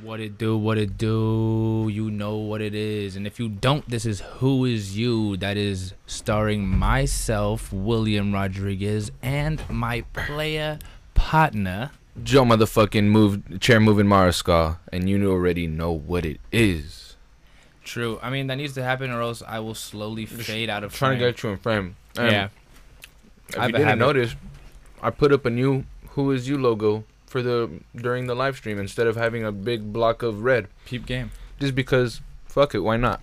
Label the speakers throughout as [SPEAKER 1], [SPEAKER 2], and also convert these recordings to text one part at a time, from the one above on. [SPEAKER 1] What it do, what it do, you know what it is. And if you don't, this is Who Is You, that is starring myself, William Rodriguez, and my player partner.
[SPEAKER 2] Joe motherfucking move chair moving Mariskal, and you already know what it is.
[SPEAKER 1] True. I mean, that needs to happen, or else I will slowly fade out of
[SPEAKER 2] Trying
[SPEAKER 1] frame.
[SPEAKER 2] to get um, you in frame. And
[SPEAKER 1] Yeah.
[SPEAKER 2] If
[SPEAKER 1] I have
[SPEAKER 2] you
[SPEAKER 1] a
[SPEAKER 2] didn't
[SPEAKER 1] habit.
[SPEAKER 2] notice, I put up a new Who Is You logo for the during the live stream instead of having a big block of red,
[SPEAKER 1] Peep game.
[SPEAKER 2] just because fuck it, why not?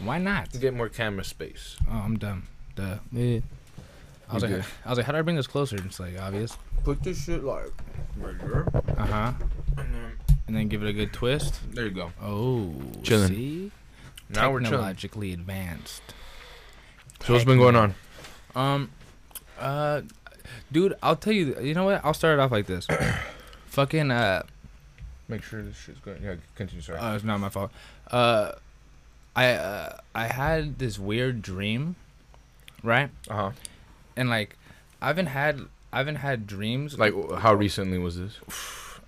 [SPEAKER 1] Why not?
[SPEAKER 2] Get more camera space.
[SPEAKER 1] Oh, I'm dumb. Duh. Yeah. I was,
[SPEAKER 2] You
[SPEAKER 1] like,
[SPEAKER 2] good.
[SPEAKER 1] I was like, how do I bring this closer? It's like obvious.
[SPEAKER 2] Put this shit like right here.
[SPEAKER 1] Uh huh. And then give it a good twist.
[SPEAKER 2] There you go.
[SPEAKER 1] Oh,
[SPEAKER 2] Chilling.
[SPEAKER 1] see?
[SPEAKER 2] Now we're chilling.
[SPEAKER 1] technologically advanced.
[SPEAKER 2] So what's been going on?
[SPEAKER 1] Um, uh, dude, I'll tell you. You know what? I'll start it off like this. Fucking uh,
[SPEAKER 2] Make sure this shit's going. Yeah, continue. Sorry.
[SPEAKER 1] uh, it's not my fault. Uh, I uh, I had this weird dream, right?
[SPEAKER 2] Uh huh.
[SPEAKER 1] And like, I haven't had I haven't had dreams
[SPEAKER 2] Like, w- how recently was this?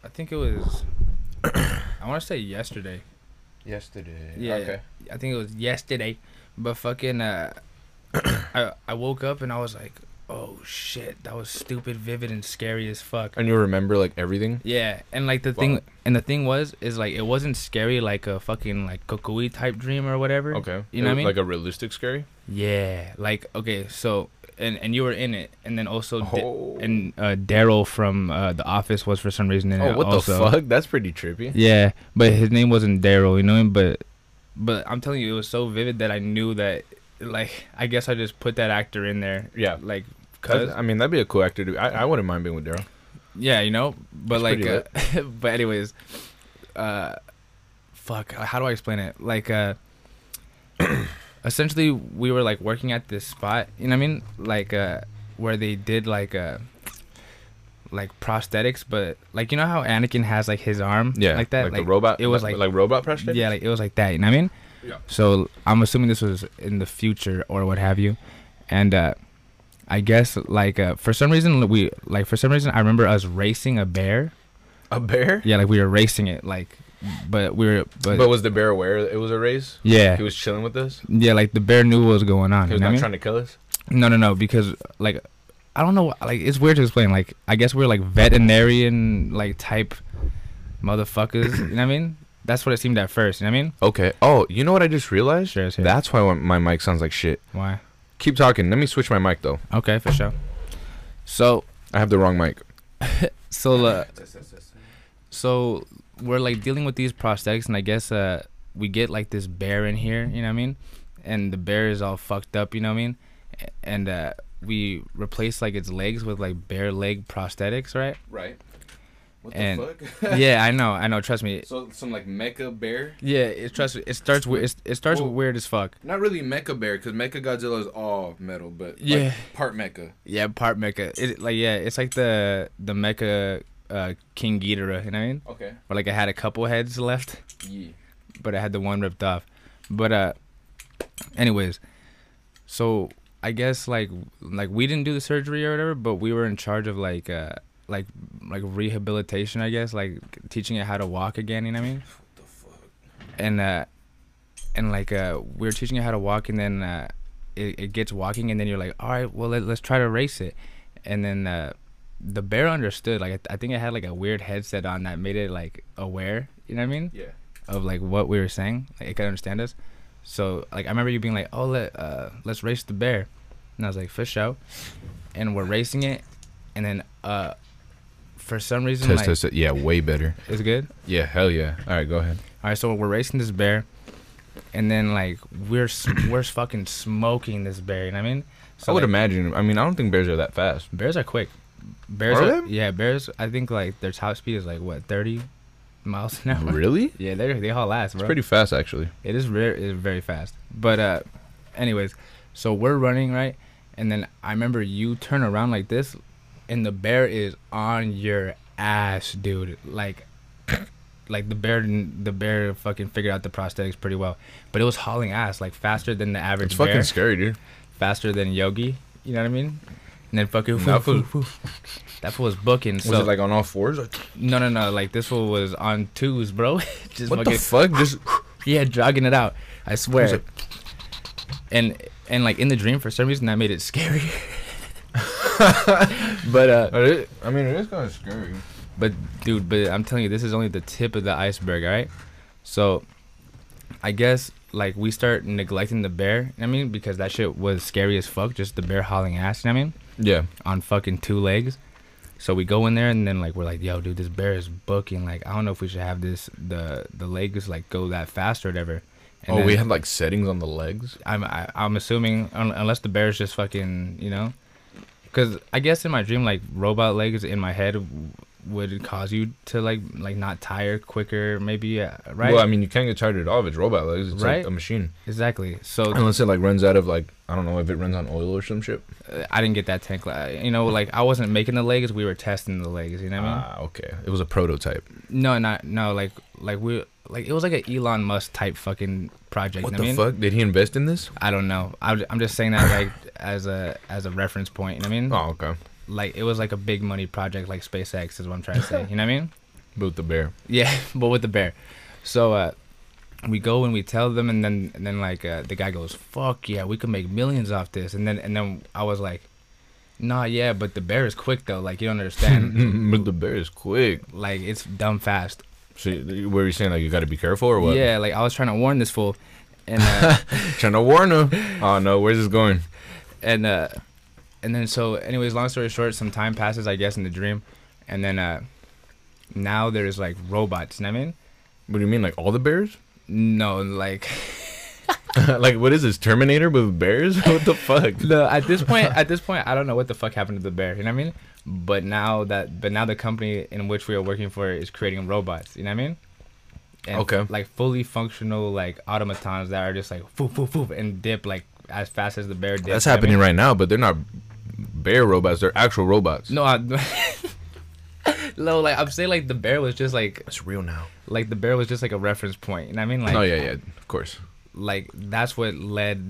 [SPEAKER 1] I think it was. I want to say yesterday.
[SPEAKER 2] Yesterday.
[SPEAKER 1] Yeah. Okay. I think it was yesterday, but fucking uh, I I woke up and I was like, oh shit, that was stupid, vivid, and scary as fuck.
[SPEAKER 2] And you remember like everything?
[SPEAKER 1] Yeah, and like the
[SPEAKER 2] Wow.
[SPEAKER 1] thing, and the thing was, is like it wasn't scary like a fucking like Kokui type dream or whatever.
[SPEAKER 2] Okay.
[SPEAKER 1] You know what I mean?
[SPEAKER 2] Like a realistic scary.
[SPEAKER 1] Yeah, like okay, so and and you were in it, and then also Da-
[SPEAKER 2] Oh.
[SPEAKER 1] and uh, Daryl from uh, the Office was for some reason in
[SPEAKER 2] oh,
[SPEAKER 1] it.
[SPEAKER 2] what
[SPEAKER 1] also.
[SPEAKER 2] the fuck? That's pretty trippy.
[SPEAKER 1] Yeah, but his name wasn't Daryl, you know. him, But but I'm telling you, it was so vivid that I knew that. Like, I guess I just put that actor in there.
[SPEAKER 2] Yeah.
[SPEAKER 1] Like, cause
[SPEAKER 2] That's- I mean, that'd be a cool actor to. I, I wouldn't mind being with Daryl.
[SPEAKER 1] yeah, you know. But
[SPEAKER 2] That's
[SPEAKER 1] like, uh, but anyways, uh, fuck. How do I explain it? Like, uh. Essentially, we were like working at this spot, you know what I mean? Like, uh, where they did like, uh, like prosthetics, but like, you know how Anakin has like his arm?
[SPEAKER 2] Yeah.
[SPEAKER 1] Like that?
[SPEAKER 2] Like, the robot.
[SPEAKER 1] It was like,
[SPEAKER 2] like robot prosthetics.
[SPEAKER 1] Yeah, like it was like that. You know what I mean?
[SPEAKER 2] Yeah.
[SPEAKER 1] So I'm assuming this was in the future or what have you, and uh, I guess like uh, for some reason we like for some reason I remember us racing a bear.
[SPEAKER 2] A bear.
[SPEAKER 1] Yeah, like we were racing it, like, but we were but,
[SPEAKER 2] But, was the bear aware it was a race?
[SPEAKER 1] yeah
[SPEAKER 2] He was chilling with us.
[SPEAKER 1] yeah like the bear knew what was going on.
[SPEAKER 2] He
[SPEAKER 1] You
[SPEAKER 2] was
[SPEAKER 1] know what
[SPEAKER 2] not
[SPEAKER 1] I mean?
[SPEAKER 2] trying to kill us.
[SPEAKER 1] No no no because like I don't know like it's weird to explain like I guess we're like veterinarian like type motherfuckers. you know what I mean? That's what it seemed at first. You know what I mean?
[SPEAKER 2] Okay. Oh, you know what I just realized?
[SPEAKER 1] Sure, sure.
[SPEAKER 2] That's why my mic sounds like shit.
[SPEAKER 1] Why?
[SPEAKER 2] Keep talking. Let me switch my mic though.
[SPEAKER 1] Okay, for sure. So
[SPEAKER 2] I have the wrong mic.
[SPEAKER 1] so uh, so we're like dealing with these prosthetics and i guess uh we get like this bear in here you know what i mean and the bear is all fucked up you know what i mean A- and uh we replace like its legs with like bear leg prosthetics right
[SPEAKER 2] Right. What
[SPEAKER 1] the And-
[SPEAKER 2] fuck?
[SPEAKER 1] yeah i know i know trust me
[SPEAKER 2] So some like mecha bear.
[SPEAKER 1] yeah it trust me, it starts with it's- it starts
[SPEAKER 2] Well-
[SPEAKER 1] weird as fuck
[SPEAKER 2] Not really mecha bear because mecha Godzilla is all metal, but
[SPEAKER 1] Yeah.
[SPEAKER 2] part mecha.
[SPEAKER 1] yeah part mecha it like yeah it's like the the mecha uh king Ghidorah, you know what i mean
[SPEAKER 2] Okay.
[SPEAKER 1] or like i had a couple heads left
[SPEAKER 2] Yeah.
[SPEAKER 1] but I had the one ripped off. But uh anyways, so I guess like like we didn't do the surgery or whatever, but we were in charge of like uh like like rehabilitation, I guess, like teaching it how to walk again, you know what I mean? And uh and like uh we were teaching it how to walk and then uh it, it gets walking and then you're like, "All right, well let, let's try to race it." And then uh the bear understood. Like I, I think it had like a weird headset on that made it like aware. You know what I mean?
[SPEAKER 2] Yeah.
[SPEAKER 1] of like what we were saying. Like it could understand us. So like I remember you being like, "Oh, let uh, let's race the bear," and I was like, "For show," and we're racing it, and then uh, for some reason
[SPEAKER 2] Test
[SPEAKER 1] like
[SPEAKER 2] test. Yeah, way better.
[SPEAKER 1] it's good.
[SPEAKER 2] Yeah, hell yeah. All right, go ahead.
[SPEAKER 1] All right, so we're racing this bear, and then like we're s- we're fucking smoking this bear. You know what I mean? So
[SPEAKER 2] I would
[SPEAKER 1] like,
[SPEAKER 2] imagine. I mean, I don't think bears are that fast.
[SPEAKER 1] bears are quick. Bears
[SPEAKER 2] Are they?
[SPEAKER 1] Yeah, bears. I think like their top speed is like what thirty miles an hour.
[SPEAKER 2] Really?
[SPEAKER 1] Yeah, they are they haul ass,
[SPEAKER 2] It's
[SPEAKER 1] bro.
[SPEAKER 2] pretty fast, actually.
[SPEAKER 1] It is rare. It is very fast. But uh, anyways, so we're running right, and then I remember you turn around like this, and the bear is on your ass, dude. Like, like the bear, the bear fucking figured out the prosthetics pretty well, but it was hauling ass like faster than the average
[SPEAKER 2] It's
[SPEAKER 1] bear,
[SPEAKER 2] fucking scary, dude.
[SPEAKER 1] faster than Yogi. You know what I mean? And then fucking
[SPEAKER 2] That fool-
[SPEAKER 1] that fool was booking. So
[SPEAKER 2] was it like on all fours? Like,
[SPEAKER 1] no, no, no. Like this one was on twos, bro. Just
[SPEAKER 2] what
[SPEAKER 1] fucking,
[SPEAKER 2] the fuck? Just
[SPEAKER 1] yeah, jogging it out. I swear.
[SPEAKER 2] He's like-
[SPEAKER 1] and and like in the dream, for some reason, that made it scary. but uh,
[SPEAKER 2] But it- I mean, it is kind of scary.
[SPEAKER 1] But dude, but I'm telling you, this is only the tip of the iceberg, all right? So, I guess like we start neglecting the bear. you know what I mean, because that shit was scary as fuck, just the bear hauling ass. You know what I mean,
[SPEAKER 2] Yeah.
[SPEAKER 1] on fucking two legs. So we go in there and then like we're like, yo, dude, this bear is booking. Like I don't know if we should have this the the legs like go that fast or whatever. And
[SPEAKER 2] oh, we
[SPEAKER 1] then
[SPEAKER 2] had like settings on the legs.
[SPEAKER 1] I'm I, I'm assuming un- unless the bear's just fucking you know, because I guess in my dream like robot legs in my head w- would cause you to like like not tire quicker maybe uh, right
[SPEAKER 2] Well, I mean, you can't get tired at all if it's robot legs. It's
[SPEAKER 1] Right?
[SPEAKER 2] like a machine.
[SPEAKER 1] exactly so
[SPEAKER 2] Unless it like runs out of like I don't know if it runs on oil or some shit.
[SPEAKER 1] uh, I didn't get that tank li- you know like I wasn't making the legs we were testing the legs you know what I mean
[SPEAKER 2] Ah, okay. It was a prototype.
[SPEAKER 1] no not no like like we like it was like an Elon Musk type fucking project
[SPEAKER 2] What
[SPEAKER 1] you
[SPEAKER 2] the
[SPEAKER 1] know I mean?
[SPEAKER 2] fuck? Did he invest in this?
[SPEAKER 1] I don't know I'm, I'm just saying that like as a as a reference point you know what I mean
[SPEAKER 2] Oh, okay.
[SPEAKER 1] like it was like a big money project like SpaceX is what I'm trying to say you know what I mean
[SPEAKER 2] Boot the bear.
[SPEAKER 1] Yeah, but with the bear. So uh, we go and we tell them, and then and then like uh, the guy goes, "Fuck yeah, we could make millions off this." And then and then I was like, "Nah, yeah, but the bear is quick though. Like you don't understand.
[SPEAKER 2] but the bear is quick.
[SPEAKER 1] like it's dumb fast.
[SPEAKER 2] So, you- were you saying like you got to be careful or what?
[SPEAKER 1] Yeah, like I was trying to warn this fool, and uh,
[SPEAKER 2] Trying to warn him. Oh no, where's this going?
[SPEAKER 1] and uh, and then so anyways, long story short, some time passes, I guess, in the dream, and then uh, now there's like robots. You know what I mean?
[SPEAKER 2] What do you mean, like all the bears?
[SPEAKER 1] No, like
[SPEAKER 2] like what is this Terminator with bears? what the fuck?
[SPEAKER 1] No, at this point, at this point, I don't know what the fuck happened to the bear. You know what I mean? But now that, but now the company in which we are working for is creating robots. You know what I mean?
[SPEAKER 2] Okay.
[SPEAKER 1] Like fully functional, like automatons that are just like foof foof foof and dip like as fast as the bear dips.
[SPEAKER 2] That's
[SPEAKER 1] you know what I
[SPEAKER 2] happening
[SPEAKER 1] mean?
[SPEAKER 2] right now, but they're not bear robots. They're actual robots.
[SPEAKER 1] No, I, no, like I'm saying, like the bear was just like,
[SPEAKER 2] it's real now.
[SPEAKER 1] like the bear was just like a reference point. You know what I mean? Like,
[SPEAKER 2] oh yeah, yeah, of course.
[SPEAKER 1] like that's what led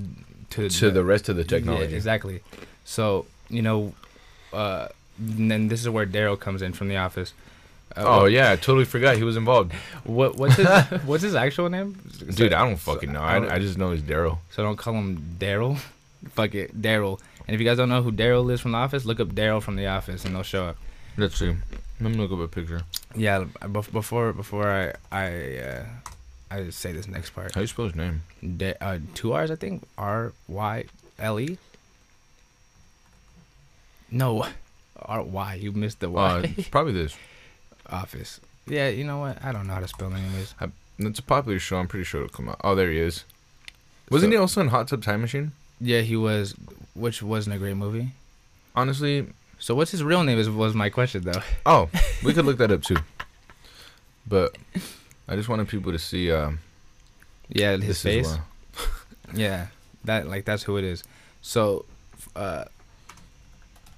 [SPEAKER 1] to
[SPEAKER 2] To the rest of the technology.
[SPEAKER 1] Yeah, exactly. So you know, uh, and then this is where Daryl comes in from the office. Uh,
[SPEAKER 2] Oh yeah, I totally forgot he was involved.
[SPEAKER 1] what what's his what's his actual name?
[SPEAKER 2] Dude, I don't fucking know.
[SPEAKER 1] I don't-
[SPEAKER 2] I, I just know he's Daryl.
[SPEAKER 1] So don't call him Daryl. Fuck it, Daryl. And if you guys don't know who Daryl is from the office, look up Daryl from the office, and they'll show up.
[SPEAKER 2] Let's see. Let me look up a picture.
[SPEAKER 1] Yeah, bef- before before I I uh, I say this next part.
[SPEAKER 2] How do you spell his name?
[SPEAKER 1] Da- uh, two R's, I think. R Y L E. No, R Y. You missed the
[SPEAKER 2] Uh,
[SPEAKER 1] Y.
[SPEAKER 2] it's probably this.
[SPEAKER 1] Office. Yeah, you know what? I don't know how to spell it anyways.
[SPEAKER 2] It's a popular show. I'm pretty sure it'll come out. Oh, there he is. Wasn't
[SPEAKER 1] So-
[SPEAKER 2] he also in Hot Tub Time Machine?
[SPEAKER 1] Yeah, he was, which wasn't a great movie.
[SPEAKER 2] Honestly,
[SPEAKER 1] So what's his real name? Is was my question though.
[SPEAKER 2] oh, we could look that up too. But I just wanted people to see uh,
[SPEAKER 1] Yeah, his
[SPEAKER 2] this
[SPEAKER 1] face.
[SPEAKER 2] Is why.
[SPEAKER 1] Yeah, that like that's who it is. So, f- uh,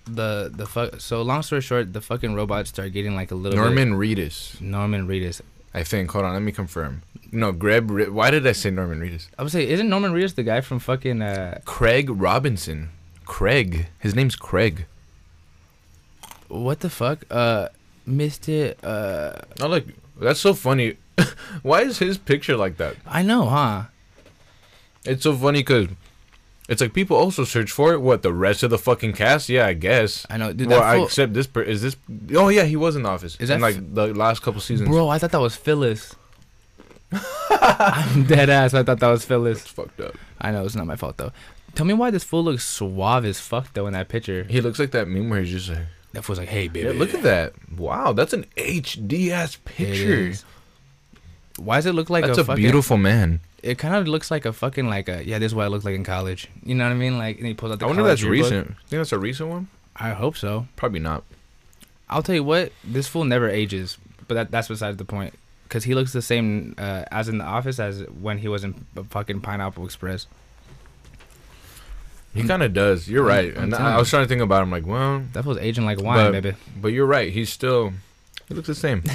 [SPEAKER 1] the the fuck. So long story short, the fucking robots start getting like a little bit-
[SPEAKER 2] Norman Reedus,
[SPEAKER 1] Norman Reedus.
[SPEAKER 2] I think. Hold on, let me confirm. No, Greg. Re- Why did I say Norman Reedus?
[SPEAKER 1] I would say, isn't Norman Reedus the guy from fucking uh?
[SPEAKER 2] Craig Robinson. Craig. His name's Craig.
[SPEAKER 1] What the fuck? Uh, Mr. Uh,
[SPEAKER 2] I like. That's so funny. Why is his picture like that?
[SPEAKER 1] I know, huh?
[SPEAKER 2] It's so funny because it's like people also search for it. What the rest of the fucking cast? Yeah, I guess.
[SPEAKER 1] I know, dude.
[SPEAKER 2] well,
[SPEAKER 1] that
[SPEAKER 2] I
[SPEAKER 1] fool-
[SPEAKER 2] accept this. Per- is this? Oh yeah, he was in the office.
[SPEAKER 1] Is
[SPEAKER 2] Is
[SPEAKER 1] that
[SPEAKER 2] that in, like the last couple seasons?
[SPEAKER 1] bro, I thought that was Phyllis. I'm dead ass. I thought that was
[SPEAKER 2] It's
[SPEAKER 1] Phyllis.
[SPEAKER 2] fucked up.
[SPEAKER 1] I know it's not my fault though. Tell me why this fool looks suave as fuck though in that picture.
[SPEAKER 2] He looks like that meme where he's just like,
[SPEAKER 1] That fool's like, hey baby,
[SPEAKER 2] yeah, look at that. Wow, that's an HD ass
[SPEAKER 1] It
[SPEAKER 2] picture.
[SPEAKER 1] is. Why does it look like
[SPEAKER 2] that's
[SPEAKER 1] a,
[SPEAKER 2] a,
[SPEAKER 1] fucking,
[SPEAKER 2] beautiful man.
[SPEAKER 1] It kind of looks like a fucking like a yeah. This is what I look like in college. You know what I mean? Like, and he pulls out the.
[SPEAKER 2] I wonder if
[SPEAKER 1] college yearbook.
[SPEAKER 2] that's recent. You think that's a recent one?
[SPEAKER 1] I hope so.
[SPEAKER 2] Probably not.
[SPEAKER 1] I'll tell you what, this fool never ages, but that that's besides the point. Cause he looks the same uh, as in the office as when he was in p- fucking Pineapple Express.
[SPEAKER 2] He
[SPEAKER 1] I'm-
[SPEAKER 2] kind of does. You're right.
[SPEAKER 1] Mm. I'm
[SPEAKER 2] and
[SPEAKER 1] telling
[SPEAKER 2] I, I was trying to think about him. Like, well,
[SPEAKER 1] That fool's aging like wine,
[SPEAKER 2] But-
[SPEAKER 1] baby.
[SPEAKER 2] but you're right. He's still. He looks the same. He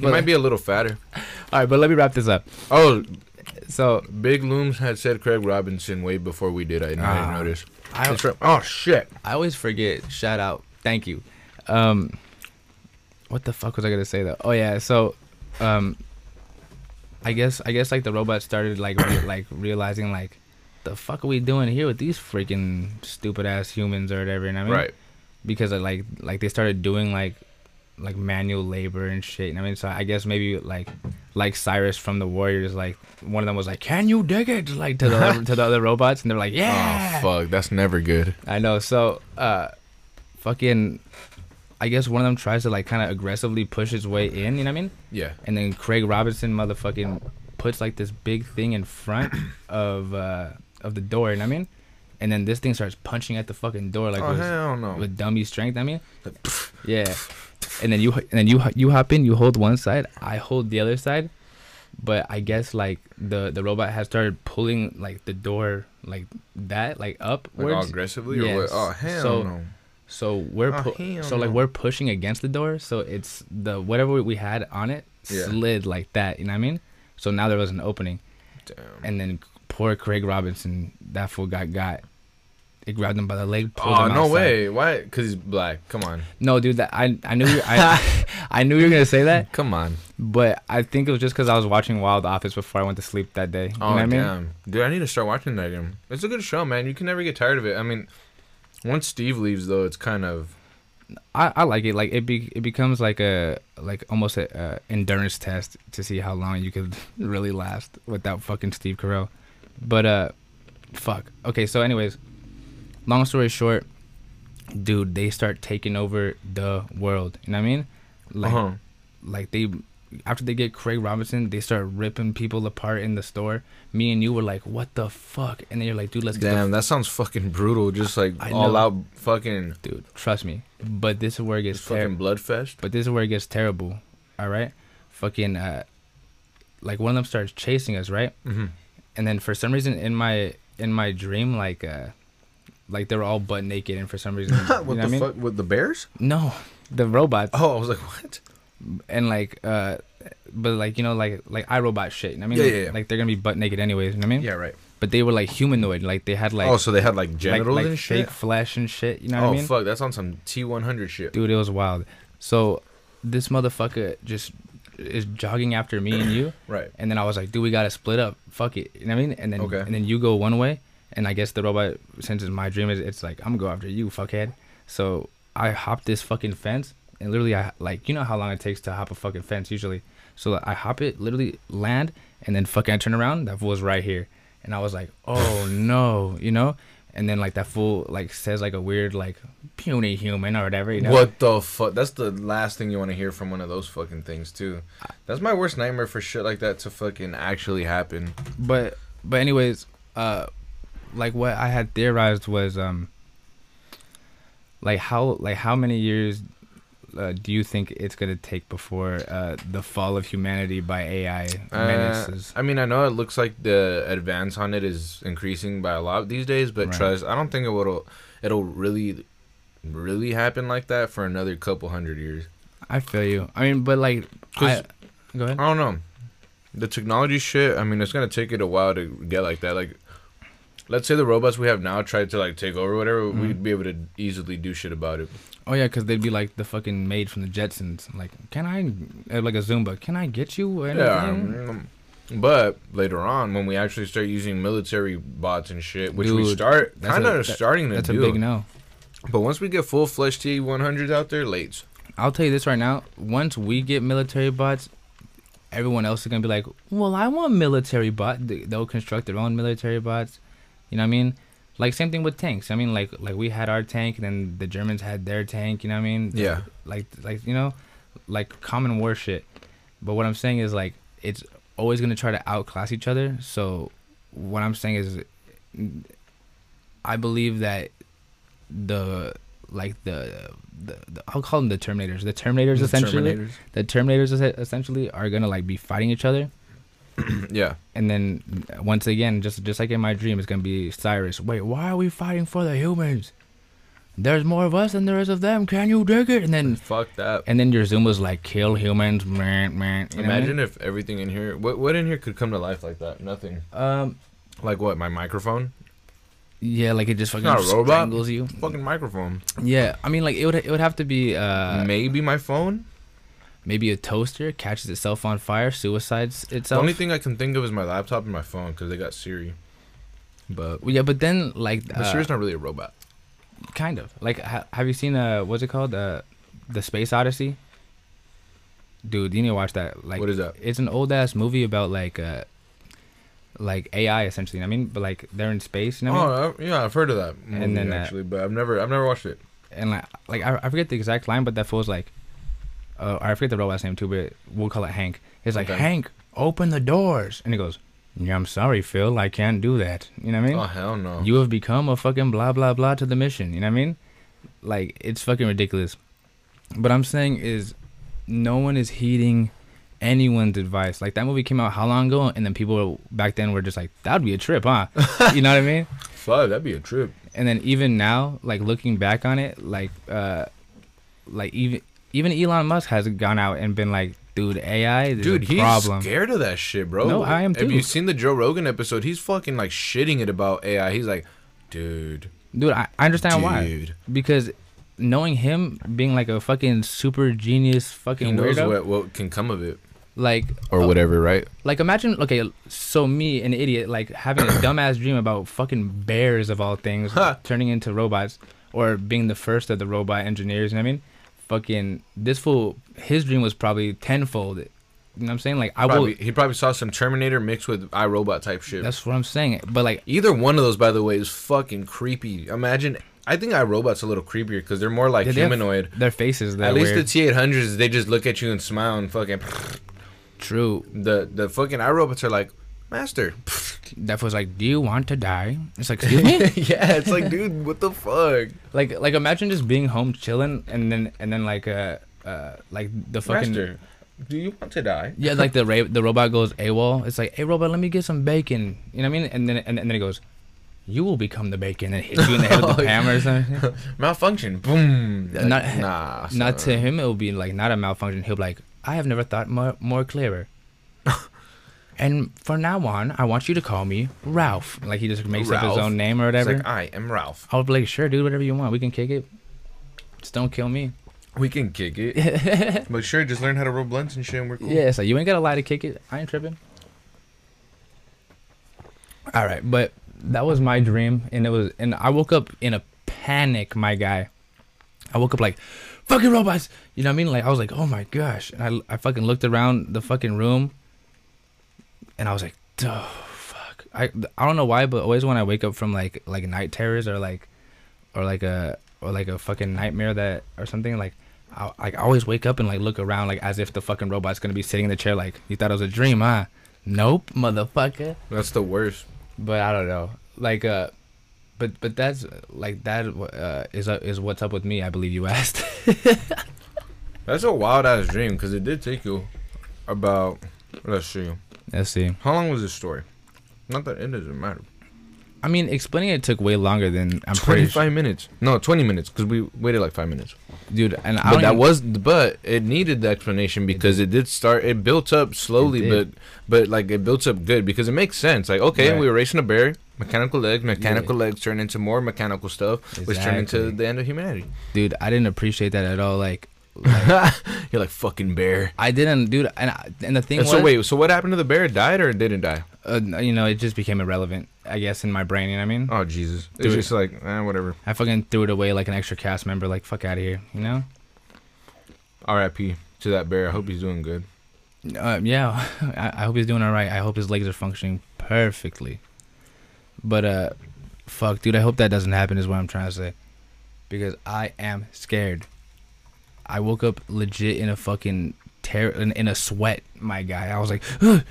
[SPEAKER 1] But-
[SPEAKER 2] might be a little fatter.
[SPEAKER 1] All right, but let me wrap this up.
[SPEAKER 2] Oh,
[SPEAKER 1] so
[SPEAKER 2] Big Looms had said Craig Robinson way before we did. I didn't I didn't
[SPEAKER 1] Ah.
[SPEAKER 2] notice.
[SPEAKER 1] I,
[SPEAKER 2] It's from- oh shit!
[SPEAKER 1] I always forget. Shout out. Thank you. Um, what the fuck was I gonna say though? Oh yeah. So, um, I guess I guess like the robots started like re- like realizing like, the fuck are we doing here with these freaking stupid ass humans or whatever? And I mean,
[SPEAKER 2] right.
[SPEAKER 1] because of, like like they started doing like like manual labor and shit. And I mean, so I guess maybe like like Cyrus from the Warriors, like one of them was like, "Can you dig it?" Like to the other, to the other robots, and they're like, "Yeah."
[SPEAKER 2] Oh fuck, that's never good.
[SPEAKER 1] I know. So, uh, fucking, I guess one of them tries to like kind of aggressively push his way in. You know what I mean?
[SPEAKER 2] Yeah.
[SPEAKER 1] And then Craig Robinson motherfucking puts like this big thing in front of uh of the door. You know what I mean? And then this thing starts punching at the fucking door like
[SPEAKER 2] oh
[SPEAKER 1] with,
[SPEAKER 2] hell no.
[SPEAKER 1] with dummy strength. I mean, yeah. And then you and then you you hop in. You hold one side. I hold the other side. But I guess like the the robot has started pulling like the door like that like
[SPEAKER 2] like
[SPEAKER 1] upwards.
[SPEAKER 2] all aggressively or what?
[SPEAKER 1] Yes.
[SPEAKER 2] Oh hell
[SPEAKER 1] So-
[SPEAKER 2] no.
[SPEAKER 1] So we're
[SPEAKER 2] Oh,
[SPEAKER 1] pu-
[SPEAKER 2] hell
[SPEAKER 1] so like
[SPEAKER 2] no.
[SPEAKER 1] we're pushing against the door, so it's the whatever we had on it
[SPEAKER 2] Yeah.
[SPEAKER 1] slid like that. You know what I mean? So now there was an opening,
[SPEAKER 2] Damn.
[SPEAKER 1] and then poor Craig Robinson, that fool got got. It grabbed him by the leg. pulled
[SPEAKER 2] Oh
[SPEAKER 1] him
[SPEAKER 2] no
[SPEAKER 1] outside.
[SPEAKER 2] way! Why? Cause he's black. Come on.
[SPEAKER 1] No, dude, that I I knew you, I I knew you were gonna say that,
[SPEAKER 2] Come on.
[SPEAKER 1] but I think it was just because I was watching Wild Office before I went to sleep that day. You know
[SPEAKER 2] Oh
[SPEAKER 1] what I mean?
[SPEAKER 2] damn, dude! I need to start watching that again. It's a good show, man. You can never get tired of it. I mean, once Steve leaves, though, it's kind of
[SPEAKER 1] I, I like it. Like it be it becomes like a like almost a, a endurance test to see how long you could really last without fucking Steve Carell. But uh, fuck. Okay, so anyways, long story short, dude, they start taking over the world. You know what I mean? Like
[SPEAKER 2] uh-huh.
[SPEAKER 1] like they after they get Craig Robinson, they start ripping people apart in the store. Me and you were like, what the fuck? And then you're like, dude, let's get the
[SPEAKER 2] Damn, that sounds fucking brutal. Just like
[SPEAKER 1] I
[SPEAKER 2] all
[SPEAKER 1] know.
[SPEAKER 2] out fucking
[SPEAKER 1] f- dude. Trust me. But this is where it gets
[SPEAKER 2] just
[SPEAKER 1] ter-
[SPEAKER 2] fucking blood fest.
[SPEAKER 1] But this is where it gets terrible. All right, fucking uh, like one of them starts chasing us, right?
[SPEAKER 2] Mm-hmm.
[SPEAKER 1] And then for some reason in my in my dream, like uh, like they were all butt naked, and for some reason, you know
[SPEAKER 2] what
[SPEAKER 1] what
[SPEAKER 2] the
[SPEAKER 1] I mean?
[SPEAKER 2] fuck? With the bears?
[SPEAKER 1] No, the robots
[SPEAKER 2] Oh, I was like, what?
[SPEAKER 1] and like uh, but like you know like like iRobot shit. You know what I
[SPEAKER 2] Yeah,
[SPEAKER 1] mean,
[SPEAKER 2] yeah, yeah.
[SPEAKER 1] like they're gonna be butt naked anyways. You know what I mean?
[SPEAKER 2] Yeah, right.
[SPEAKER 1] But they were like humanoid, like they had like
[SPEAKER 2] oh, so they had like
[SPEAKER 1] like,
[SPEAKER 2] genitals
[SPEAKER 1] like
[SPEAKER 2] and
[SPEAKER 1] fake
[SPEAKER 2] shit.
[SPEAKER 1] flesh and shit. You know what
[SPEAKER 2] oh
[SPEAKER 1] I mean?
[SPEAKER 2] fuck, that's on some T one hundred shit.
[SPEAKER 1] dude it was wild so this motherfucker just is jogging after me and you
[SPEAKER 2] Right.
[SPEAKER 1] and then i was like dude we gotta split up fuck it you know what i mean and then
[SPEAKER 2] Okay.
[SPEAKER 1] and then you go one way and i guess the robot since it's my dream it's, it's like i'm gonna go after you fuckhead so i hop this fucking fence and literally i like you know how long it takes to hop a fucking fence usually so i hop it literally land and then fucking i turn around that fool was right here and i was like oh no you know and then like that fool like says like a weird like puny human or whatever you know
[SPEAKER 2] What the fuck? That's the last thing you want to hear from one of those fucking things too. That's my worst nightmare for shit like that to fucking actually happen.
[SPEAKER 1] but but anyways uh like what i had theorized was um like how like how many years uh, do you think it's gonna take before uh, the fall of humanity by AI
[SPEAKER 2] Uh,
[SPEAKER 1] menaces?
[SPEAKER 2] I mean, I know it looks like the advance on it is increasing by a lot these days, but
[SPEAKER 1] Right.
[SPEAKER 2] trust, I don't think it will. It'll really, really happen like that for another couple hundred years.
[SPEAKER 1] I feel you. I mean, but like,
[SPEAKER 2] 'Cause- Uh-huh.
[SPEAKER 1] I, go ahead.
[SPEAKER 2] I don't know. The technology shit. I mean, it's gonna take it a while to get like that. Like, let's say the robots we have now tried to like take over, whatever.
[SPEAKER 1] Mm-hmm.
[SPEAKER 2] We'd be able to easily do shit about it.
[SPEAKER 1] Oh yeah, because they'd be like the fucking maid from the Jetsons. Like, can I uh, like a Zumba? Can I get you? Anything?
[SPEAKER 2] Yeah. um, But later on, when we actually start using military bots and shit, which we
[SPEAKER 1] Dude,
[SPEAKER 2] start
[SPEAKER 1] that's
[SPEAKER 2] kind
[SPEAKER 1] a-
[SPEAKER 2] of
[SPEAKER 1] that-
[SPEAKER 2] starting to
[SPEAKER 1] that's a
[SPEAKER 2] do,
[SPEAKER 1] big no.
[SPEAKER 2] but once we get full fledged T one hundreds out there, late.
[SPEAKER 1] I'll tell you this right now. Once we get military bots, everyone else is gonna be like, "Well, I want military bot." They- They'll construct their own military bots. You know what I mean? Like same thing with tanks. I mean, like like we had our tank, and then the Germans had their tank. You know what I mean?
[SPEAKER 2] Yeah.
[SPEAKER 1] Like like you know, like common war shit. But what I'm saying is like it's always gonna try to outclass each other. So what I'm saying is, I believe that the like the, the, the I'll call them the Terminators. The Terminators essentially, the Terminators es- essentially are gonna like be fighting each other,
[SPEAKER 2] yeah.
[SPEAKER 1] and then uh, once again, just just like in my dream, it's gonna be Cyrus. Wait, why are we fighting for the humans? there's more of us than there is of them. Can you dig it? And then
[SPEAKER 2] Fuck that.
[SPEAKER 1] and then your Zumba's like kill humans. Man, man.
[SPEAKER 2] Imagine if everything in here, what what in here could come to life like that? Nothing.
[SPEAKER 1] Um.
[SPEAKER 2] Like what? My microphone?
[SPEAKER 1] Yeah, like it just fucking
[SPEAKER 2] not a robot.
[SPEAKER 1] strangles you.
[SPEAKER 2] Fucking microphone.
[SPEAKER 1] Yeah, I mean, like it would it would have to be uh
[SPEAKER 2] Maybe my phone.
[SPEAKER 1] maybe a toaster catches itself on fire, suicides
[SPEAKER 2] The
[SPEAKER 1] itself.
[SPEAKER 2] only thing I can think of is my laptop and my phone because they got Siri. But
[SPEAKER 1] Well, yeah, but then like
[SPEAKER 2] but
[SPEAKER 1] uh,
[SPEAKER 2] Siri's not really a robot.
[SPEAKER 1] kind of like ha- have you seen uh what's it called uh the Space Odyssey? Dude, you need to watch that. Like,
[SPEAKER 2] what is that?
[SPEAKER 1] it's an old ass movie about like uh like AI essentially. You know what I mean, but like they're in space. You know what I mean?
[SPEAKER 2] oh I, yeah, I've heard of that. Movie,
[SPEAKER 1] then that-
[SPEAKER 2] actually, but I've never I've never watched it.
[SPEAKER 1] and like, like I, I forget the exact line, but that fool's like, uh, I forget the robot's name too, but we'll call it Hank. He's like,
[SPEAKER 2] Okay.
[SPEAKER 1] Hank, open the doors, and he goes, Yeah, I'm sorry, Phil, I can't do that. You know what I mean?
[SPEAKER 2] Oh hell no.
[SPEAKER 1] You have become a fucking blah blah blah to the mission. You know what I mean? Like it's fucking ridiculous. But I'm saying is, no one is heeding anyone's advice. Like that movie came out how long ago, and then people back then were just like, "That'd be a trip, huh?" you know what I mean?
[SPEAKER 2] Fuck, that'd be a trip.
[SPEAKER 1] and then even now like looking back on it like uh like even even Elon Musk has gone out and been like dude AI there's
[SPEAKER 2] Dude,
[SPEAKER 1] a
[SPEAKER 2] he's
[SPEAKER 1] problem
[SPEAKER 2] scared of that shit, bro.
[SPEAKER 1] No, I am
[SPEAKER 2] Have
[SPEAKER 1] too.
[SPEAKER 2] you seen the Joe Rogan episode? He's fucking like shitting it about AI. He's like, dude,
[SPEAKER 1] dude I, I understand why
[SPEAKER 2] dude.
[SPEAKER 1] because knowing him being like a fucking super genius fucking
[SPEAKER 2] He knows
[SPEAKER 1] weirdo Oh.
[SPEAKER 2] what, what can come of it
[SPEAKER 1] like
[SPEAKER 2] or whatever, right?
[SPEAKER 1] like imagine okay so me an idiot like having a dumbass dream about fucking bears of all things turning into robots or being the first of the robot engineers you know what i mean fucking this fool his dream was probably tenfold you know what i'm saying like i
[SPEAKER 2] Probably,
[SPEAKER 1] will
[SPEAKER 2] he probably saw some Terminator mixed with iRobot type shit.
[SPEAKER 1] that's what i'm saying but like
[SPEAKER 2] Either one of those, by the way, is fucking creepy. Imagine. I think iRobot's a little creepier because they're more like
[SPEAKER 1] they have-
[SPEAKER 2] humanoid.
[SPEAKER 1] their faces that
[SPEAKER 2] At least
[SPEAKER 1] weird.
[SPEAKER 2] the T800s, they just look at you and smile and fucking.
[SPEAKER 1] true
[SPEAKER 2] The the fucking iRobots are like, master.
[SPEAKER 1] that was like do you want to die it's like excuse me
[SPEAKER 2] yeah, it's like, dude, what the fuck?
[SPEAKER 1] like like imagine just being home chilling and then and then like uh uh like the fucking
[SPEAKER 2] Master, do you want to die?
[SPEAKER 1] Yeah, like the ra- the robot goes AWOL. It's like, hey robot, let me get some bacon. You know what I mean? And then and, and then it goes, you will become the bacon and hits you in the head with
[SPEAKER 2] Oh,
[SPEAKER 1] a hammer or something.
[SPEAKER 2] Malfunction. Boom. Like,
[SPEAKER 1] Not-
[SPEAKER 2] nah. son.
[SPEAKER 1] not to him, it will be like not a malfunction. He'll be like, I have never thought more more clearer. and from now on, I want you to call me Ralph. Like he just makes up
[SPEAKER 2] Ralph?
[SPEAKER 1] his own name or
[SPEAKER 2] It's
[SPEAKER 1] whatever.
[SPEAKER 2] like, "Uh-" I am Ralph.
[SPEAKER 1] I'll be like, sure, dude, whatever you want, we can kick it. Just don't kill me.
[SPEAKER 2] We can kick it. but sure, just learn how to roll blunts and shit, and we're cool.
[SPEAKER 1] Yeah, so you ain't gotta lie to kick it. I ain't tripping. All right, but that was my dream, and it was, and I woke up in a panic, my guy. I woke up like, fucking robots. You know what I mean? Like I was like, oh my gosh, and I I fucking looked around the fucking room, and I was like, oh fuck. I I don't know why, but always when I wake up from like like night terrors or like, or like a or like a fucking nightmare that or something like I like I always wake up and like look around like as if the fucking robot's gonna be sitting in the chair like you thought it was a dream, huh? Nope, motherfucker.
[SPEAKER 2] That's the worst.
[SPEAKER 1] But I don't know. Like uh but but that's uh, like that uh, is uh, is what's up with me, I believe you asked.
[SPEAKER 2] That's a wild ass dream because it did take you about. Let's see.
[SPEAKER 1] Let's see.
[SPEAKER 2] How long was this story? Not that it doesn't matter.
[SPEAKER 1] I mean, explaining it took way longer than I'm pretty sure.
[SPEAKER 2] 25 minutes. No, 20 minutes because we waited like five minutes.
[SPEAKER 1] dude, and I
[SPEAKER 2] But
[SPEAKER 1] don't
[SPEAKER 2] that
[SPEAKER 1] even-
[SPEAKER 2] was, but it needed the explanation because it did, start. It built up slowly,
[SPEAKER 1] It
[SPEAKER 2] but
[SPEAKER 1] did.
[SPEAKER 2] but like it built up good because it makes sense. Like okay,
[SPEAKER 1] Right.
[SPEAKER 2] we were racing a bear, mechanical legs, mechanical legs turn into more mechanical stuff, which turned into
[SPEAKER 1] Exactly.
[SPEAKER 2] the end of humanity.
[SPEAKER 1] dude, I didn't appreciate that at all like
[SPEAKER 2] You're like fucking bear.
[SPEAKER 1] I didn't dude and I, and the thing
[SPEAKER 2] And
[SPEAKER 1] was
[SPEAKER 2] so wait, so what happened to the bear? It died or it didn't die?
[SPEAKER 1] uh, you know, it just became irrelevant, I guess in my brain, you know what I mean?
[SPEAKER 2] Oh Jesus! It's
[SPEAKER 1] Dude.
[SPEAKER 2] just like eh, whatever.
[SPEAKER 1] I fucking threw it away like an extra cast member like fuck out of here, you know?
[SPEAKER 2] R.I.P. to that bear. I hope he's doing good.
[SPEAKER 1] Uh, yeah, I, I hope he's doing all right. I hope his legs are functioning perfectly. But uh, fuck, dude, I hope that doesn't happen. Is what I'm trying to say, because I am scared. I woke up legit in a fucking terror, in, in a sweat, my guy. I was like,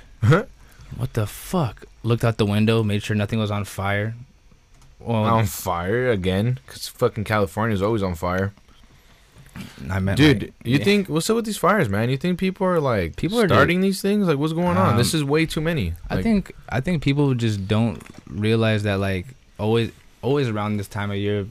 [SPEAKER 1] what the fuck? Looked out the window, made sure nothing was on fire. Well,
[SPEAKER 2] on fire again? Cause fucking California's always on fire.
[SPEAKER 1] I meant,
[SPEAKER 2] Dude,
[SPEAKER 1] like-
[SPEAKER 2] you
[SPEAKER 1] yeah.
[SPEAKER 2] think what's up with these fires, man? You think people are
[SPEAKER 1] People
[SPEAKER 2] like people
[SPEAKER 1] are
[SPEAKER 2] are starting these things? Like what's going on?
[SPEAKER 1] Um,
[SPEAKER 2] This is way too many.
[SPEAKER 1] I
[SPEAKER 2] Like,
[SPEAKER 1] think I think people just don't realize that like always always around this time of year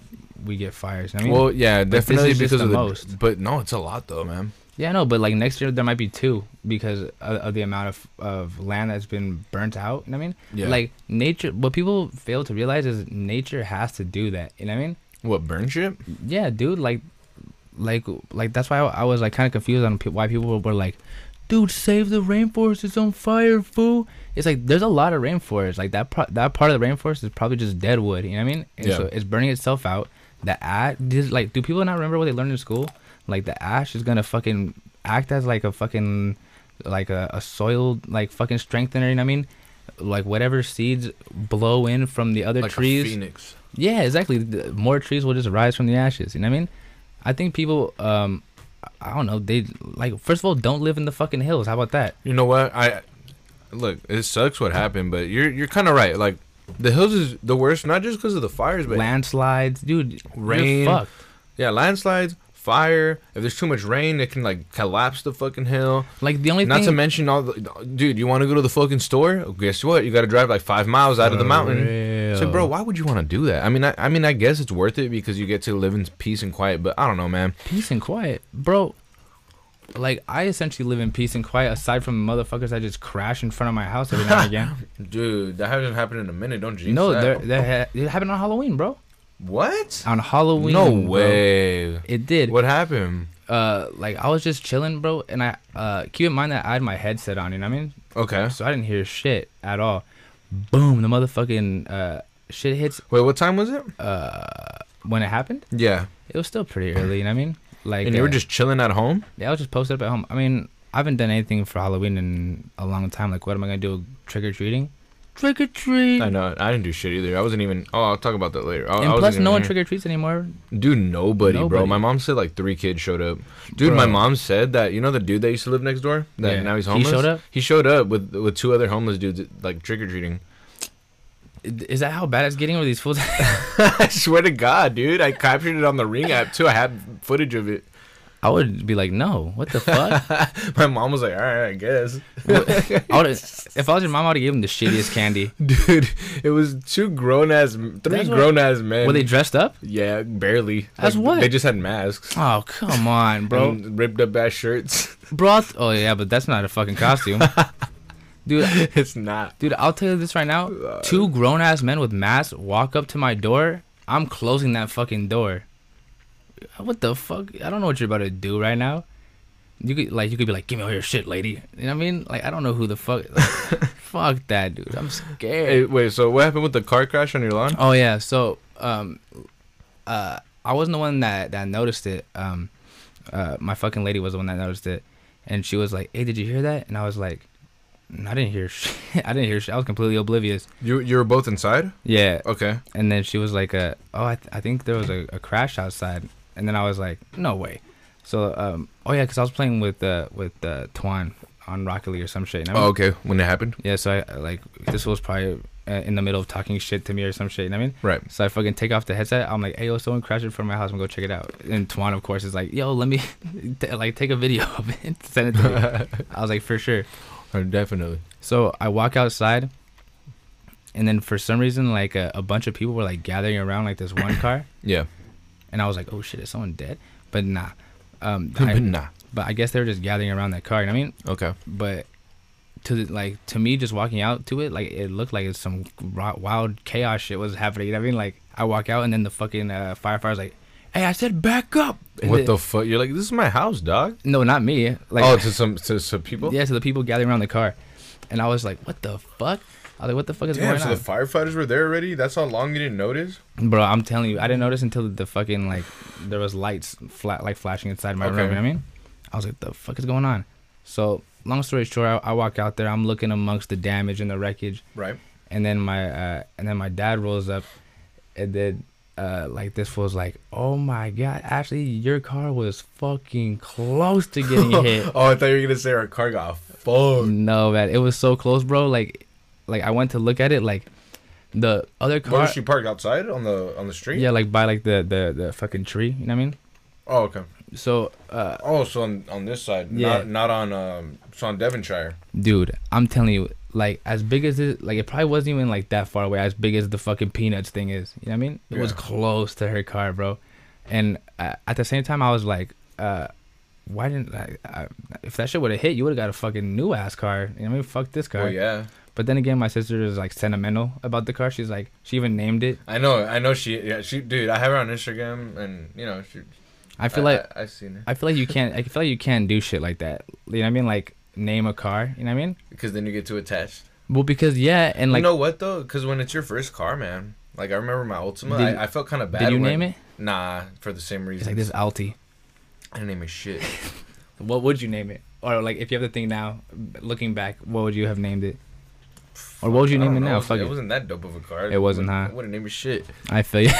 [SPEAKER 1] we get fires. You know what I mean?
[SPEAKER 2] well, yeah,
[SPEAKER 1] this
[SPEAKER 2] definitely
[SPEAKER 1] is just
[SPEAKER 2] because
[SPEAKER 1] the
[SPEAKER 2] of the.
[SPEAKER 1] most.
[SPEAKER 2] But no, it's a lot though, man.
[SPEAKER 1] yeah, no, but like next year there might be two because of, of the amount of, of land that's been burnt out. You know what I mean?
[SPEAKER 2] Yeah.
[SPEAKER 1] Like nature, what people fail to realize is nature has to do that. You know what I mean?
[SPEAKER 2] What burn shit?
[SPEAKER 1] Yeah, dude. Like, like, like that's why I, I was like kind of confused on pe- why people were, were like, "Dude, save the rainforest! It's on fire, fool!" It's like there's a lot of rainforest. Like that pro- that part of the rainforest is probably just dead wood. You know what I mean? And
[SPEAKER 2] Yeah.
[SPEAKER 1] So it's burning itself out. The ash, this, like, do people not remember what they learned in school? Like the ash is gonna fucking act as like a fucking like a, a soil like fucking strengthener. You know what I mean? Like whatever seeds blow in from the other
[SPEAKER 2] Like
[SPEAKER 1] trees.
[SPEAKER 2] a phoenix.
[SPEAKER 1] Yeah, exactly. The- More trees will just rise from the ashes. You know what I mean? I think people, um, I don't know. They like first of all, don't live in the fucking hills. How about that?
[SPEAKER 2] You know what? I look. It sucks what happened, but you're you're kind of right. Like the hills is the worst, not just because of the fires, but
[SPEAKER 1] Landslides, dude.
[SPEAKER 2] Rain.
[SPEAKER 1] You're fucked.
[SPEAKER 2] yeah, landslides, fire. If there's too much rain, it can like collapse the fucking hill.
[SPEAKER 1] Like the only
[SPEAKER 2] Not
[SPEAKER 1] thing.
[SPEAKER 2] to mention all the dude. You want to go to the fucking store? Guess what? You got to drive like five miles out of the
[SPEAKER 1] For
[SPEAKER 2] mountain. So,
[SPEAKER 1] real.
[SPEAKER 2] bro, why would you want to do that? I mean, I, I mean, I guess it's worth it because you get to live in peace and quiet. But I don't know, man.
[SPEAKER 1] peace and quiet, bro. Like I essentially live in peace and quiet, aside from motherfuckers that just crash in front of my house every now and again.
[SPEAKER 2] Dude, that hasn't happened in a minute. Don't you?
[SPEAKER 1] no, they're, they're, it happened on Halloween, bro.
[SPEAKER 2] what?
[SPEAKER 1] On Halloween.
[SPEAKER 2] No
[SPEAKER 1] bro.
[SPEAKER 2] way.
[SPEAKER 1] It did.
[SPEAKER 2] What happened?
[SPEAKER 1] Uh, like I was just chilling, bro, and I uh keep in mind that I had my headset on. You know what I mean?
[SPEAKER 2] Okay.
[SPEAKER 1] So I didn't hear shit at all. Boom, the motherfucking uh, shit hits
[SPEAKER 2] Wait, what time was it?
[SPEAKER 1] uh, when it happened.
[SPEAKER 2] Yeah.
[SPEAKER 1] It was still pretty early, you know what I mean? Like,
[SPEAKER 2] and you were
[SPEAKER 1] uh,
[SPEAKER 2] just chilling at home?
[SPEAKER 1] yeah, I was just posted up at home. I mean, I haven't done anything for Halloween in a long time. Like, what am I gonna do? Trick or treating? Trick or treat.
[SPEAKER 2] I know. I didn't do shit either. I wasn't even. Oh, I'll talk about that later. I, I
[SPEAKER 1] And
[SPEAKER 2] wasn't
[SPEAKER 1] plus, no
[SPEAKER 2] even
[SPEAKER 1] one
[SPEAKER 2] here.
[SPEAKER 1] trick or treats anymore.
[SPEAKER 2] Dude, nobody, bro.
[SPEAKER 1] Nobody.
[SPEAKER 2] My mom said like three kids showed up. Dude,
[SPEAKER 1] Bro.
[SPEAKER 2] my mom said that you know the dude that used to live next door that
[SPEAKER 1] Yeah.
[SPEAKER 2] now he's
[SPEAKER 1] He
[SPEAKER 2] homeless.
[SPEAKER 1] showed up?
[SPEAKER 2] He showed up with with two other homeless dudes like trick or treating.
[SPEAKER 1] Is that how bad it's getting with these fools?
[SPEAKER 2] I swear to God, dude, I captured it on the Ring app too. I have footage of it.
[SPEAKER 1] I would be like, no, what the fuck?
[SPEAKER 2] My mom was like, "All right, I guess."
[SPEAKER 1] I would, if I was your mom, I would give them the shittiest candy.
[SPEAKER 2] Dude, it was two grown ass, three
[SPEAKER 1] That's what-
[SPEAKER 2] grown ass men.
[SPEAKER 1] Were they dressed up?
[SPEAKER 2] Yeah, barely.
[SPEAKER 1] As
[SPEAKER 2] Like,
[SPEAKER 1] what?
[SPEAKER 2] They just had masks.
[SPEAKER 1] Oh come on, bro.
[SPEAKER 2] And ripped up ass shirts.
[SPEAKER 1] broth. Oh yeah, but that's not a fucking costume, dude.
[SPEAKER 2] it's not.
[SPEAKER 1] Dude, I'll tell you this right now. Two grown ass men with masks walk up to my door. I'm closing that fucking door. What the fuck? I don't know what you're about to do right now. You could like you could be like, give me all your shit, lady. You know what I mean? Like I don't know who the fuck. fuck that, dude. I'm
[SPEAKER 2] Hey,
[SPEAKER 1] scared.
[SPEAKER 2] wait, so what happened with the car crash on your lawn?
[SPEAKER 1] Oh yeah. So um, uh, I wasn't the one that that noticed it. Um, uh, my fucking lady was the one that noticed it, and she was like, "Hey, did you hear that?" And I was like, "Mm, "I didn't hear shit. I didn't hear shit. I was completely oblivious."
[SPEAKER 2] You you were both inside?
[SPEAKER 1] Yeah.
[SPEAKER 2] Okay.
[SPEAKER 1] And then she was like, uh, "Oh, I, th- I think there was a, a crash outside." And then I was like, "No way." So, um, oh yeah, because I was playing with uh, with uh, Twan on Rocket League or some shit. And I
[SPEAKER 2] Oh,
[SPEAKER 1] mean,
[SPEAKER 2] okay. When it happened?
[SPEAKER 1] yeah. So I like this was probably uh, in the middle of talking shit to me or some shit. You know what I mean,
[SPEAKER 2] Right.
[SPEAKER 1] so I fucking take off the headset. I'm like, "Hey, yo, someone crashed in front of my house. I'm gonna go check it out." And Twan, of course, is like, "Yo, let me t- like take a video of it, send it to me." I was like, "For sure."
[SPEAKER 2] Oh, definitely.
[SPEAKER 1] So I walk outside, and then for some reason, like a, a bunch of people were like gathering around like this one car,
[SPEAKER 2] Yeah.
[SPEAKER 1] and I was like, "Oh shit, is someone dead?" But nah, um,
[SPEAKER 2] but
[SPEAKER 1] I,
[SPEAKER 2] nah.
[SPEAKER 1] but I guess they were just gathering around that car. You know what I mean,
[SPEAKER 2] Okay.
[SPEAKER 1] but to the, like to me, just walking out to it, like it looked like it's some ro- wild chaos shit was happening. You know what I mean, like I walk out, and then the fucking uh, firefighter's like, "Hey, I said back up." And
[SPEAKER 2] What
[SPEAKER 1] then-
[SPEAKER 2] the fuck? You're like, this is my house, dog.
[SPEAKER 1] No, not me. Like,
[SPEAKER 2] oh, to some to some people.
[SPEAKER 1] yeah, to the people gathering around the car, and I was like, "What the fuck." I was like, what the fuck is
[SPEAKER 2] Damn.
[SPEAKER 1] going
[SPEAKER 2] So
[SPEAKER 1] on?
[SPEAKER 2] the firefighters were there already. That's how long you didn't notice.
[SPEAKER 1] Bro, I'm telling you, I didn't notice until the fucking like there was lights flat like flashing inside my
[SPEAKER 2] Okay.
[SPEAKER 1] room. You know what I mean, I was like, "The fuck is going on?" So, long story short, I, I walk out there. I'm looking amongst the damage and the wreckage,
[SPEAKER 2] Right.
[SPEAKER 1] and then my uh, and then my dad rolls up, and then uh, like this was like, "Oh my god, Ashley, your car was fucking close to getting hit."
[SPEAKER 2] Oh, I thought you were gonna say our car got fucked.
[SPEAKER 1] No man, it was so close, bro. Like, like I went to look at it, like the other car.
[SPEAKER 2] Where was she parked outside on the on the street?
[SPEAKER 1] Yeah, like by like the the the fucking tree. You know what I mean?
[SPEAKER 2] Oh, okay.
[SPEAKER 1] So, uh,
[SPEAKER 2] Oh, so on, on this side,
[SPEAKER 1] Yeah.
[SPEAKER 2] not not on um, so on Devonshire.
[SPEAKER 1] dude, I'm telling you, like as big as it like it probably wasn't even like that far away as big as the fucking peanuts thing is you know what i mean it was
[SPEAKER 2] Yeah.
[SPEAKER 1] close to her car bro and uh, at the same time i was like uh why didn't I, I if that shit would have hit you would have got a fucking new ass car you know what i mean fuck this car
[SPEAKER 2] Well, Oh, yeah.
[SPEAKER 1] but then again my sister is like sentimental about the car she's like she even named it
[SPEAKER 2] I know. I know she. Yeah, she. Dude, I have her on Instagram, and you know, she.
[SPEAKER 1] i feel like
[SPEAKER 2] I, have seen her
[SPEAKER 1] i feel like you can't i feel like you can't do shit like that you know what i mean like name a car you know what i mean
[SPEAKER 2] because then you get too attached.
[SPEAKER 1] well because yeah and like
[SPEAKER 2] you know what though? Because when it's your first car, man. Like I remember my Ultima.
[SPEAKER 1] Did-
[SPEAKER 2] I, I felt kind of bad.
[SPEAKER 1] did you
[SPEAKER 2] when-
[SPEAKER 1] name it
[SPEAKER 2] Nah, for the same
[SPEAKER 1] it's
[SPEAKER 2] reason.
[SPEAKER 1] like this alti
[SPEAKER 2] I didn't name it shit.
[SPEAKER 1] What would you name it? Or like, if you have to think now, looking back, what would you have named it? Or what would you
[SPEAKER 2] I
[SPEAKER 1] name
[SPEAKER 2] don't
[SPEAKER 1] it
[SPEAKER 2] know,
[SPEAKER 1] now?
[SPEAKER 2] was-
[SPEAKER 1] Fuck
[SPEAKER 2] it
[SPEAKER 1] it.
[SPEAKER 2] wasn't that dope of a car.
[SPEAKER 1] It wasn't,
[SPEAKER 2] I
[SPEAKER 1] huh?
[SPEAKER 2] wouldn't- I wouldn't name it shit.
[SPEAKER 1] I feel you.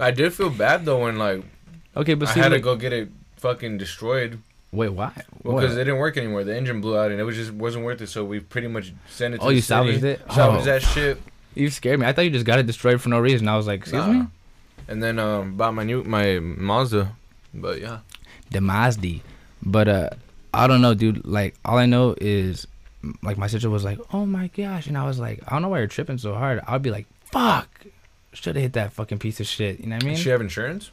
[SPEAKER 2] I did feel bad though when like
[SPEAKER 1] okay, but
[SPEAKER 2] I
[SPEAKER 1] see,
[SPEAKER 2] had to
[SPEAKER 1] like-
[SPEAKER 2] go get it fucking destroyed
[SPEAKER 1] wait, why? What?
[SPEAKER 2] because it didn't work anymore. The engine blew out and it was just wasn't worth it. So we pretty much sent it. to
[SPEAKER 1] Oh,
[SPEAKER 2] the
[SPEAKER 1] you
[SPEAKER 2] city,
[SPEAKER 1] salvaged it?
[SPEAKER 2] Salvaged
[SPEAKER 1] Oh.
[SPEAKER 2] that shit.
[SPEAKER 1] you scared me. I thought you just got it destroyed for no reason. I was like, excuse
[SPEAKER 2] Nah.
[SPEAKER 1] me,
[SPEAKER 2] And then um, bought my new my Mazda. But yeah,
[SPEAKER 1] the Mazda. But uh, I don't know, dude. Like, all I know is, m- like, my sister was like, oh my gosh, and I was like, I don't know why you're tripping so hard. I'd be like, fuck, should have hit that fucking piece of shit. You know what I mean?
[SPEAKER 2] Did she have insurance?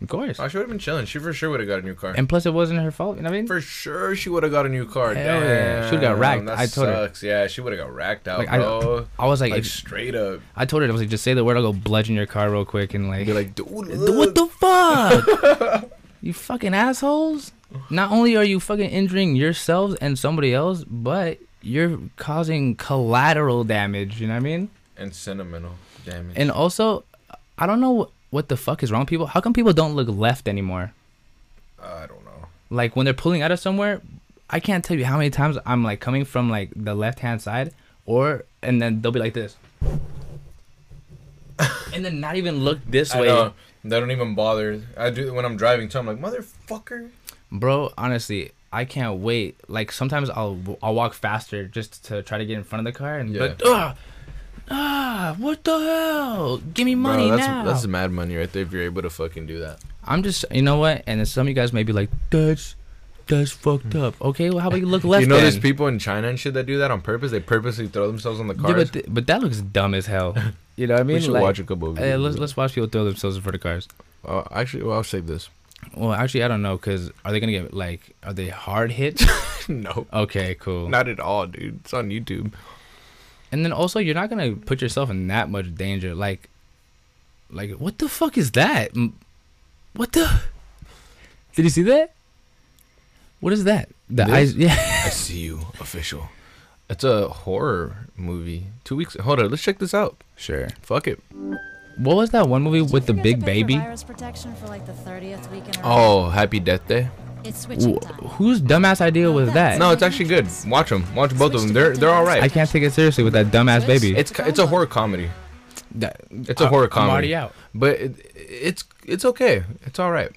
[SPEAKER 1] Of course.
[SPEAKER 2] Oh, she would have been chilling. She for sure would have got a new car.
[SPEAKER 1] And plus, it wasn't her fault. You know what I mean?
[SPEAKER 2] for sure, she would have got a new car.
[SPEAKER 1] Hell
[SPEAKER 2] Damn,
[SPEAKER 1] yeah. She would've got racked.
[SPEAKER 2] That
[SPEAKER 1] I told her.
[SPEAKER 2] sucks. Yeah, she would have got racked out,
[SPEAKER 1] Like, I-
[SPEAKER 2] bro.
[SPEAKER 1] I was like,
[SPEAKER 2] like
[SPEAKER 1] if-
[SPEAKER 2] straight up.
[SPEAKER 1] I told her, I was like, just say the word, I'll go bludgeon your car real quick and like,
[SPEAKER 2] Be like, dude,
[SPEAKER 1] Th- what the fuck? you fucking assholes. Not only are you fucking injuring yourselves and somebody else, but you're causing collateral damage, you know what I mean?
[SPEAKER 2] and sentimental damage.
[SPEAKER 1] And also, I don't know wh- what the fuck is wrong with people. How come people don't look left anymore?
[SPEAKER 2] I don't know.
[SPEAKER 1] Like when they're pulling out of somewhere, I can't tell you how many times I'm like coming from like the left-hand side or and then they'll be like this. and then not even look this
[SPEAKER 2] I
[SPEAKER 1] way.
[SPEAKER 2] know. They don't even bother. I do when I'm driving too. I'm like, motherfucker.
[SPEAKER 1] bro honestly i can't wait like sometimes i'll i'll walk faster just to try to get in front of the car and
[SPEAKER 2] Yeah.
[SPEAKER 1] but ah ah what the hell give me money
[SPEAKER 2] Bro, that's
[SPEAKER 1] now
[SPEAKER 2] that's mad money right there if you're able to fucking do that.
[SPEAKER 1] i'm just you know what and then some of you guys may be like that's that's fucked up okay well how about you look left
[SPEAKER 2] you know, there's
[SPEAKER 1] then?
[SPEAKER 2] people in China and shit that do that on purpose. They purposely throw themselves on the cars.
[SPEAKER 1] yeah, but, th- but that looks dumb as hell you know what i mean
[SPEAKER 2] we should
[SPEAKER 1] Like,
[SPEAKER 2] watch a couple of
[SPEAKER 1] eh,
[SPEAKER 2] videos.
[SPEAKER 1] let's, let's watch people throw themselves in front of cars
[SPEAKER 2] Uh, actually, well, I'll save this.
[SPEAKER 1] well actually i don't know because are they gonna get like are they hard hit
[SPEAKER 2] no,
[SPEAKER 1] okay cool
[SPEAKER 2] not at all, dude. It's on YouTube.
[SPEAKER 1] And then also, you're not gonna put yourself in that much danger. Like, like what the fuck is that? M- What the? Did you see that? What is that? The
[SPEAKER 2] This?
[SPEAKER 1] eyes. Yeah.
[SPEAKER 2] I see you, official. It's a horror movie. Two weeks. Hold on, let's check this out.
[SPEAKER 1] Sure.
[SPEAKER 2] Fuck it.
[SPEAKER 1] What was that one movie
[SPEAKER 3] Did
[SPEAKER 1] with
[SPEAKER 3] you
[SPEAKER 1] the
[SPEAKER 3] forget
[SPEAKER 1] big
[SPEAKER 3] to pay for
[SPEAKER 1] baby?
[SPEAKER 3] virus protection for, like, the 30th week in a row?
[SPEAKER 2] Oh, Happy Death Day.
[SPEAKER 3] It's switching
[SPEAKER 1] Wh-
[SPEAKER 3] time.
[SPEAKER 1] whose dumbass idea was that?
[SPEAKER 2] No, it's actually good. Watch them. Watch both of them. They're they're all
[SPEAKER 1] I
[SPEAKER 2] right.
[SPEAKER 1] can't take it seriously with that dumbass baby.
[SPEAKER 2] It's it's a horror comedy.
[SPEAKER 1] That-
[SPEAKER 2] It's a horror comedy.
[SPEAKER 1] I'm already out.
[SPEAKER 2] but it, it's it's okay. It's all right.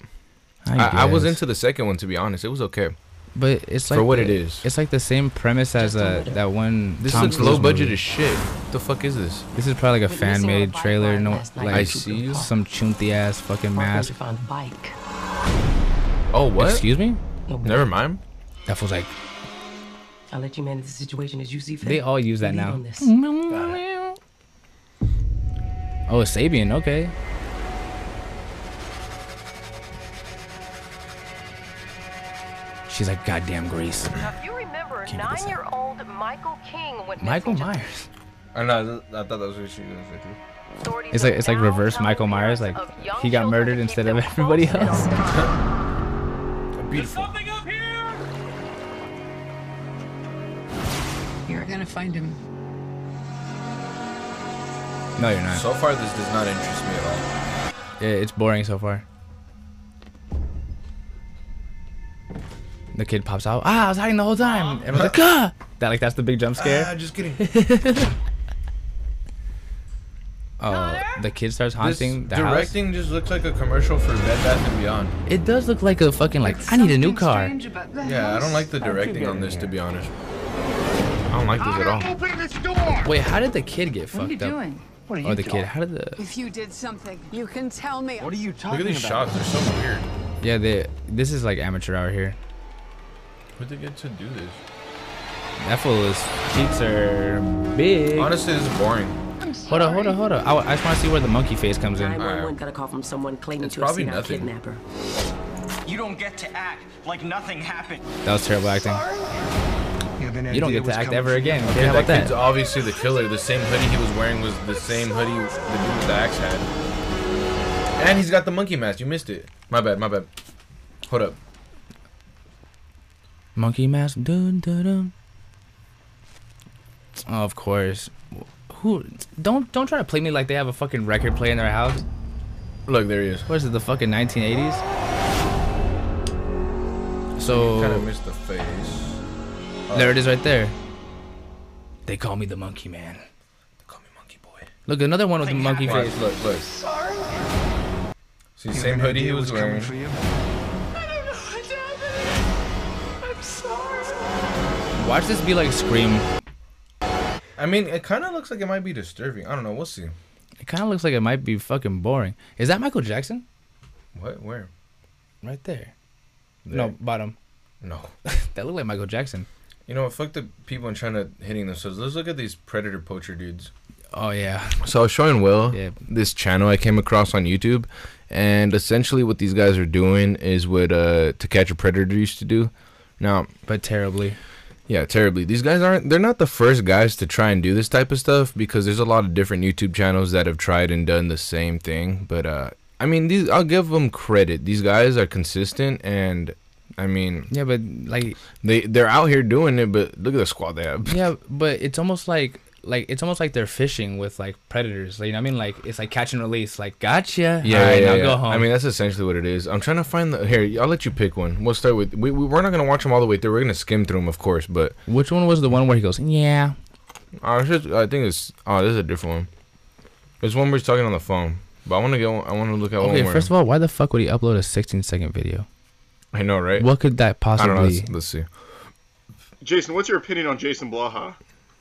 [SPEAKER 2] I, I, was into the second one to be honest. It was okay
[SPEAKER 1] but it's like
[SPEAKER 2] for what
[SPEAKER 1] the-
[SPEAKER 2] it is.
[SPEAKER 1] It's like the same premise as uh, that one.
[SPEAKER 2] This
[SPEAKER 1] Tom
[SPEAKER 2] looks
[SPEAKER 1] Cruise
[SPEAKER 2] low budget
[SPEAKER 1] movie.
[SPEAKER 2] as shit. What the fuck is this?
[SPEAKER 1] This is probably like a
[SPEAKER 4] Wait, we saw a
[SPEAKER 1] fan made
[SPEAKER 4] bike
[SPEAKER 1] trailer.
[SPEAKER 4] ride
[SPEAKER 1] No,
[SPEAKER 4] last night.
[SPEAKER 1] like oh,
[SPEAKER 2] I see.
[SPEAKER 1] some chunty ass fucking mask.
[SPEAKER 4] Mask on bike.
[SPEAKER 2] Oh what?
[SPEAKER 1] Excuse me?
[SPEAKER 4] No, but
[SPEAKER 2] Never mind.
[SPEAKER 1] That was like
[SPEAKER 4] I'll let you manage the situation as you see fit.
[SPEAKER 1] they all use that
[SPEAKER 4] Lead
[SPEAKER 1] now. Mm.
[SPEAKER 4] on this.
[SPEAKER 1] Oh, it's Sabian. Okay. She's like, goddamn Grace.
[SPEAKER 5] Now, if you remember,
[SPEAKER 1] Can't get this out.
[SPEAKER 5] nine-year-old Michael King went
[SPEAKER 1] Michael
[SPEAKER 5] missing just-
[SPEAKER 1] Myers.
[SPEAKER 2] I know. I thought that was what she was going to.
[SPEAKER 5] Authorities
[SPEAKER 1] It's like-
[SPEAKER 5] are
[SPEAKER 1] it's like
[SPEAKER 5] now
[SPEAKER 1] reverse
[SPEAKER 5] telling
[SPEAKER 1] Michael Myers,
[SPEAKER 5] parents
[SPEAKER 1] like,
[SPEAKER 5] of young
[SPEAKER 1] he got
[SPEAKER 5] children to
[SPEAKER 1] murdered
[SPEAKER 5] keep
[SPEAKER 1] instead
[SPEAKER 5] them
[SPEAKER 1] of everybody
[SPEAKER 5] close and
[SPEAKER 1] else.
[SPEAKER 5] on time.
[SPEAKER 2] Beautiful.
[SPEAKER 6] You're gonna find him.
[SPEAKER 1] No, you're not.
[SPEAKER 2] So far, this does not interest me at
[SPEAKER 1] Yeah, it's boring so far. The kid pops out. Ah, I was hiding the whole time. Everyone's like, ah. That like that's the big jump
[SPEAKER 2] all.
[SPEAKER 1] scare.
[SPEAKER 2] just kidding.
[SPEAKER 1] Oh, the kid starts haunting the house.
[SPEAKER 2] directing just looks like a commercial for Bed Bath and Beyond.
[SPEAKER 1] It does look like a fucking like I need a new car.
[SPEAKER 2] Yeah, I don't like the directing on this to be honest. I don't like this at all.
[SPEAKER 1] Wait, how did the kid get fucked
[SPEAKER 6] What are you
[SPEAKER 1] up?
[SPEAKER 6] doing?
[SPEAKER 1] Or the kid? How did the?
[SPEAKER 6] If you did something, you can tell me.
[SPEAKER 7] What are you
[SPEAKER 2] Look
[SPEAKER 7] talking
[SPEAKER 2] at these shots. They're so weird.
[SPEAKER 1] Yeah, they. This is like amateur hour here.
[SPEAKER 2] Where'd they get to do this?
[SPEAKER 1] That fool's cheeks are big.
[SPEAKER 2] Honestly, this is boring.
[SPEAKER 1] Hold on, hold on, hold on. I, I just want to see where the monkey face comes in.
[SPEAKER 4] 911 got a call from someone claiming
[SPEAKER 2] It's
[SPEAKER 4] to have
[SPEAKER 2] probably
[SPEAKER 4] seen our
[SPEAKER 2] nothing.
[SPEAKER 4] kidnapper.
[SPEAKER 7] You don't get to act like nothing happened.
[SPEAKER 1] That was terrible acting.
[SPEAKER 8] You, have an
[SPEAKER 1] You don't
[SPEAKER 8] idea
[SPEAKER 1] get
[SPEAKER 8] what's
[SPEAKER 1] to act
[SPEAKER 8] coming
[SPEAKER 1] ever
[SPEAKER 8] for you.
[SPEAKER 1] again. Okay,
[SPEAKER 2] Yeah,
[SPEAKER 1] how
[SPEAKER 2] that
[SPEAKER 1] about
[SPEAKER 2] kid's
[SPEAKER 1] that?
[SPEAKER 2] obviously the killer. The same hoodie he was wearing was the same hoodie the dude with the axe had. And he's got the monkey mask. You missed it. My bad. My bad. Hold up.
[SPEAKER 1] Monkey mask. Dun, dun, dun. Oh, of course. Who? Don't don't try to play me like they have a fucking record player in their house.
[SPEAKER 2] Look, there he is.
[SPEAKER 1] What is it? The fucking 1980s. So
[SPEAKER 2] Kind of missed the face.
[SPEAKER 1] there it is, right there. They call me the Monkey Man.
[SPEAKER 2] Call me monkey boy.
[SPEAKER 1] Look, another one with the monkey
[SPEAKER 2] Watch,
[SPEAKER 1] face.
[SPEAKER 2] look, look. See,
[SPEAKER 8] You have
[SPEAKER 2] same
[SPEAKER 8] an
[SPEAKER 2] hoodie he
[SPEAKER 8] idea
[SPEAKER 2] was
[SPEAKER 8] what's coming
[SPEAKER 2] wearing.
[SPEAKER 8] for you.
[SPEAKER 1] Watch this be like Scream.
[SPEAKER 2] I mean, it kind of looks like it might be disturbing. I don't know. We'll see.
[SPEAKER 1] It kind of looks like it might be fucking boring. Is that Michael Jackson?
[SPEAKER 2] What? Where?
[SPEAKER 1] Right there. No, bottom.
[SPEAKER 2] No.
[SPEAKER 1] That looked like Michael Jackson.
[SPEAKER 2] You know what? Fuck the people in China hitting themselves. Let's look at these predator poacher dudes.
[SPEAKER 1] Oh yeah.
[SPEAKER 2] So I was showing Will
[SPEAKER 1] Yeah.
[SPEAKER 2] this channel I came across on YouTube, and essentially what these guys are doing is what uh, To Catch a Predator used to do. Now,
[SPEAKER 1] But terribly.
[SPEAKER 2] yeah, terribly. These guys aren't. They're not the first guys to try and do this type of stuff because there's a lot of different YouTube channels that have tried and done the same thing. But uh, I mean, these I'll give them credit. These guys are consistent, and I mean,
[SPEAKER 1] Yeah, but like
[SPEAKER 2] they they're out here doing it. But look at the squad they have.
[SPEAKER 1] yeah, but it's almost like like it's almost like they're fishing with like predators. Like, you know what I mean? Like it's like catch and release. Like gotcha.
[SPEAKER 2] Yeah,
[SPEAKER 1] Alright,
[SPEAKER 2] yeah,
[SPEAKER 1] now
[SPEAKER 2] yeah.
[SPEAKER 1] go home.
[SPEAKER 2] I mean, that's essentially what it is. I'm trying to find the here. I'll let you pick one. We'll start with we, we we're not gonna watch them all the way through. We're gonna skim through them, of course. But
[SPEAKER 1] which one was the one where he goes? Yeah.
[SPEAKER 2] I was just I think it's oh this is a different one. It's one we're talking on the phone. But I want to go. I want to look at one.
[SPEAKER 1] Okay.
[SPEAKER 2] where-
[SPEAKER 1] First of all, why the fuck would he upload a 16 second video?
[SPEAKER 2] I know, right?
[SPEAKER 1] What could that
[SPEAKER 2] I
[SPEAKER 1] possibly?
[SPEAKER 2] don't know. Let's, let's see.
[SPEAKER 9] Jason, what's your opinion on Jason Blaha?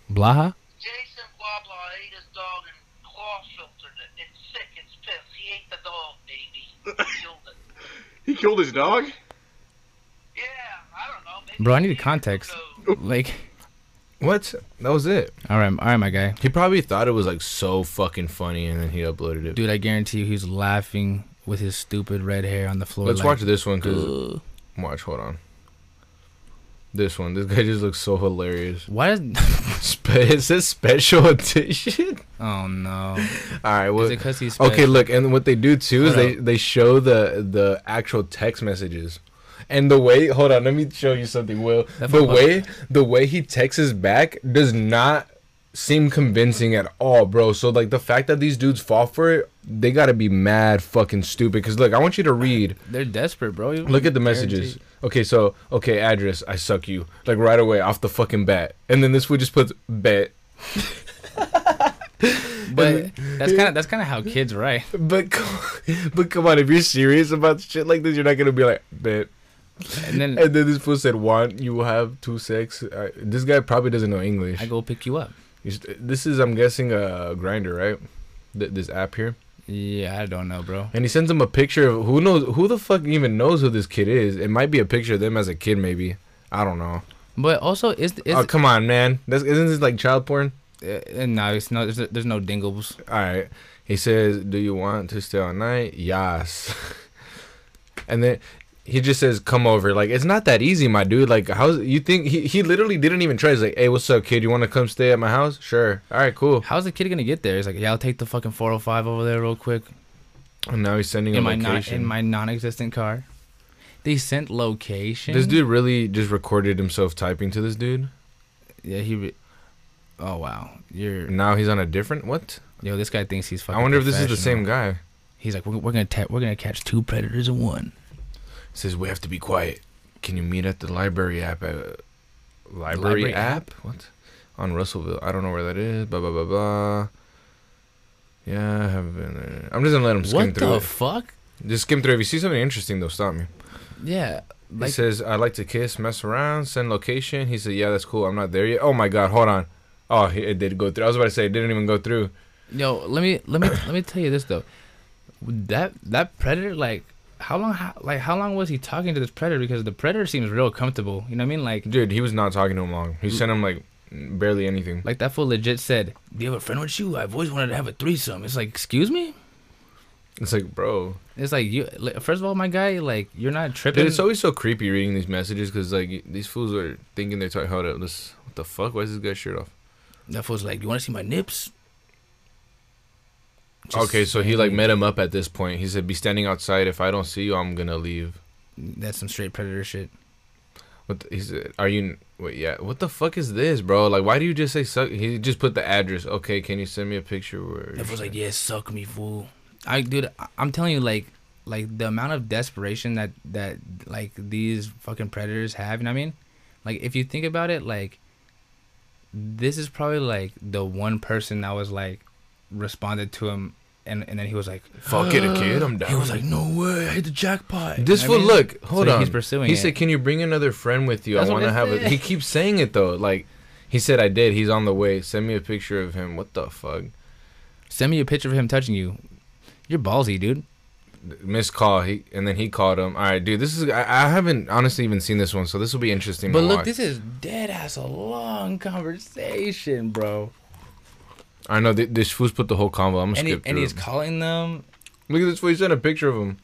[SPEAKER 1] Blaha.
[SPEAKER 10] Jason blah blah ate his dog and claw filtered it. It's sick, it's pissed. He ate the dog, baby. Killed it.
[SPEAKER 9] He killed his dog?
[SPEAKER 10] Yeah, I don't know. Maybe
[SPEAKER 1] Bro, I need
[SPEAKER 10] he
[SPEAKER 1] context.
[SPEAKER 10] knows.
[SPEAKER 1] Like,
[SPEAKER 2] What? That was it.
[SPEAKER 1] all right, all right, my guy.
[SPEAKER 2] He probably thought it was like so fucking funny, and then he uploaded it.
[SPEAKER 1] Dude, I guarantee you, he's laughing with his stupid red hair on the floor.
[SPEAKER 2] let's
[SPEAKER 1] like,
[SPEAKER 2] watch this one because watch. Hold on. This one. This guy just looks so hilarious.
[SPEAKER 1] Why does?
[SPEAKER 2] Spe- it says special edition.
[SPEAKER 1] oh no.
[SPEAKER 2] All right. Well,
[SPEAKER 1] Is it 'cause he's
[SPEAKER 2] okay.
[SPEAKER 1] special?
[SPEAKER 2] Look, and what they do too is
[SPEAKER 1] Hold
[SPEAKER 2] they they show the the actual text messages. And the way, hold on, let me show you something, Will.
[SPEAKER 1] That
[SPEAKER 2] the
[SPEAKER 1] fuck-
[SPEAKER 2] way, the way he texts us back does not seem convincing at all, bro. So like the fact that these dudes fall for it, they gotta be mad fucking stupid. Cause look, I want you to read.
[SPEAKER 1] They're desperate, bro. You-
[SPEAKER 2] Look at the messages.
[SPEAKER 1] Guaranteed.
[SPEAKER 2] Okay, so okay, address. I suck you like right away off the fucking bat, and then this would just puts bet.
[SPEAKER 1] But that's kind of that's kind of how kids write.
[SPEAKER 2] But come, but come on, if you're serious about shit like this, you're not gonna be like bet.
[SPEAKER 1] And then
[SPEAKER 2] And then this fool said, "Want you will have two sex?" Uh, this guy probably doesn't know English.
[SPEAKER 1] I go pick you up.
[SPEAKER 2] You st- This is, I'm guessing, a grinder, right? Th- this app here.
[SPEAKER 1] Yeah, I don't know, bro.
[SPEAKER 2] And he sends him a picture of who knows who the fuck even knows who this kid is. It might be a picture of them as a kid, maybe. I don't know.
[SPEAKER 1] But also, is is
[SPEAKER 2] oh come on, man! That's, isn't this like child porn?
[SPEAKER 1] uh, no, it's no, there's, there's no dingles.
[SPEAKER 2] All right. He says, "Do you want to stay all night?" Yes. and then he just says, "Come over." Like it's not that easy, my dude. Like how's you think he he literally didn't even try. He's like, "Hey, what's up, kid? You want to come stay at my house?" Sure. All right, cool.
[SPEAKER 1] How's the kid gonna get there? It's like, yeah, I'll take the fucking 405 over there real quick
[SPEAKER 2] And now he's sending
[SPEAKER 1] in
[SPEAKER 2] a
[SPEAKER 1] my not,
[SPEAKER 2] location.
[SPEAKER 1] in my non-existent car. They sent location.
[SPEAKER 2] this dude really just recorded himself typing to this dude.
[SPEAKER 1] Yeah, he. Re- oh wow, you're
[SPEAKER 2] Now he's on a different what?
[SPEAKER 1] yo. This guy thinks he's fucking.
[SPEAKER 2] I wonder if this is the
[SPEAKER 1] professional.
[SPEAKER 2] same guy.
[SPEAKER 1] He's like, we're, we're gonna ta- we're gonna catch two predators in one.
[SPEAKER 2] says we have to be quiet. Can you meet at the library app? At, library,
[SPEAKER 1] library
[SPEAKER 2] app? What? On Russellville. I don't know where that is. Blah blah blah blah. Yeah, I haven't been there. I'm just gonna let him skim
[SPEAKER 1] What
[SPEAKER 2] through
[SPEAKER 1] the
[SPEAKER 2] it.
[SPEAKER 1] fuck?
[SPEAKER 2] just skim through. If you see something interesting, though, stop me.
[SPEAKER 1] Yeah,
[SPEAKER 2] he
[SPEAKER 1] like
[SPEAKER 2] says I like to kiss, mess around, send location. He said, Yeah, that's cool. I'm not there yet. Oh my god, hold on. Oh, he- it did go through. I was about to say it didn't even go through.
[SPEAKER 1] yo. Let me let me let me tell you this though. That that predator like how long how, like how long was he talking to this predator because the predator seems real comfortable you know what i mean like
[SPEAKER 2] Dude, he was not talking to him long.
[SPEAKER 1] Mm.
[SPEAKER 2] He sent him like barely anything.
[SPEAKER 1] like that fool legit said do you have a friend with you i've always wanted to have a threesome it's like excuse me
[SPEAKER 2] It's like, bro,
[SPEAKER 1] it's like you like, first of all my guy like you're not tripping
[SPEAKER 2] dude, it's always so creepy reading these messages because like y- these fools are thinking they're talking. Hold up, this what the fuck? Why is this guy's shirt off?
[SPEAKER 1] that fool's like you want to see my nips
[SPEAKER 2] okay, so he like met him up at this point. He said, "Be standing outside. If I don't see you, I'm gonna leave."
[SPEAKER 1] that's some straight predator shit
[SPEAKER 2] What the, he said? Are you? Wait, yeah. What the fuck is this, bro? Like, why do you just say suck? He just put the address. Okay, can you send me a picture? Where
[SPEAKER 1] That fool's like yeah suck me fool i dude I- i'm telling you like like the amount of desperation that that like these fucking predators have you know what i mean like if you think about it like this is probably like the one person that was like responded to him and and then he was like
[SPEAKER 2] fuck it, a kid. I'm down.
[SPEAKER 1] he was like no way i hit the jackpot
[SPEAKER 2] This
[SPEAKER 1] You know
[SPEAKER 2] fool,
[SPEAKER 1] what I mean?
[SPEAKER 2] look, hold
[SPEAKER 1] So
[SPEAKER 2] on.
[SPEAKER 1] he's pursuing
[SPEAKER 2] He
[SPEAKER 1] it.
[SPEAKER 2] said, "Can you bring another friend with you?
[SPEAKER 1] That's
[SPEAKER 2] I
[SPEAKER 1] what
[SPEAKER 2] want to
[SPEAKER 1] I
[SPEAKER 2] have." A,
[SPEAKER 1] said.
[SPEAKER 2] he keeps saying it though. Like he said, "I did." He's on the way. Send me a picture of him. What the fuck?
[SPEAKER 1] send me a picture of him touching you you're ballsy dude
[SPEAKER 2] Missed call. He and then he called him. All right, dude. This is. I, I haven't honestly even seen this one, so this will be interesting.
[SPEAKER 1] but
[SPEAKER 2] to
[SPEAKER 1] look
[SPEAKER 2] watch.
[SPEAKER 1] this is dead ass a long conversation bro
[SPEAKER 2] I know th- this fool's put the whole combo. I'm gonna
[SPEAKER 1] and, he,
[SPEAKER 2] skip
[SPEAKER 1] and
[SPEAKER 2] through
[SPEAKER 1] he's
[SPEAKER 2] it.
[SPEAKER 1] calling them
[SPEAKER 2] Look at this fool. He sent a picture of him.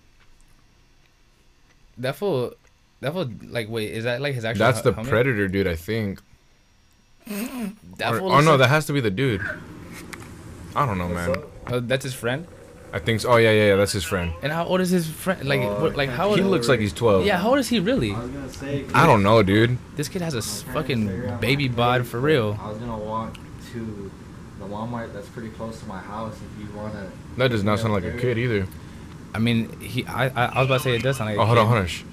[SPEAKER 1] That fool, that fool, like, wait, is that like his actual?
[SPEAKER 2] That's
[SPEAKER 1] hu-
[SPEAKER 2] the
[SPEAKER 1] homie?
[SPEAKER 2] predator, dude. I think.
[SPEAKER 1] That
[SPEAKER 2] Or,
[SPEAKER 1] fool
[SPEAKER 2] oh
[SPEAKER 1] looks
[SPEAKER 2] no,
[SPEAKER 1] like-
[SPEAKER 2] that has to be the dude. I don't know, man.
[SPEAKER 1] oh, that's his friend.
[SPEAKER 2] I think. So. Oh yeah, yeah, yeah. That's his friend.
[SPEAKER 1] And how old is his friend? Like, what, like how old?
[SPEAKER 2] Oh, He looks like he's 12.
[SPEAKER 1] Yeah, how old is he really?
[SPEAKER 2] I don't know, dude.
[SPEAKER 1] This kid has a s- fucking baby bod for real.
[SPEAKER 11] I was gonna walk to the Walmart that's pretty close to my house if you wanna.
[SPEAKER 2] That does not sound like a kid either.
[SPEAKER 1] I mean, he. I. I, I was about to say it does sound like. a
[SPEAKER 2] Oh, hold on,
[SPEAKER 1] kid.
[SPEAKER 2] hold on. Shh.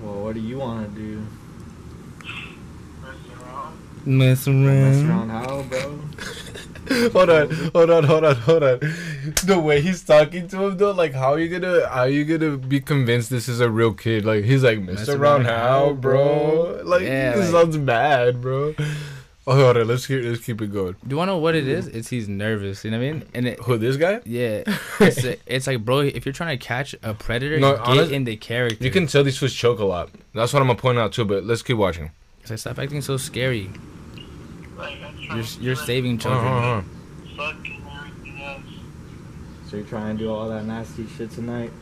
[SPEAKER 11] Well, what do you wanna do? Mess
[SPEAKER 1] Mess around.
[SPEAKER 11] around how, bro?
[SPEAKER 2] hold on, hold on, hold on, hold on. The way he's talking to him though, like how are you gonna how you gonna be convinced this is a real kid? Like he's like
[SPEAKER 1] Mess
[SPEAKER 2] Mr.
[SPEAKER 1] around
[SPEAKER 2] Roundhouse,
[SPEAKER 1] how,
[SPEAKER 2] bro. Like
[SPEAKER 1] Yeah,
[SPEAKER 2] this
[SPEAKER 1] like-
[SPEAKER 2] sounds bad, bro. Oh, hold on, let's keep let's keep it going.
[SPEAKER 1] Do you want to know what it is? It's he's nervous. You know what I mean? And it.
[SPEAKER 2] Who this guy?
[SPEAKER 1] Yeah, it's, it's like, bro, if you're trying to catch a predator,
[SPEAKER 2] No,
[SPEAKER 1] get
[SPEAKER 2] honest-
[SPEAKER 1] in the character.
[SPEAKER 2] You can tell these fools choke a lot. That's what I'm gonna point out too. But let's keep watching.
[SPEAKER 1] It's like, stop acting so scary.
[SPEAKER 10] Like, I'm
[SPEAKER 1] You're
[SPEAKER 10] trying to
[SPEAKER 1] you're
[SPEAKER 10] do
[SPEAKER 1] saving
[SPEAKER 2] Hold on,
[SPEAKER 1] children.
[SPEAKER 2] hold on,
[SPEAKER 10] it,
[SPEAKER 2] hold
[SPEAKER 10] fucking everything else.
[SPEAKER 11] So you trying to do all that nasty shit tonight?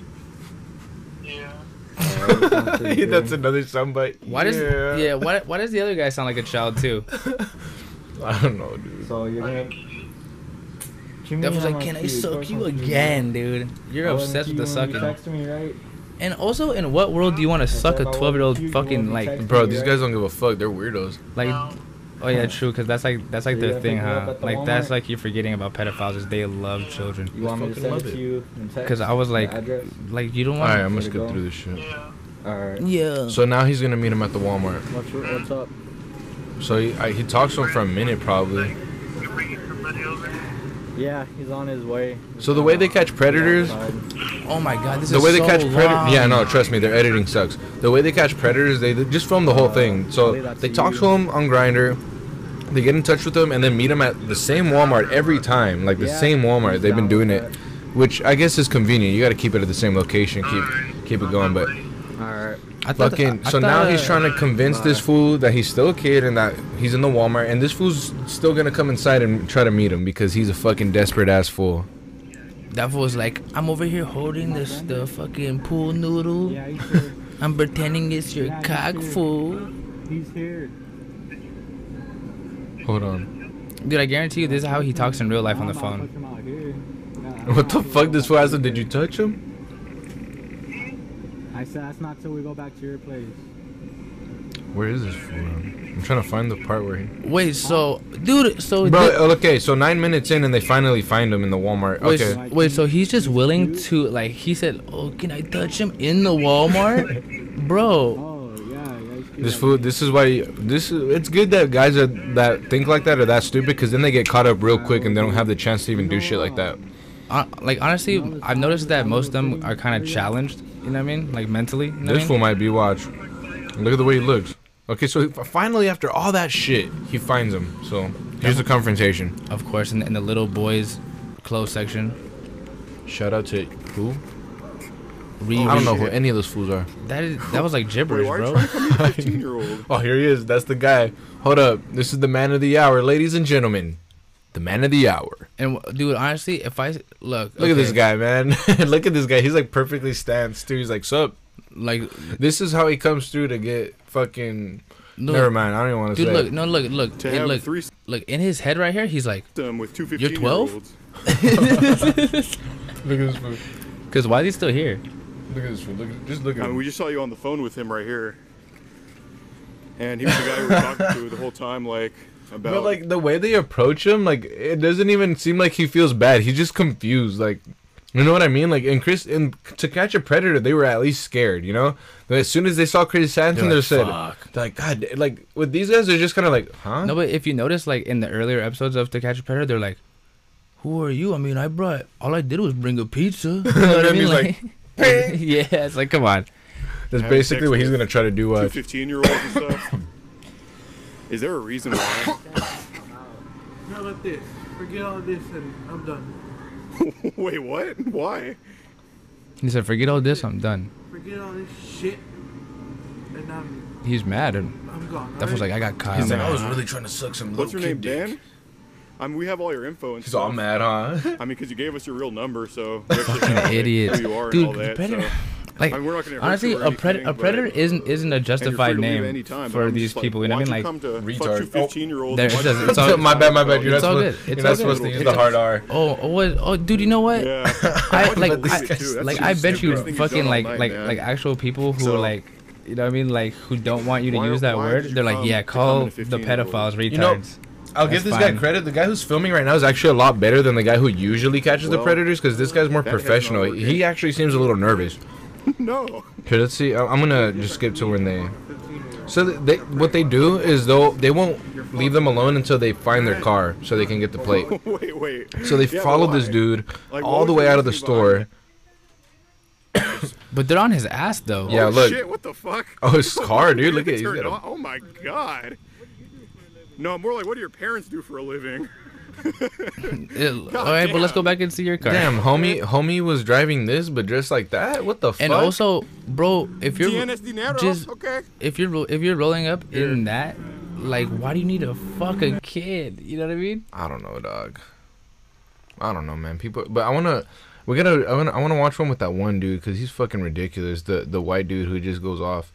[SPEAKER 10] Yeah.
[SPEAKER 11] Alright, sounds
[SPEAKER 2] on.
[SPEAKER 11] pretty
[SPEAKER 2] That's
[SPEAKER 11] good.
[SPEAKER 2] another soundbite.
[SPEAKER 1] Why does yeah. why why does the other guy sound like a child too?
[SPEAKER 2] I don't know, dude.
[SPEAKER 11] So you're gonna. Give me
[SPEAKER 1] That was
[SPEAKER 11] how
[SPEAKER 1] like,
[SPEAKER 11] much
[SPEAKER 1] can I
[SPEAKER 11] you- of
[SPEAKER 1] suck
[SPEAKER 11] course
[SPEAKER 1] you
[SPEAKER 11] I'll give
[SPEAKER 1] again, dude? You're
[SPEAKER 11] I wouldn't
[SPEAKER 1] obsessed with
[SPEAKER 11] you
[SPEAKER 1] the
[SPEAKER 11] when you
[SPEAKER 1] sucking.
[SPEAKER 11] texted me, right?
[SPEAKER 1] And also, in what world do you want to suck a
[SPEAKER 11] if I
[SPEAKER 1] 12 year old
[SPEAKER 11] wasn't you, you
[SPEAKER 1] fucking
[SPEAKER 11] wouldn't
[SPEAKER 1] like
[SPEAKER 11] text
[SPEAKER 2] Bro, these guys don't give a fuck. They're weirdos.
[SPEAKER 1] like? Oh yeah, true. Cause that's like that's like
[SPEAKER 11] So you
[SPEAKER 1] their
[SPEAKER 11] gotta
[SPEAKER 1] thing,
[SPEAKER 11] pick me up
[SPEAKER 1] huh?
[SPEAKER 11] at the
[SPEAKER 1] Like that's
[SPEAKER 11] Walmart?
[SPEAKER 1] like you're forgetting about pedophiles. Is they love
[SPEAKER 11] You
[SPEAKER 1] children.
[SPEAKER 11] want me to
[SPEAKER 2] fucking
[SPEAKER 11] send
[SPEAKER 2] love
[SPEAKER 11] it to
[SPEAKER 2] it.
[SPEAKER 11] you in text?
[SPEAKER 1] Cause I was
[SPEAKER 11] The
[SPEAKER 1] like,
[SPEAKER 11] address?
[SPEAKER 1] like you don't
[SPEAKER 2] All right, I'm
[SPEAKER 1] want.
[SPEAKER 2] gonna
[SPEAKER 11] Way to go.
[SPEAKER 2] skip through this shit.
[SPEAKER 11] Alright.
[SPEAKER 1] Yeah.
[SPEAKER 2] So now he's gonna meet him at the Walmart.
[SPEAKER 11] What's, your- what's up?
[SPEAKER 2] So he, I, he talks to him for a minute probably.
[SPEAKER 10] You're bringing somebody over here.
[SPEAKER 11] Yeah, he's on his way.
[SPEAKER 2] So the way they catch predators,
[SPEAKER 11] Outside.
[SPEAKER 1] Oh my god, this
[SPEAKER 2] the
[SPEAKER 1] is
[SPEAKER 2] way they
[SPEAKER 1] so
[SPEAKER 2] catch predators, yeah,
[SPEAKER 1] long.
[SPEAKER 2] no, trust me, their editing sucks. The way they catch predators, they, they just film the whole thing. So they talk to him on Grinder, they get in touch with him, and then meet him at the same Walmart every time, like the
[SPEAKER 11] Yeah,
[SPEAKER 2] same Walmart.
[SPEAKER 11] he's
[SPEAKER 2] They've been
[SPEAKER 11] down with
[SPEAKER 2] doing it, which I guess is convenient. You got to keep it at the same location, keep keep it going. But
[SPEAKER 11] Alright.
[SPEAKER 1] I thought-
[SPEAKER 2] fucking,
[SPEAKER 1] I
[SPEAKER 2] so now
[SPEAKER 1] thought,
[SPEAKER 2] he's
[SPEAKER 1] uh,
[SPEAKER 2] trying to convince this fool that he's still a kid and that he's in the Walmart, and this fool's still gonna come inside and try to meet him because he's a fucking desperate ass fool.
[SPEAKER 1] That fool's like, I'm over here holding this the fucking pool noodle.
[SPEAKER 11] Yeah, he's here.
[SPEAKER 1] I'm pretending it's your cock, fool.
[SPEAKER 11] He's here.
[SPEAKER 2] Hold on.
[SPEAKER 1] Dude, I guarantee you, this is how he talks in real life on the phone.
[SPEAKER 2] What the fuck? This fool asked him, did you touch him?
[SPEAKER 11] I said that's not till we go back to your place.
[SPEAKER 2] Where is this fool? I'm trying to find the part where he.
[SPEAKER 1] Wait, so, dude, so.
[SPEAKER 2] Bro, uh,
[SPEAKER 1] thi-
[SPEAKER 2] okay, so nine minutes in and they finally find him in the Walmart.
[SPEAKER 1] Wait,
[SPEAKER 2] Okay.
[SPEAKER 1] s- wait, so he's just willing to, like, he said, Oh, can I touch him in the Walmart? Bro,
[SPEAKER 11] Oh yeah, yeah.
[SPEAKER 2] This fool, this is why. This is. It's good that guys are, that think like that are that stupid because then they get caught up real quick and they don't have the chance to even do shit like that.
[SPEAKER 1] hon- uh, like, honestly, I've noticed that most of them are kind of challenged, you know what I mean? Like, mentally. You know
[SPEAKER 2] This
[SPEAKER 1] what I
[SPEAKER 2] fool might be watch. Look at the way he looks. Okay, so he- finally, after all that shit, he finds him. So here's the confrontation.
[SPEAKER 1] mean? Of course, in the, in the little boys' clothes section.
[SPEAKER 2] Shout out to who? I don't know who any of those fools are.
[SPEAKER 1] That is that was like gibberish,
[SPEAKER 2] why are you
[SPEAKER 1] bro.
[SPEAKER 2] trying to be a
[SPEAKER 9] 15-year-old?
[SPEAKER 2] Oh, here he is. That's the guy. Hold up. This is the man of the hour, ladies and gentlemen. The man of the hour.
[SPEAKER 1] And w- dude, honestly, if I s- look,
[SPEAKER 2] Look at this
[SPEAKER 1] okay,
[SPEAKER 2] guy, man. Look at this guy. He's like perfectly stanced too. He's like, sup.
[SPEAKER 1] Like,
[SPEAKER 2] this is how he comes through to get fucking.
[SPEAKER 1] No.
[SPEAKER 2] Never mind. I don't even want to
[SPEAKER 1] dude,
[SPEAKER 2] say.
[SPEAKER 1] look,
[SPEAKER 2] it.
[SPEAKER 1] no, look, look,
[SPEAKER 2] To
[SPEAKER 1] hey,
[SPEAKER 2] have
[SPEAKER 1] look,
[SPEAKER 2] three-
[SPEAKER 1] look in his head right here. He's like,
[SPEAKER 9] um,
[SPEAKER 1] you're
[SPEAKER 9] 15-year-olds.
[SPEAKER 1] twelve.
[SPEAKER 2] Look at this fool.
[SPEAKER 1] Cause why is he still here?
[SPEAKER 2] Look at this fool. Look, at- just look at
[SPEAKER 9] I mean,
[SPEAKER 2] him.
[SPEAKER 9] we just saw you on the phone with him right here, and he was the guy we were talking to the whole time, like about.
[SPEAKER 2] But like the way they approach him, like it doesn't even seem like he feels bad. He's just confused. Like, you know what I mean? Like in Chris, in To Catch a Predator, they were at least scared. You know, But as soon as they saw Chris Hansen,
[SPEAKER 1] They're
[SPEAKER 2] they
[SPEAKER 1] like,
[SPEAKER 2] said,
[SPEAKER 1] "Fuck."
[SPEAKER 2] they're like God, da- like with these guys, they're just kind of like, huh?
[SPEAKER 1] No, but if you notice, like in the earlier episodes of To Catch a Predator, they're like, "Who are you?" I mean, I brought all I did was bring a pizza. You know what I
[SPEAKER 2] And
[SPEAKER 1] mean?
[SPEAKER 2] he's
[SPEAKER 1] Like, yeah, it's like come on.
[SPEAKER 2] That's basically what he's gonna try to do.
[SPEAKER 9] Two
[SPEAKER 2] Uh,
[SPEAKER 9] 15 year olds and stuff. Is there a reason why?
[SPEAKER 12] Not like this. Forget all this and I'm done.
[SPEAKER 9] Wait, what? Why?
[SPEAKER 1] He said, "Forget all this, I'm done."
[SPEAKER 12] Forget all this shit and I'm
[SPEAKER 1] He's mad, and
[SPEAKER 12] I'm gone.
[SPEAKER 1] that was like, "I got caught."
[SPEAKER 2] He's
[SPEAKER 1] I'm
[SPEAKER 2] like, "I was really trying to suck some
[SPEAKER 9] What's your
[SPEAKER 2] little
[SPEAKER 9] name,
[SPEAKER 2] kid dick."
[SPEAKER 9] Dan? I mean, we have all your info and
[SPEAKER 2] He's
[SPEAKER 9] stuff.
[SPEAKER 2] all mad, huh?
[SPEAKER 9] I mean, because you gave us your real number, so we actually know, like,
[SPEAKER 1] fucking idiot,
[SPEAKER 9] Who you are
[SPEAKER 1] dude.
[SPEAKER 9] and all that.
[SPEAKER 1] predator,
[SPEAKER 9] so-
[SPEAKER 1] like
[SPEAKER 9] I mean, we're not gonna hurt
[SPEAKER 1] honestly,
[SPEAKER 9] you or
[SPEAKER 1] a, pred-
[SPEAKER 9] anything,
[SPEAKER 1] a
[SPEAKER 9] but-
[SPEAKER 1] predator isn't isn't a
[SPEAKER 9] And you're free
[SPEAKER 1] justified
[SPEAKER 9] to leave at
[SPEAKER 1] name
[SPEAKER 9] any time, but
[SPEAKER 1] for
[SPEAKER 9] I'm
[SPEAKER 1] these
[SPEAKER 9] just like,
[SPEAKER 1] people. You know what I mean? Like
[SPEAKER 9] why'd
[SPEAKER 1] Oh,
[SPEAKER 9] come to
[SPEAKER 2] Retard.
[SPEAKER 9] fuck you 15 year olds.
[SPEAKER 1] There, it's, just- it's all,
[SPEAKER 2] My bad, my bad. You're
[SPEAKER 1] it's
[SPEAKER 2] not
[SPEAKER 1] all
[SPEAKER 2] supposed-
[SPEAKER 1] good.
[SPEAKER 2] you're
[SPEAKER 1] It's
[SPEAKER 2] not
[SPEAKER 1] all
[SPEAKER 2] supposed
[SPEAKER 1] good.
[SPEAKER 2] to use
[SPEAKER 1] It's
[SPEAKER 2] the hard R.
[SPEAKER 1] Oh, oh, what? Oh, dude, you know what?
[SPEAKER 9] Yeah.
[SPEAKER 1] I
[SPEAKER 9] Why'd you
[SPEAKER 1] like,
[SPEAKER 9] let this
[SPEAKER 1] I,
[SPEAKER 9] guy do that?
[SPEAKER 1] like,
[SPEAKER 9] That's
[SPEAKER 1] I
[SPEAKER 9] just
[SPEAKER 1] bet you
[SPEAKER 9] stupid. Things done
[SPEAKER 1] fucking
[SPEAKER 9] all
[SPEAKER 1] like,
[SPEAKER 9] night,
[SPEAKER 1] like,
[SPEAKER 9] man.
[SPEAKER 1] like actual people who
[SPEAKER 9] So-
[SPEAKER 1] like, you know what I mean? Like, who don't want you to
[SPEAKER 9] Why-
[SPEAKER 1] use that
[SPEAKER 9] why
[SPEAKER 1] word?
[SPEAKER 9] did you
[SPEAKER 1] They're like,
[SPEAKER 9] come-
[SPEAKER 1] yeah,
[SPEAKER 9] to come
[SPEAKER 1] call
[SPEAKER 9] at a
[SPEAKER 1] the
[SPEAKER 9] 15-year-old?
[SPEAKER 1] pedophiles retards.
[SPEAKER 2] You know, I'll
[SPEAKER 1] That's
[SPEAKER 2] give this
[SPEAKER 1] fine.
[SPEAKER 2] guy credit. The guy who's filming right now is actually a lot better than the guy who usually catches
[SPEAKER 9] Well,
[SPEAKER 2] the predators because this guy's more
[SPEAKER 9] that has not
[SPEAKER 2] professional.
[SPEAKER 9] worked.
[SPEAKER 2] He actually seems a little nervous.
[SPEAKER 9] no.
[SPEAKER 2] Here, let's see. I- I'm gonna just skip to when they. So th- they, what they do is they'll they won't leave them alone until they find their car so they can get the plate.
[SPEAKER 9] wait, wait.
[SPEAKER 2] So they
[SPEAKER 9] Yeah, but
[SPEAKER 2] follow this
[SPEAKER 9] why?
[SPEAKER 2] dude
[SPEAKER 9] Like,
[SPEAKER 2] all
[SPEAKER 9] what
[SPEAKER 2] the
[SPEAKER 9] was
[SPEAKER 2] way
[SPEAKER 9] the
[SPEAKER 2] out of the
[SPEAKER 9] reason
[SPEAKER 2] store.
[SPEAKER 1] But they're on his ass though.
[SPEAKER 2] Yeah,
[SPEAKER 9] Oh,
[SPEAKER 2] look.
[SPEAKER 9] Shit, what the fuck?
[SPEAKER 2] Oh, his car, dude. Look at it.
[SPEAKER 9] It's
[SPEAKER 2] He's
[SPEAKER 9] turned
[SPEAKER 2] got a-
[SPEAKER 9] on. Oh my god. No, more like, what do your parents do for a living?
[SPEAKER 1] Ew. all right, but let's go back and see your car.
[SPEAKER 2] Damn, homie, homie was driving this, but dressed like that. What the fuck?
[SPEAKER 1] And also, bro, if you're
[SPEAKER 9] DNS dinero,
[SPEAKER 1] just
[SPEAKER 9] okay.
[SPEAKER 1] if you're ro- if you're rolling up in that, like, why do you need to fuck a kid? You know what I mean?
[SPEAKER 2] I don't know, dog. I don't know, man. People, but I wanna, we gotta, I wanna, I wanna watch one with that one dude because he's fucking ridiculous. The the white dude who just goes off.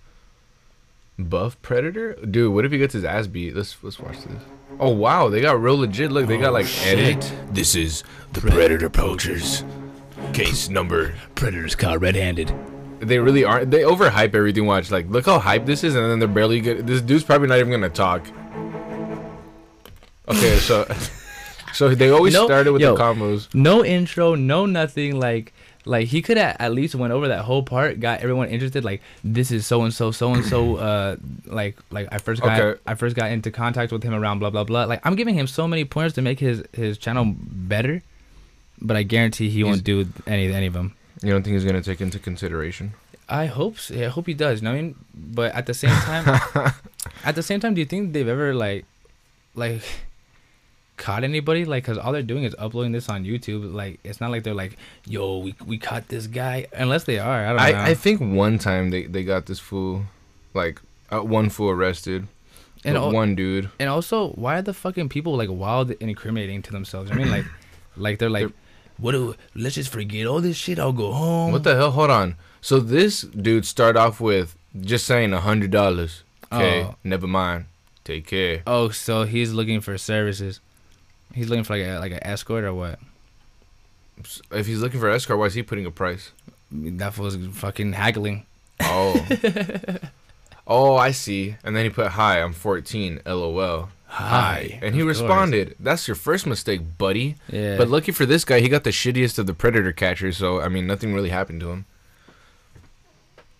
[SPEAKER 2] Buff Predator, dude. What if he gets his ass beat? Let's let's watch this. Oh wow, they got real legit. Look, they got like edit. Oh, This is the Predator poachers. Case number.
[SPEAKER 1] Predators caught red-handed.
[SPEAKER 2] They really aren't. They overhype everything. Watch, like, look how hype this is, and then they're barely good. This dude's probably not even gonna talk. Okay, so, so they always
[SPEAKER 1] No-
[SPEAKER 2] started with
[SPEAKER 1] yo,
[SPEAKER 2] the combos.
[SPEAKER 1] No intro, no nothing. Like, like he could have at least went over that whole part, got everyone interested. Like, this is so and so, so and so. Uh, like, like I first got,
[SPEAKER 2] Okay.
[SPEAKER 1] I first got into contact with him around blah blah blah. Like, I'm giving him so many points to make his his channel better, but I guarantee he won't do any any of them.
[SPEAKER 2] You don't think he's gonna take into consideration?
[SPEAKER 1] I hope so. I hope he does. You know what I mean, but at the same time, at the same time, do you think they've ever like, like, caught anybody? Like, cause all they're doing is uploading this on YouTube. Like, it's not like they're like, yo, we we caught this guy. Unless they are, I don't know.
[SPEAKER 2] I, I think one time they, they got this fool, like uh, one fool arrested,
[SPEAKER 1] And
[SPEAKER 2] and
[SPEAKER 1] al-
[SPEAKER 2] one dude.
[SPEAKER 1] and also, why are the fucking people like wild and incriminating to themselves? I mean, like, like they're like, what do? Let's just forget all this shit. I'll go home.
[SPEAKER 2] What the hell? Hold on. So this dude started off with just saying a hundred dollars. Okay,
[SPEAKER 1] Oh.
[SPEAKER 2] never mind. Take care.
[SPEAKER 1] Oh, so he's looking for services. He's looking for like a like an escort or what?
[SPEAKER 2] If he's looking for escort, why is he putting a price?
[SPEAKER 1] That was fucking haggling.
[SPEAKER 2] Oh. oh, I see. And then he put, "Hi, I'm 14. LOL."
[SPEAKER 1] Hi.
[SPEAKER 2] And he
[SPEAKER 1] Of course.
[SPEAKER 2] responded, "That's your first mistake, buddy."
[SPEAKER 1] Yeah.
[SPEAKER 2] But lucky for this guy, he got the shittiest of the predator catchers. So I mean, nothing really happened to him.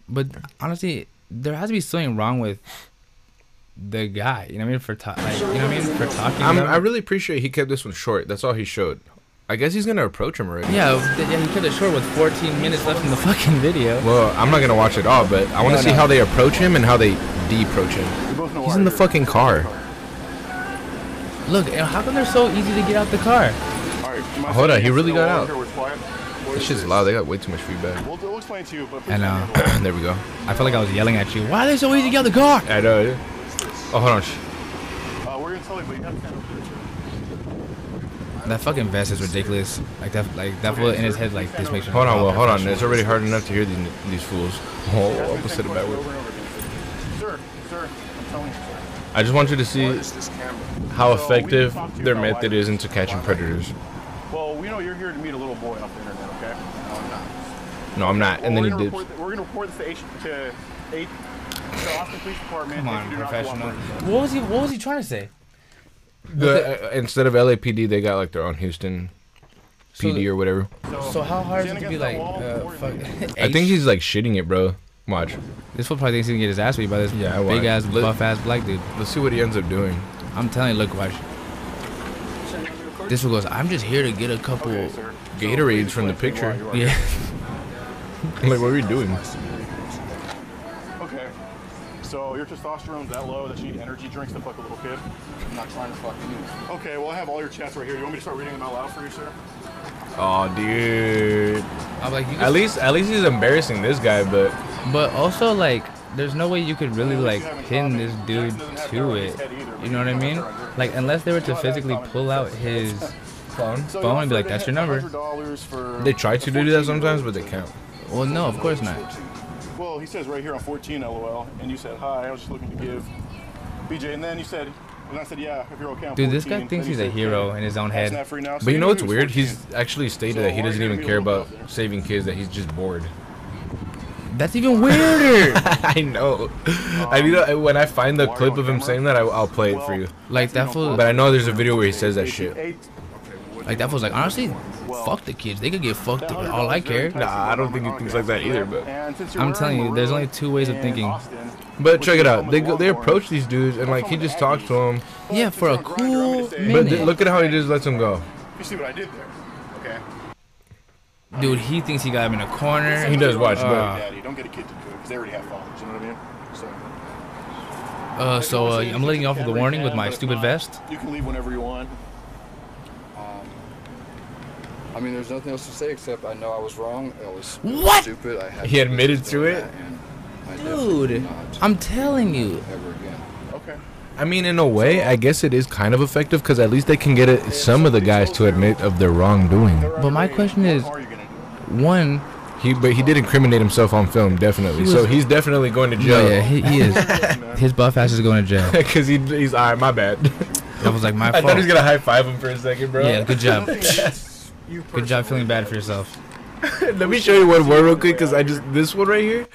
[SPEAKER 1] But honestly, there has to be something wrong with the guy. You know what I mean? For ta- like, you know what I mean? For talking.
[SPEAKER 2] I'm,
[SPEAKER 1] about-
[SPEAKER 2] I really appreciate he kept this one short. That's all he showed. I guess he's gonna approach him already.
[SPEAKER 1] yeah, th- yeah. He kept it short with 14 minutes left in the fucking video.
[SPEAKER 2] Well, I'm not gonna watch it all, but I want
[SPEAKER 1] No,
[SPEAKER 2] to see
[SPEAKER 1] no.
[SPEAKER 2] how they approach him and how they de-approach him. He's in the fucking car.
[SPEAKER 1] Look, and how come they're so easy to get out the car?
[SPEAKER 9] All right, my
[SPEAKER 2] Hold on,
[SPEAKER 9] second
[SPEAKER 2] he really
[SPEAKER 9] episode
[SPEAKER 2] got
[SPEAKER 9] of
[SPEAKER 2] out.
[SPEAKER 9] Walker was five- What
[SPEAKER 2] This
[SPEAKER 9] is
[SPEAKER 2] shit's
[SPEAKER 9] this?
[SPEAKER 2] loud. They got way too much feedback.
[SPEAKER 9] We'll, we'll explain to you, but please
[SPEAKER 1] And
[SPEAKER 9] don't
[SPEAKER 1] uh,
[SPEAKER 2] there we go.
[SPEAKER 1] I felt like I was yelling at you. Why are they so easy to get the car?
[SPEAKER 2] I know. yeah. Oh, hold on. sh-
[SPEAKER 9] handle it. Uh, we're gonna tell you, but you have to handle it.
[SPEAKER 1] That fucking vest is ridiculous. Like that, like that fool in his head, like this makes. me
[SPEAKER 2] Hold on.
[SPEAKER 1] feel
[SPEAKER 2] Well, hold on.
[SPEAKER 1] professional.
[SPEAKER 2] It's already hard enough to hear these these fools. Oh, I said it backwards.
[SPEAKER 9] Sir, sir, I'm telling you, sir.
[SPEAKER 2] I just want you to see
[SPEAKER 9] this camera?
[SPEAKER 2] how
[SPEAKER 9] So, we can
[SPEAKER 2] effective
[SPEAKER 9] talk to you
[SPEAKER 2] their
[SPEAKER 9] about why
[SPEAKER 2] method
[SPEAKER 9] this
[SPEAKER 2] is into catching predators.
[SPEAKER 9] Well, we know you're here to meet a little boy off the internet, okay? No, I'm not.
[SPEAKER 2] No, I'm not. And then
[SPEAKER 9] Well, we're
[SPEAKER 2] he dips.
[SPEAKER 9] gonna report th- We're gonna report this to H to H to Austin Police Department.
[SPEAKER 1] Come
[SPEAKER 9] if
[SPEAKER 1] on,
[SPEAKER 9] you do not
[SPEAKER 1] professional.
[SPEAKER 9] cooperate.
[SPEAKER 1] What was he? What was he trying to say?
[SPEAKER 2] The, uh, instead of LAPD, they got like their own Houston
[SPEAKER 1] So
[SPEAKER 2] PD or whatever.
[SPEAKER 1] So how hard is it to be like? Uh, fuck,
[SPEAKER 2] I think he's like shitting it, bro. Watch.
[SPEAKER 1] this fool probably thinks he can get his ass beat by this
[SPEAKER 2] Yeah, I
[SPEAKER 1] big
[SPEAKER 2] watch.
[SPEAKER 1] ass
[SPEAKER 2] Let-
[SPEAKER 1] buff ass black dude.
[SPEAKER 2] Let's see what he ends up doing.
[SPEAKER 1] I'm telling you, look, watch. This fool goes. I'm just here to get a couple.
[SPEAKER 2] Gatorades from the picture.
[SPEAKER 1] Yeah.
[SPEAKER 2] I'm like, what are we doing?
[SPEAKER 9] Okay. So your testosterone's that low that you need energy drinks to fuck a little kid. I'm not trying to fuck you. Okay. Well, I have all your chats right here. You want me to start reading them out loud for you, sir?
[SPEAKER 2] Oh, dude.
[SPEAKER 1] I'm like, you
[SPEAKER 2] At least, at least he's embarrassing this guy, but
[SPEAKER 1] But also, like, there's no way you could really like pin this dude to it. You know what I mean? Like, unless they were to physically pull out his phone
[SPEAKER 9] So
[SPEAKER 1] and be like, "That's your number."
[SPEAKER 9] Dollars for.
[SPEAKER 2] they try to do that sometimes, but they can't.
[SPEAKER 1] Well, no, of course not.
[SPEAKER 9] Well, he says right here on 14, lol. And you said hi. I was just looking to give. BJ, and then you said, and I said, yeah, if you're okay. on
[SPEAKER 1] Dude, this guy
[SPEAKER 9] 14."
[SPEAKER 1] thinks
[SPEAKER 9] Then
[SPEAKER 1] he's
[SPEAKER 9] you
[SPEAKER 1] a
[SPEAKER 9] said,
[SPEAKER 1] hero
[SPEAKER 9] "Hey,
[SPEAKER 1] in his own
[SPEAKER 9] that's
[SPEAKER 1] head.
[SPEAKER 9] not free now, so
[SPEAKER 2] But you know what's
[SPEAKER 9] knew
[SPEAKER 2] weird?
[SPEAKER 9] he was
[SPEAKER 2] He's actually stated that he doesn't even care about saving kids. That he's just bored.
[SPEAKER 1] That's even weirder.
[SPEAKER 2] I know. I mean, uh, when I find the
[SPEAKER 9] Wario
[SPEAKER 2] clip of him
[SPEAKER 9] camera?
[SPEAKER 2] saying that, I, I'll play it for you.
[SPEAKER 1] like that fool.
[SPEAKER 2] But I know there's a video where he says that shit.
[SPEAKER 9] Eight.
[SPEAKER 1] Like that fool's like, honestly, fuck the kids. They could get fucked up. All I care.
[SPEAKER 2] Nah, I don't think he thinks like that either. But
[SPEAKER 9] And since you're
[SPEAKER 1] I'm
[SPEAKER 9] wearing
[SPEAKER 1] telling you, there's
[SPEAKER 9] maroon
[SPEAKER 1] only two ways of
[SPEAKER 9] and
[SPEAKER 1] thinking.
[SPEAKER 9] Austin,
[SPEAKER 2] but
[SPEAKER 9] which
[SPEAKER 2] check
[SPEAKER 9] is
[SPEAKER 2] it
[SPEAKER 9] on
[SPEAKER 2] out.
[SPEAKER 9] the
[SPEAKER 2] They go, they
[SPEAKER 9] lawnmower,
[SPEAKER 2] approach these dudes and like he just talks to them.
[SPEAKER 1] Yeah,
[SPEAKER 9] it's
[SPEAKER 1] for a
[SPEAKER 9] on Grindr, I'm gonna
[SPEAKER 1] cool
[SPEAKER 9] say.
[SPEAKER 2] But th-
[SPEAKER 1] minute,
[SPEAKER 2] look at how he just lets them go.
[SPEAKER 9] You see what I did there? Okay.
[SPEAKER 1] dude. He thinks he got him in a corner.
[SPEAKER 2] He does watch,
[SPEAKER 1] Uh,
[SPEAKER 2] but
[SPEAKER 9] Daddy, don't get a kid to do it because they already have fathers. You know what I mean? So,
[SPEAKER 1] Uh, so uh, I'm letting you off with a warning with my stupid vest.
[SPEAKER 9] You can leave whenever you want. Um,
[SPEAKER 13] I mean, there's nothing else to say except I know I was wrong. I was it was
[SPEAKER 1] What?
[SPEAKER 13] stupid. I had
[SPEAKER 2] he admitted to it.
[SPEAKER 1] Dude, I'm telling you.
[SPEAKER 9] Okay.
[SPEAKER 2] I mean, in a way, I guess it is kind of effective because at least they can get it, some of the guys to admit of their wrongdoing.
[SPEAKER 1] But my question is,
[SPEAKER 9] Are you gonna do
[SPEAKER 1] one,
[SPEAKER 2] He, but he did incriminate himself on film, definitely.
[SPEAKER 1] He was-
[SPEAKER 2] so he's definitely going to
[SPEAKER 1] no,
[SPEAKER 2] jail.
[SPEAKER 1] yeah, he, he is. His buff ass is going to jail.
[SPEAKER 2] Because he, he's all right. My bad.
[SPEAKER 1] That was like my
[SPEAKER 2] I
[SPEAKER 1] fault.
[SPEAKER 2] thought he was gonna high five him for a second, bro.
[SPEAKER 1] Yeah, good job.
[SPEAKER 9] you
[SPEAKER 1] Good job feeling bad for yourself.
[SPEAKER 2] Let me show you one more real quick, cause I just this one right here.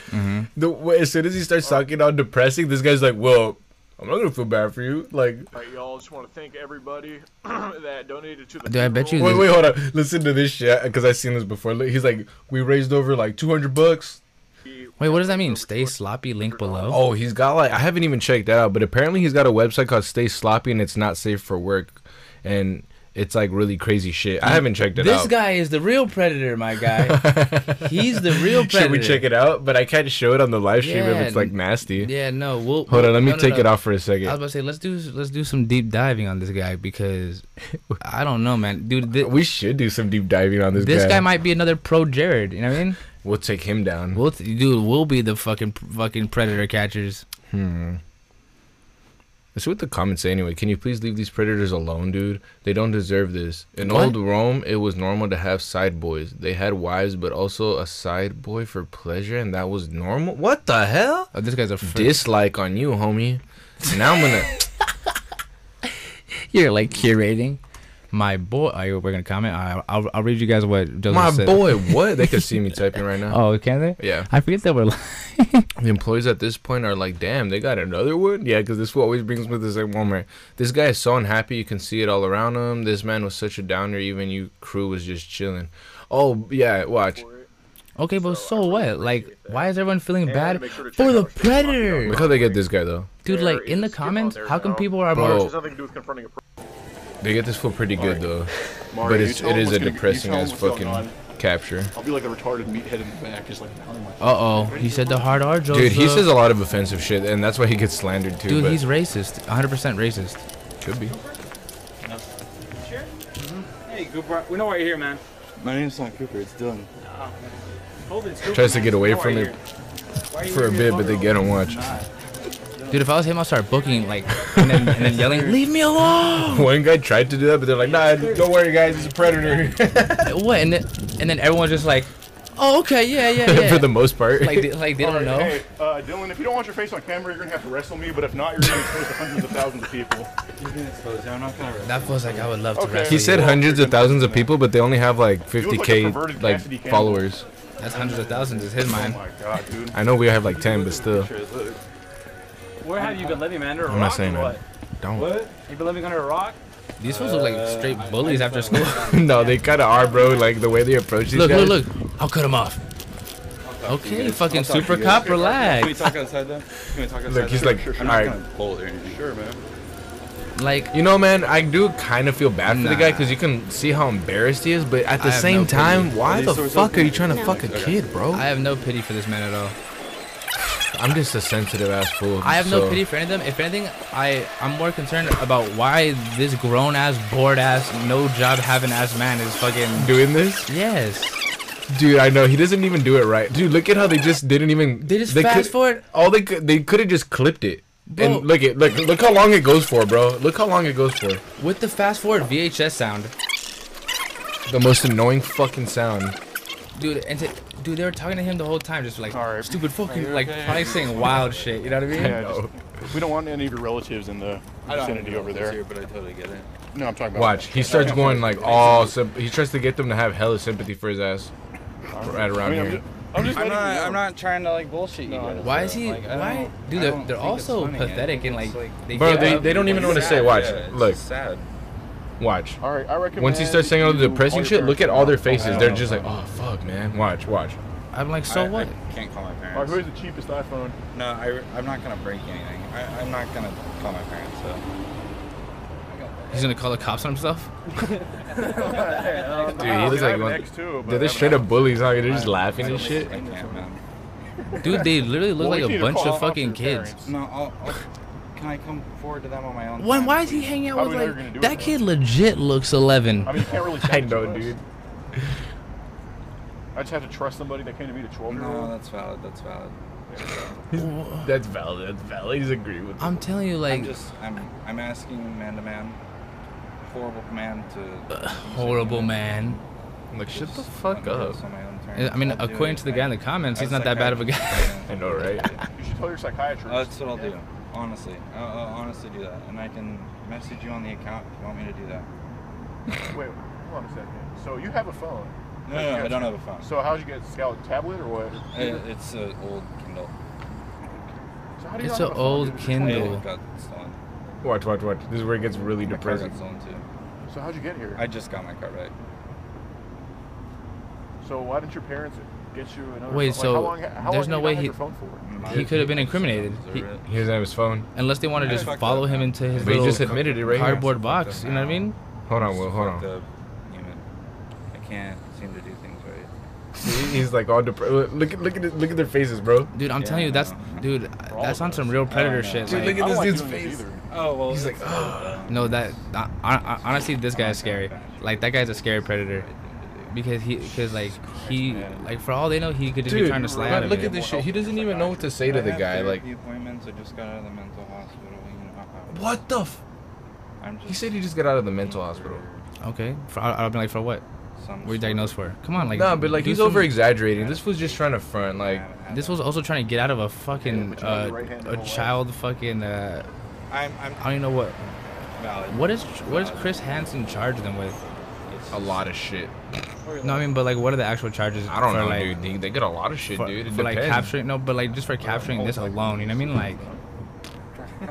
[SPEAKER 2] The way, as soon as he starts talking all depressing, this guy's like, "Well, I'm not gonna feel bad for you." Like,
[SPEAKER 9] All right, y'all. Just want to thank everybody that donated to the.
[SPEAKER 1] Dude, I bet you
[SPEAKER 2] wait,
[SPEAKER 1] this-
[SPEAKER 2] wait, hold on. Listen to this shit, cause I seen this before. Look, He's like, "We raised over like 200 bucks."
[SPEAKER 1] Wait, what does that mean? Stay sloppy, link below.
[SPEAKER 2] Oh, he's got like I haven't even checked that out, but apparently he's got a website called Stay Sloppy, and it's not safe for work, and it's like really crazy shit. I haven't checked it out.
[SPEAKER 1] This guy is the real predator, my guy. He's the real predator.
[SPEAKER 2] Should we check it out? But I can't show it on the live stream
[SPEAKER 1] Yeah,
[SPEAKER 2] if it's like
[SPEAKER 1] n-
[SPEAKER 2] nasty.
[SPEAKER 1] Yeah, no. We'll,
[SPEAKER 2] Hold on, let me
[SPEAKER 1] no, no,
[SPEAKER 2] take
[SPEAKER 1] no.
[SPEAKER 2] it off for a
[SPEAKER 1] I was
[SPEAKER 2] second.
[SPEAKER 1] about to say let's do let's do some deep diving on this guy because I don't know, man, dude. thi-
[SPEAKER 2] We should do some deep diving on this,
[SPEAKER 1] this
[SPEAKER 2] guy.
[SPEAKER 1] guy might be another pro Jared. You know what I mean?
[SPEAKER 2] We'll take him down.
[SPEAKER 1] We'll t- dude, we'll be the fucking fucking predator catchers.
[SPEAKER 2] Let's see what the comments say anyway. Can you please leave these predators alone, dude? They don't deserve this. In
[SPEAKER 1] What?
[SPEAKER 2] old Rome, it was normal to have side boys. They had wives, but also a side boy for pleasure, and that was normal. What the hell?
[SPEAKER 1] Oh, this guy's a freak.
[SPEAKER 2] Dislike on you, homie. Now I'm gonna.
[SPEAKER 1] You're like curating. My boy, are you, we're gonna comment. I, I'll, I'll read you guys what Joseph
[SPEAKER 2] My
[SPEAKER 1] said.
[SPEAKER 2] boy, what? They could see me typing right now.
[SPEAKER 1] Oh, can they?
[SPEAKER 2] Yeah.
[SPEAKER 1] I forget that we're. li-
[SPEAKER 2] The employees at this point are like, damn, they got another one? Yeah, because this fool always brings with the same Walmart. This guy is so unhappy, you can see it all around him. This man was such a downer, even you crew was just chilling. Oh, yeah, watch.
[SPEAKER 1] Okay, but so what? Like, why is everyone feeling bad
[SPEAKER 9] make sure to
[SPEAKER 1] for
[SPEAKER 9] check
[SPEAKER 1] the
[SPEAKER 9] out Shane Rocky on
[SPEAKER 1] predator?
[SPEAKER 2] Look how they get this guy, though.
[SPEAKER 1] Dude,
[SPEAKER 9] There
[SPEAKER 1] like in the
[SPEAKER 9] is-
[SPEAKER 1] comments,
[SPEAKER 9] oh, there
[SPEAKER 1] how
[SPEAKER 9] you
[SPEAKER 1] come
[SPEAKER 9] go.
[SPEAKER 1] people are
[SPEAKER 2] Bro.
[SPEAKER 1] more?
[SPEAKER 9] It has nothing to do with confronting a.
[SPEAKER 2] They get this fool pretty good, though.
[SPEAKER 9] Mario,
[SPEAKER 2] But
[SPEAKER 9] you
[SPEAKER 2] it's,
[SPEAKER 9] tell
[SPEAKER 2] it
[SPEAKER 9] him
[SPEAKER 2] is
[SPEAKER 9] what's
[SPEAKER 2] a
[SPEAKER 9] gonna be- you
[SPEAKER 2] depressing
[SPEAKER 9] tell him
[SPEAKER 2] ass
[SPEAKER 9] what's going
[SPEAKER 2] fucking
[SPEAKER 9] on.
[SPEAKER 2] capture.
[SPEAKER 9] I'll be like a retarded meathead in the back, just like pounding my.
[SPEAKER 1] Uh oh, he said the hard R, Joseph.
[SPEAKER 2] Dude, he says a lot of offensive shit, and that's why he gets slandered, too.
[SPEAKER 1] Dude,
[SPEAKER 2] but
[SPEAKER 1] he's racist. 100 percent racist.
[SPEAKER 2] could be.
[SPEAKER 14] Hey, Goobra, we know why you're here, man.
[SPEAKER 13] My name's not Cooper. It's Dylan.
[SPEAKER 12] Hold it.
[SPEAKER 2] Tries to get away from it
[SPEAKER 12] you
[SPEAKER 2] for a
[SPEAKER 12] wearing
[SPEAKER 2] bit,
[SPEAKER 12] your
[SPEAKER 2] but they
[SPEAKER 12] logo?
[SPEAKER 2] get him watch.
[SPEAKER 1] Dude, if I was him, I'd start booking like and then, and then yelling, "Leave me alone!"
[SPEAKER 2] One guy tried to do that, but they're like, "Nah, don't worry, guys. It's a predator."
[SPEAKER 1] what? And then and then everyone's just like, "Oh, okay, yeah, yeah, yeah."
[SPEAKER 2] for the most part.
[SPEAKER 1] like, they, like they don't know.
[SPEAKER 9] Hey, uh, Dylan, if you don't want your face on camera, you're gonna have to wrestle me. But if not, you're gonna expose to hundreds of thousands of people. You're gonna expose. I'm not gonna
[SPEAKER 1] That feels like I would love to
[SPEAKER 9] Okay.
[SPEAKER 1] wrestle.
[SPEAKER 2] he said
[SPEAKER 1] you.
[SPEAKER 2] hundreds of thousands of people, but they only have like 50k like followers.
[SPEAKER 1] That's hundreds of thousands. Is his mind.
[SPEAKER 9] Oh my god, dude.
[SPEAKER 2] I know we have like 10, but still,
[SPEAKER 14] Where have you been living, man? Under a
[SPEAKER 2] I'm not
[SPEAKER 14] rock
[SPEAKER 2] saying
[SPEAKER 14] or
[SPEAKER 2] that.
[SPEAKER 14] what?
[SPEAKER 2] Don't.
[SPEAKER 14] What? You been living under a rock?
[SPEAKER 1] These fools look like straight bullies after school.
[SPEAKER 2] no, they kind of are, bro. Like the way they approach these
[SPEAKER 1] look,
[SPEAKER 2] guys.
[SPEAKER 1] look, look! I'll cut him off. Okay, fucking
[SPEAKER 13] I'll talk to
[SPEAKER 1] super
[SPEAKER 13] you guys.
[SPEAKER 1] cop, relax.
[SPEAKER 13] Can we talk outside then? Can we talk outside?
[SPEAKER 2] Look, he's
[SPEAKER 13] then?
[SPEAKER 2] like,
[SPEAKER 13] I'm not
[SPEAKER 2] alright.
[SPEAKER 13] gonna pull it or anything. Sure, man.
[SPEAKER 1] Like
[SPEAKER 2] you know, man, I do kind of feel bad for the
[SPEAKER 13] Nah.
[SPEAKER 2] guy because you can see how embarrassed he is. But at the
[SPEAKER 1] I have
[SPEAKER 2] same
[SPEAKER 1] no
[SPEAKER 2] time,
[SPEAKER 1] pity.
[SPEAKER 2] why the fuck are you trying to fuck a
[SPEAKER 1] Okay.
[SPEAKER 2] kid, bro?
[SPEAKER 1] I have no pity for this man at all.
[SPEAKER 2] I'm just a sensitive ass fool.
[SPEAKER 1] I have no
[SPEAKER 2] so-
[SPEAKER 1] pity for any of them. If anything, I I'm more concerned about why this grown ass, bored ass, no job having ass man is fucking
[SPEAKER 2] doing this.
[SPEAKER 1] Yes,
[SPEAKER 2] dude, I know he doesn't even do it right. Dude, look at how they just didn't even. They
[SPEAKER 1] just fast forward.
[SPEAKER 2] All they could, they could have just clipped it.
[SPEAKER 1] Bro.
[SPEAKER 2] And look at look look how long it goes for, bro. Look how long it goes for.
[SPEAKER 1] with the fast forward VHS sound,
[SPEAKER 2] The most annoying fucking sound.
[SPEAKER 1] dude. And to, dude, they were talking to him the whole time, just like stupid fucking like probably saying wild shit. You know what I mean?
[SPEAKER 9] Yeah, just- we don't want any of your relatives in the
[SPEAKER 13] I don't
[SPEAKER 9] vicinity
[SPEAKER 13] have
[SPEAKER 9] over there.
[SPEAKER 13] here, but I totally get it.
[SPEAKER 9] No, I'm talking about.
[SPEAKER 2] Watch, he starts going like all. Symp- he tries to get them to have hella sympathy for his ass. Right around
[SPEAKER 9] I mean, I'm
[SPEAKER 2] here.
[SPEAKER 14] I'm,
[SPEAKER 9] just
[SPEAKER 14] not.
[SPEAKER 9] letting you know.
[SPEAKER 14] I'm not trying to like bullshit you guys.
[SPEAKER 1] Why
[SPEAKER 14] though.
[SPEAKER 1] is he?
[SPEAKER 14] Like, I don't-
[SPEAKER 1] why,
[SPEAKER 14] I
[SPEAKER 1] dude? They're,
[SPEAKER 14] don't
[SPEAKER 1] they're
[SPEAKER 14] think it's
[SPEAKER 1] also
[SPEAKER 14] funny, I
[SPEAKER 1] pathetic
[SPEAKER 14] think
[SPEAKER 1] and
[SPEAKER 14] it's,
[SPEAKER 1] like they
[SPEAKER 2] Bro,
[SPEAKER 1] get
[SPEAKER 2] they,
[SPEAKER 1] up
[SPEAKER 2] they don't
[SPEAKER 1] and,
[SPEAKER 2] even
[SPEAKER 1] like,
[SPEAKER 2] want to
[SPEAKER 1] sad.
[SPEAKER 2] say. Watch,
[SPEAKER 1] Yeah.
[SPEAKER 2] look. Watch.
[SPEAKER 9] All right, I recommend.
[SPEAKER 2] Once he starts saying all the
[SPEAKER 9] you-
[SPEAKER 2] depressing
[SPEAKER 9] your
[SPEAKER 2] shit, look
[SPEAKER 9] parents-
[SPEAKER 2] at all their
[SPEAKER 9] I
[SPEAKER 2] faces.
[SPEAKER 9] don't
[SPEAKER 2] They're
[SPEAKER 9] know.
[SPEAKER 2] just like, oh fuck, man. Watch, watch.
[SPEAKER 1] I'm like, so
[SPEAKER 13] I- I
[SPEAKER 1] what?
[SPEAKER 13] can't call my
[SPEAKER 9] All right,
[SPEAKER 13] parents.
[SPEAKER 9] who has the cheapest iPhone?
[SPEAKER 13] No, I, I'm not gonna break anything. I, I'm not gonna call my parents. So.
[SPEAKER 1] He's gonna call the cops on himself.
[SPEAKER 2] Dude, he looks like one. Dude, they're straight up bullies. Huh? They're just laughing and shit.
[SPEAKER 13] I can't, man.
[SPEAKER 1] Dude, they literally look
[SPEAKER 13] Well, we
[SPEAKER 1] like
[SPEAKER 13] need
[SPEAKER 1] a
[SPEAKER 13] to
[SPEAKER 1] bunch
[SPEAKER 13] call
[SPEAKER 1] of
[SPEAKER 13] off your
[SPEAKER 1] fucking kids.
[SPEAKER 13] No, I'll, I'll, can I come forward to them on my own?
[SPEAKER 1] When,
[SPEAKER 13] time,
[SPEAKER 1] why is he
[SPEAKER 13] please?
[SPEAKER 1] hanging out with like that kid? Legit looks 11.
[SPEAKER 9] I mean, you can't really.
[SPEAKER 2] I
[SPEAKER 9] tell
[SPEAKER 2] know,
[SPEAKER 9] too much.
[SPEAKER 2] dude.
[SPEAKER 9] I just have to trust somebody that came to me to 12 year
[SPEAKER 13] No,
[SPEAKER 9] old.
[SPEAKER 13] that's valid. That's valid.
[SPEAKER 2] That's valid. That's valid. He's agreeing with.
[SPEAKER 1] I'm telling you, like
[SPEAKER 13] I'm just, I'm, I'm asking man to man, horrible man to.
[SPEAKER 1] Uh, horrible man.
[SPEAKER 2] Like shut the fuck up.
[SPEAKER 1] I mean, according to the guy in the comments, he's not that bad of a guy.
[SPEAKER 2] I know, right?
[SPEAKER 9] You should tell your psychiatrist.
[SPEAKER 13] Oh, that's what I'll do. Honestly, I'll, I'll honestly do that, and I can message you on the account if you want me to do that.
[SPEAKER 9] Wait, hold on a second. So you have a phone?
[SPEAKER 13] No,
[SPEAKER 9] Like,
[SPEAKER 13] no,
[SPEAKER 9] you
[SPEAKER 13] I
[SPEAKER 9] got-
[SPEAKER 13] don't have a phone.
[SPEAKER 9] So how'd you get Scout tablet or what?
[SPEAKER 13] It, it's an old Kindle.
[SPEAKER 9] So how do you
[SPEAKER 1] It's an
[SPEAKER 9] not have a phone,
[SPEAKER 1] old
[SPEAKER 9] dude?
[SPEAKER 1] Kindle.
[SPEAKER 13] It got stolen.
[SPEAKER 2] Watch, watch, watch. This is where it gets really
[SPEAKER 13] My car
[SPEAKER 2] depressing.
[SPEAKER 13] got stolen too.
[SPEAKER 9] So how'd you get here?
[SPEAKER 13] I just got my car back.
[SPEAKER 9] So why didn't your parents get you another?
[SPEAKER 1] Wait,
[SPEAKER 9] phone? Like,
[SPEAKER 1] so
[SPEAKER 9] how long, how
[SPEAKER 1] there's
[SPEAKER 9] long
[SPEAKER 1] no
[SPEAKER 9] have you
[SPEAKER 1] way
[SPEAKER 9] not had
[SPEAKER 1] he-
[SPEAKER 9] your phone
[SPEAKER 13] Mm-hmm.
[SPEAKER 9] for?
[SPEAKER 1] He could have been incriminated. He,
[SPEAKER 2] He doesn't have his phone.
[SPEAKER 1] unless they want to
[SPEAKER 13] Yeah,
[SPEAKER 1] just
[SPEAKER 13] fuck
[SPEAKER 1] follow
[SPEAKER 13] that,
[SPEAKER 1] him
[SPEAKER 13] man.
[SPEAKER 1] into his
[SPEAKER 2] But he
[SPEAKER 1] little
[SPEAKER 2] just admitted it right here.
[SPEAKER 1] cardboard box. You know what I mean?
[SPEAKER 2] Hold on, Will. Hold on.
[SPEAKER 13] The human. I can't seem to do things right.
[SPEAKER 2] He- He's like all depressed. Look at look at it- look at their faces, bro.
[SPEAKER 1] Dude, I'm telling you, that's dude, that's on some real predator shit.
[SPEAKER 2] Dude,
[SPEAKER 1] Like,
[SPEAKER 2] look at this
[SPEAKER 9] like
[SPEAKER 2] dude's
[SPEAKER 9] doing
[SPEAKER 2] face.
[SPEAKER 13] Oh well.
[SPEAKER 2] He's like, oh.
[SPEAKER 1] no, that I, I, honestly, this guy's scary. Like that guy's a scary predator. Because he, because like he, like for all they know, he could just be
[SPEAKER 2] Dude,
[SPEAKER 1] trying to slide.
[SPEAKER 2] but
[SPEAKER 1] out of
[SPEAKER 2] look
[SPEAKER 1] it.
[SPEAKER 2] at this shit. He doesn't even know what to say to
[SPEAKER 13] I
[SPEAKER 2] the
[SPEAKER 13] have
[SPEAKER 2] guy. Like,
[SPEAKER 13] therapy appointments. I just got out of the mental hospital. You know, I-
[SPEAKER 2] what the? F-
[SPEAKER 13] I'm just.
[SPEAKER 2] he said he just got out of the mental hospital.
[SPEAKER 1] Okay, for, I, I'll be like, for what?
[SPEAKER 13] Some
[SPEAKER 1] Were you diagnosed for? Come on, like.
[SPEAKER 2] nah, but like
[SPEAKER 1] do
[SPEAKER 2] he's
[SPEAKER 1] some-
[SPEAKER 2] over exaggerating. This was just trying to front. Like,
[SPEAKER 1] This was also trying to get out of a fucking uh, a child fucking uh,
[SPEAKER 13] I'm. I'm
[SPEAKER 1] I don't even know what
[SPEAKER 13] valid.
[SPEAKER 1] what is what is Chris Hansen charge them with?
[SPEAKER 2] a lot of shit.
[SPEAKER 1] No, I mean, but like, what are the actual charges?
[SPEAKER 2] I don't
[SPEAKER 1] for,
[SPEAKER 2] know,
[SPEAKER 1] like,
[SPEAKER 2] dude. They, they get a lot of shit,
[SPEAKER 1] for,
[SPEAKER 2] dude. It
[SPEAKER 1] for, like
[SPEAKER 2] depends.
[SPEAKER 1] capturing no, but like just for capturing this alone, you know what I mean? Like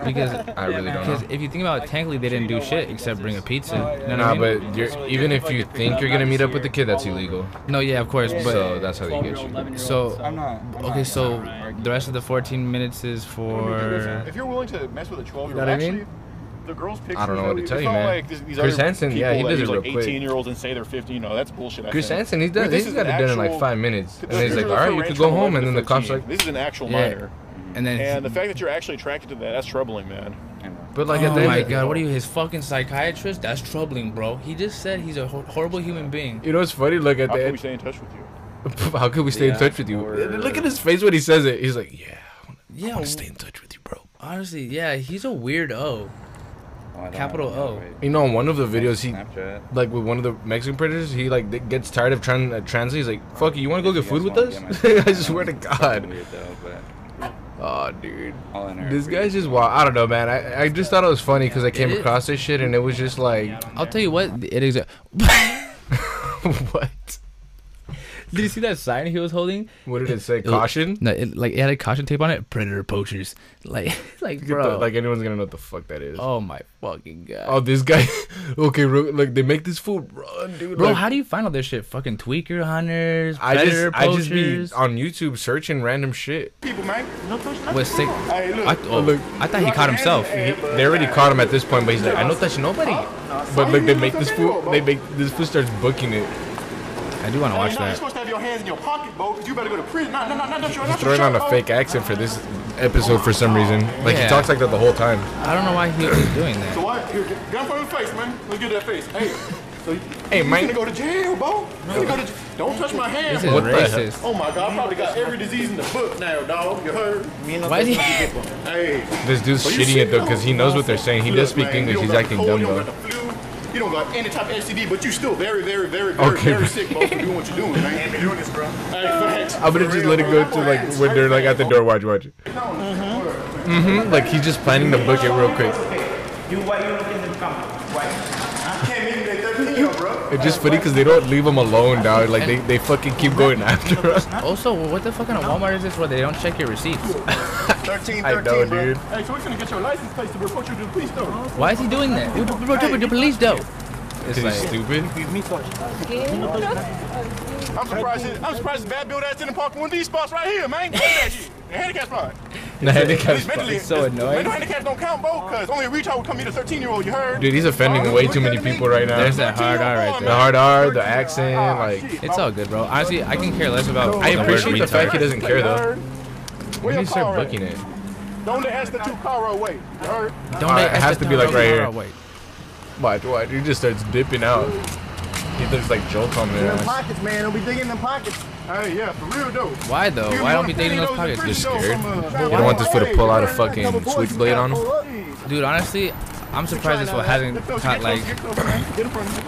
[SPEAKER 1] because
[SPEAKER 2] I really don't
[SPEAKER 1] because
[SPEAKER 2] know.
[SPEAKER 1] if you think about it, technically they didn't do shit except bring a pizza. You know what I
[SPEAKER 2] Nah,
[SPEAKER 1] mean?
[SPEAKER 2] but you're, even if you think you're gonna meet up with the kid, that's illegal.
[SPEAKER 1] no, yeah, of course, but
[SPEAKER 2] So that's how they get you.
[SPEAKER 1] so
[SPEAKER 13] I'm not. I'm
[SPEAKER 1] okay,
[SPEAKER 13] not-
[SPEAKER 1] so the rest of the 14 minutes is for
[SPEAKER 9] If you're willing to mess with a 12 year
[SPEAKER 2] Know what
[SPEAKER 9] old,
[SPEAKER 2] I mean?
[SPEAKER 9] actually, the girl's pictures.
[SPEAKER 2] know
[SPEAKER 9] that
[SPEAKER 2] what to
[SPEAKER 9] we-
[SPEAKER 2] tell
[SPEAKER 9] it's
[SPEAKER 2] you,
[SPEAKER 9] not
[SPEAKER 2] man.
[SPEAKER 9] Like this, these
[SPEAKER 2] Chris
[SPEAKER 9] other
[SPEAKER 2] Hansen, yeah,
[SPEAKER 9] people
[SPEAKER 2] he
[SPEAKER 9] that
[SPEAKER 2] does
[SPEAKER 9] use,
[SPEAKER 2] it real
[SPEAKER 9] like
[SPEAKER 2] quick.
[SPEAKER 9] 18 year olds and say they're 15. No, that's bullshit. I
[SPEAKER 2] Chris
[SPEAKER 9] think.
[SPEAKER 2] Hansen, he's
[SPEAKER 9] Dude,
[SPEAKER 2] done.
[SPEAKER 9] this
[SPEAKER 2] He's
[SPEAKER 9] is
[SPEAKER 2] got
[SPEAKER 9] an
[SPEAKER 2] it done in like
[SPEAKER 9] actual-
[SPEAKER 2] five minminutes,
[SPEAKER 9] Th-
[SPEAKER 2] and he's
[SPEAKER 9] this
[SPEAKER 2] like,
[SPEAKER 9] is
[SPEAKER 2] all
[SPEAKER 9] a
[SPEAKER 2] right, you could go
[SPEAKER 9] referential
[SPEAKER 2] home, and
[SPEAKER 9] 11
[SPEAKER 2] then
[SPEAKER 9] to
[SPEAKER 2] the cops
[SPEAKER 9] 13.
[SPEAKER 2] like,
[SPEAKER 9] This is an actual
[SPEAKER 1] Yeah.
[SPEAKER 9] minor.
[SPEAKER 1] and then
[SPEAKER 9] And the fact that you're actually attracted to that, that's troubling, man.
[SPEAKER 13] I know.
[SPEAKER 2] But like,
[SPEAKER 1] oh
[SPEAKER 2] at the
[SPEAKER 1] my
[SPEAKER 2] end,
[SPEAKER 1] god, what are you, his fucking psychiatrist? That's troubling, bro. He just said he's a hor- horrible human being.
[SPEAKER 2] You know, it's funny. Look at
[SPEAKER 1] How
[SPEAKER 2] the
[SPEAKER 1] can
[SPEAKER 2] end.
[SPEAKER 1] we
[SPEAKER 9] stay in touch with you?
[SPEAKER 2] How can we stay in
[SPEAKER 1] Yeah,
[SPEAKER 2] touch with you?
[SPEAKER 1] or-
[SPEAKER 2] Look at his face when he says it. He's like, yeah.
[SPEAKER 1] Yeah,
[SPEAKER 2] wanna
[SPEAKER 1] w-
[SPEAKER 2] stay in touch with you, bro.
[SPEAKER 1] Honestly, yeah, he's a weirdo.
[SPEAKER 14] Oh,
[SPEAKER 1] Capital O.
[SPEAKER 2] You know, in one of the videos, he like with one of the Mexican predators, he like th- gets tired of trying to translate. He's like, "Fuck you, you want to go get food with us?" I swear to God. Oh, dude. This guy's just wild. I don't know, man. I, I just thought it was funny because I came
[SPEAKER 1] is.
[SPEAKER 2] across this shit and it was just like,
[SPEAKER 1] I'll tell you what, it is.
[SPEAKER 2] what?
[SPEAKER 1] Did you see that sign he was holding?
[SPEAKER 2] What did it say? Caution?
[SPEAKER 1] No, it, like it had a caution tape on it. Predator poachers. Like, like
[SPEAKER 2] Get the-
[SPEAKER 1] bro.
[SPEAKER 2] like anyone's gonna know what the fuck that is.
[SPEAKER 1] oh my fucking god.
[SPEAKER 2] Oh, this guy. okay, ro- like they make this food. Run, dude.
[SPEAKER 1] Bro,
[SPEAKER 2] like-
[SPEAKER 1] how do you find all this shit? Fucking tweaker hunters,
[SPEAKER 2] I
[SPEAKER 1] predator
[SPEAKER 2] just I just be
[SPEAKER 1] poachers.
[SPEAKER 2] on YouTube searching random shit.
[SPEAKER 9] People, man. No
[SPEAKER 1] was sick.
[SPEAKER 9] Hey, look.
[SPEAKER 1] I, oh,
[SPEAKER 2] Look.
[SPEAKER 1] I thought he caught himself.
[SPEAKER 2] He- they already caught him at this point, but he's like, I don't touch nobody. But look, they make this fool. They make this fool starts booking it.
[SPEAKER 1] I do want
[SPEAKER 9] Hey, no, you're supposed to have your hands in your pocket, Bo, 'cause you better go to prison. No, no, no, no, not your,
[SPEAKER 2] He's
[SPEAKER 9] not your
[SPEAKER 2] throwing on
[SPEAKER 9] shirt,
[SPEAKER 2] a
[SPEAKER 9] Bo.
[SPEAKER 2] fake accent for this episode for some reason. Like he
[SPEAKER 1] Yeah.
[SPEAKER 2] talks like that the whole time.
[SPEAKER 1] I don't know why he was doing
[SPEAKER 9] So
[SPEAKER 1] that.
[SPEAKER 9] what? Here, get, get in front of the face, man. Let's get that face. Hey. So you-
[SPEAKER 2] Hey,
[SPEAKER 9] you
[SPEAKER 2] Mike.
[SPEAKER 9] gonna go to jail, Bo. You gonna go to j- Don't touch my hand,
[SPEAKER 1] This is
[SPEAKER 9] Bo.
[SPEAKER 1] racist.
[SPEAKER 9] Oh my God! I probably got every disease in the book now, dog. You heard?
[SPEAKER 1] Why is he-
[SPEAKER 9] Hey.
[SPEAKER 2] This dude's
[SPEAKER 9] Are you
[SPEAKER 2] shitting it though
[SPEAKER 9] serious?
[SPEAKER 2] because he knows what they're saying. He does
[SPEAKER 9] Look,
[SPEAKER 2] speak
[SPEAKER 9] man, you
[SPEAKER 2] English.
[SPEAKER 9] don't
[SPEAKER 2] He's
[SPEAKER 9] got
[SPEAKER 2] acting
[SPEAKER 9] cold,
[SPEAKER 2] dumb
[SPEAKER 9] you don't
[SPEAKER 2] though.
[SPEAKER 9] got the flu, You don't got any type of STD, but you still very, very, very, very,
[SPEAKER 2] Okay,
[SPEAKER 9] very
[SPEAKER 2] bro.
[SPEAKER 9] sick, Bo, for doing what you're doing, man. Hey, doing this, bro. facts.
[SPEAKER 2] I'm gonna Uh, just let it go to like when they're like at the door. Watch, watch. Mm-hmm. Like he's just planning to book it real quick.
[SPEAKER 7] You why you looking at them come? Why? I can't even make that video, bro.
[SPEAKER 2] It's just funny because they don't leave him alone, dog. Like they, they fucking keep going after us.
[SPEAKER 1] Also, what the fuck kind of Walmart is this where they don't check your receipts?
[SPEAKER 9] 13, 13,
[SPEAKER 2] I know,
[SPEAKER 9] bro.
[SPEAKER 2] dude.
[SPEAKER 9] Hey, so we're gonna get your license plate to report you to the police, though.
[SPEAKER 1] Why is he doing that? Dude, bro, dude, the police though.
[SPEAKER 2] Is he stupid?
[SPEAKER 9] I'm surprised. it- I'm surprised the bad build ass didn't park in one of these spots right here, man. Look at that shit. The handicap spot.
[SPEAKER 2] The handicap
[SPEAKER 9] These
[SPEAKER 2] spot.
[SPEAKER 9] mentally-
[SPEAKER 2] It's so
[SPEAKER 9] this-
[SPEAKER 2] annoying.
[SPEAKER 9] Mental handicaps don't count, bro, because only a retard would come meet a 13 year old. You heard? Uh,
[SPEAKER 2] Dude, he's offending way too many people right now.
[SPEAKER 1] There's that hard R right
[SPEAKER 2] The
[SPEAKER 1] there.
[SPEAKER 2] hard R, the
[SPEAKER 9] Ah,
[SPEAKER 2] accent, like.
[SPEAKER 1] It's all good, bro. Honestly, I can care less about.
[SPEAKER 2] I
[SPEAKER 1] the word
[SPEAKER 2] appreciate the
[SPEAKER 1] retard.
[SPEAKER 2] fact he doesn't care though. Maybe
[SPEAKER 9] Where your
[SPEAKER 2] he start
[SPEAKER 9] car at?
[SPEAKER 2] booking it.
[SPEAKER 9] Don't let us the two car away. You heard?
[SPEAKER 2] Don't Uh, it has to be like right here.
[SPEAKER 1] Wait.
[SPEAKER 2] Watch, watch. He just starts dipping out. He looks like Joel coming in.
[SPEAKER 9] pockets, man. Don't be digging them pockets. Hey, yeah, for real though.
[SPEAKER 1] Why though?
[SPEAKER 9] You
[SPEAKER 1] Why
[SPEAKER 9] be
[SPEAKER 1] don't
[SPEAKER 9] on
[SPEAKER 1] be
[SPEAKER 9] the
[SPEAKER 1] dating
[SPEAKER 9] penny
[SPEAKER 1] those
[SPEAKER 9] those in
[SPEAKER 1] pockets?
[SPEAKER 9] prison,
[SPEAKER 1] You're
[SPEAKER 9] though,
[SPEAKER 1] scared.
[SPEAKER 9] from, uh,
[SPEAKER 2] You don't want this fool to pull out a fucking switchblade on him.
[SPEAKER 1] Dude, honestly, I'm surprised this fool hasn't caught like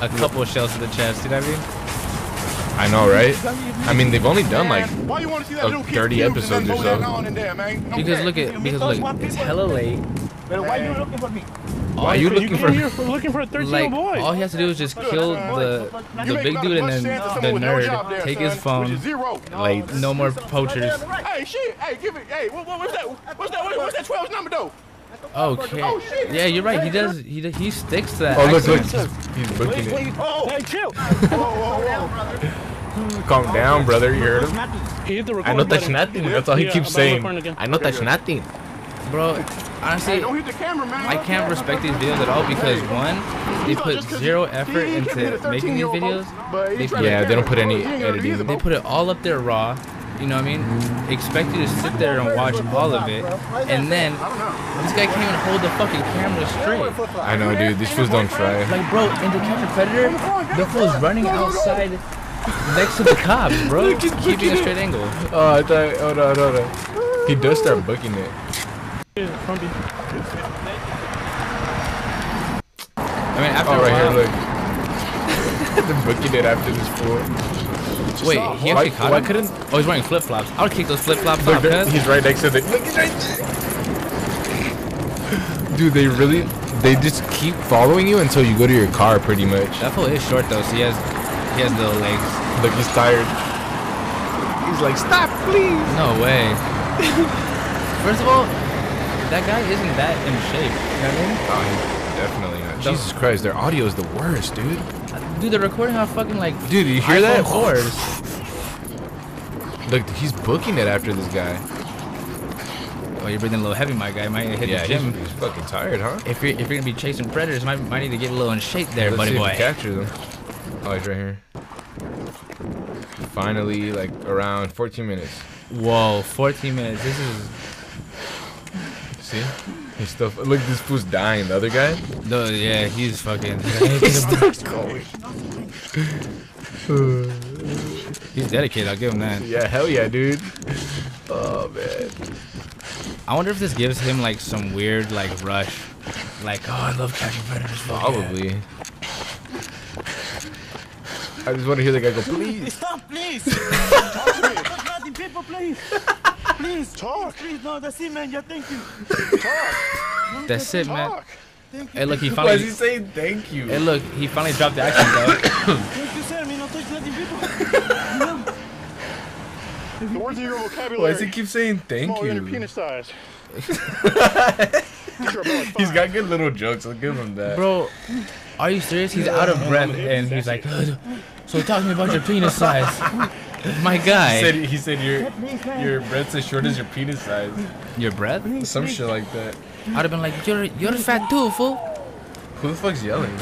[SPEAKER 1] a couple shells to the chest. You know what I mean?
[SPEAKER 2] I know, right? I mean, they've only done like
[SPEAKER 9] Why you want to see that
[SPEAKER 2] a
[SPEAKER 9] little kid
[SPEAKER 2] 30
[SPEAKER 9] cubed and
[SPEAKER 2] episodes
[SPEAKER 9] then
[SPEAKER 2] or
[SPEAKER 9] mow that
[SPEAKER 2] so.
[SPEAKER 9] lawn in there, man? Don't
[SPEAKER 1] Because
[SPEAKER 9] care.
[SPEAKER 1] look at because look, it's hella late.
[SPEAKER 7] Man, why you looking for me?
[SPEAKER 2] Why are you looking for?
[SPEAKER 7] for looking for a 13
[SPEAKER 1] Like all he has to do is just kill the
[SPEAKER 9] You
[SPEAKER 1] the
[SPEAKER 9] make
[SPEAKER 1] big
[SPEAKER 9] not
[SPEAKER 1] dude
[SPEAKER 9] as
[SPEAKER 1] and
[SPEAKER 9] much
[SPEAKER 1] then
[SPEAKER 9] sense as
[SPEAKER 1] the
[SPEAKER 9] someone with no job
[SPEAKER 1] nerd take
[SPEAKER 9] there, son,
[SPEAKER 1] his
[SPEAKER 9] which is
[SPEAKER 1] phone.
[SPEAKER 9] zero.
[SPEAKER 1] Like no more poachers.
[SPEAKER 9] Hey, shit. Hey, give it. Hey, what, what, what's that? What's that? What's that 12 number though?
[SPEAKER 1] Oh, Okay.
[SPEAKER 9] Oh,
[SPEAKER 1] Yeah, you're right. He does. He does, he sticks to that.
[SPEAKER 2] Oh look, look,
[SPEAKER 1] accent.
[SPEAKER 2] he's booking it.
[SPEAKER 9] Oh, hey, chill.
[SPEAKER 2] Calm down, brother. You heard him?
[SPEAKER 7] Hit the
[SPEAKER 2] I know that's nothing. That's all he keeps saying. I know that's nothing.
[SPEAKER 1] Bro, honestly,
[SPEAKER 9] Don't hit the camera, man.
[SPEAKER 1] I can't respect these videos at all because one, they put zero effort into making these videos. They put,
[SPEAKER 2] Yeah, they don't put any editing.
[SPEAKER 1] they put it all up there raw. You know what I mean? Expect you to sit there and watch all of it, and then this guy can't even hold the fucking camera straight.
[SPEAKER 2] I know, dude. These fools don't try.
[SPEAKER 1] Like, bro, in the Catch a Predator, the fool's running outside next to the cops, bro,
[SPEAKER 2] Look, he's
[SPEAKER 1] keeping
[SPEAKER 2] looking
[SPEAKER 1] a
[SPEAKER 2] at-
[SPEAKER 1] straight angle.
[SPEAKER 2] Oh, I thought. Oh no, no, no. He does start booking it.
[SPEAKER 1] I mean, after
[SPEAKER 2] Oh,
[SPEAKER 1] a
[SPEAKER 2] right here,
[SPEAKER 1] while,
[SPEAKER 2] look. They're booking it after this fool.
[SPEAKER 1] wait, he actually
[SPEAKER 2] Why-
[SPEAKER 1] caught
[SPEAKER 2] why
[SPEAKER 1] him?
[SPEAKER 2] couldn't-
[SPEAKER 1] Oh, he's wearing flip flops. I'll kick those flip flops
[SPEAKER 2] Look,
[SPEAKER 1] off,
[SPEAKER 2] there-
[SPEAKER 1] cuz.
[SPEAKER 2] he's right next to the. Look, he's right. there. Dude, they really. They just keep following you until you go to your car, pretty much.
[SPEAKER 1] That fool is short though, so he has he has little legs.
[SPEAKER 2] Look, he's tired. He's like, stop, please.
[SPEAKER 1] No way. First of all, that guy isn't that in shape. You know what
[SPEAKER 2] Oh, he's definitely not. Jesus Christ, their audio is the worst, dude.
[SPEAKER 1] I mean? Dude, they're recording on fucking like
[SPEAKER 2] Dude, you hear
[SPEAKER 1] iPhone
[SPEAKER 2] that?
[SPEAKER 1] 4s.
[SPEAKER 2] Look, he's booking it after this guy.
[SPEAKER 1] Oh, you're breathing a little heavy, my guy. Might hit
[SPEAKER 2] Yeah,
[SPEAKER 1] the
[SPEAKER 2] he's,
[SPEAKER 1] gym.
[SPEAKER 2] he's fucking tired, huh?
[SPEAKER 1] If you're if you're gonna be chasing predators, might might need to get a little in shape there,
[SPEAKER 2] Let's
[SPEAKER 1] buddy
[SPEAKER 2] see if
[SPEAKER 1] boy.
[SPEAKER 2] we capture them. Oh, he's right here. Finally, like around 14 minutes.
[SPEAKER 1] Whoa, 14 minutes. This is
[SPEAKER 2] See? He's still look. This fool's dying. The other guy.
[SPEAKER 1] No, yeah, he's fucking.
[SPEAKER 2] he's not going.
[SPEAKER 1] He's dedicated. I'll give him that.
[SPEAKER 2] Yeah, hell yeah, dude. Oh man.
[SPEAKER 1] I wonder if this gives him like some weird like rush, like oh I love catching predators. fuck yeah."
[SPEAKER 2] Probably. I just want to hear the guy go, please.
[SPEAKER 15] Stop, please! Talk to me! Nothing, people, please! Please! Talk! Please, no, that's it, man. Yeah, thank you. Talk!
[SPEAKER 1] That's it, man.
[SPEAKER 15] Talk. Thank you.
[SPEAKER 1] Hey, look, he finally.
[SPEAKER 2] is he saying thank you?
[SPEAKER 1] Hey, look, he finally dropped the action though.
[SPEAKER 15] Thank you, sir. Me no touch nothing, people. No.
[SPEAKER 9] The words in your vocabulary.
[SPEAKER 2] Why does he keep saying thank
[SPEAKER 9] smaller than your
[SPEAKER 2] you?
[SPEAKER 9] penis size.
[SPEAKER 2] He's got good little jokes. I'll give him that.
[SPEAKER 1] Bro, are you serious? He's out of breath and he's like, "Ugh, so talk to me about your penis size. My
[SPEAKER 2] He
[SPEAKER 1] guy.
[SPEAKER 2] said, he said your your breath's as short as your penis size.
[SPEAKER 1] Your breath?
[SPEAKER 2] Some shit like that.
[SPEAKER 1] I'd have been like, you're you're fat too, fool.
[SPEAKER 2] Who the fuck's yelling?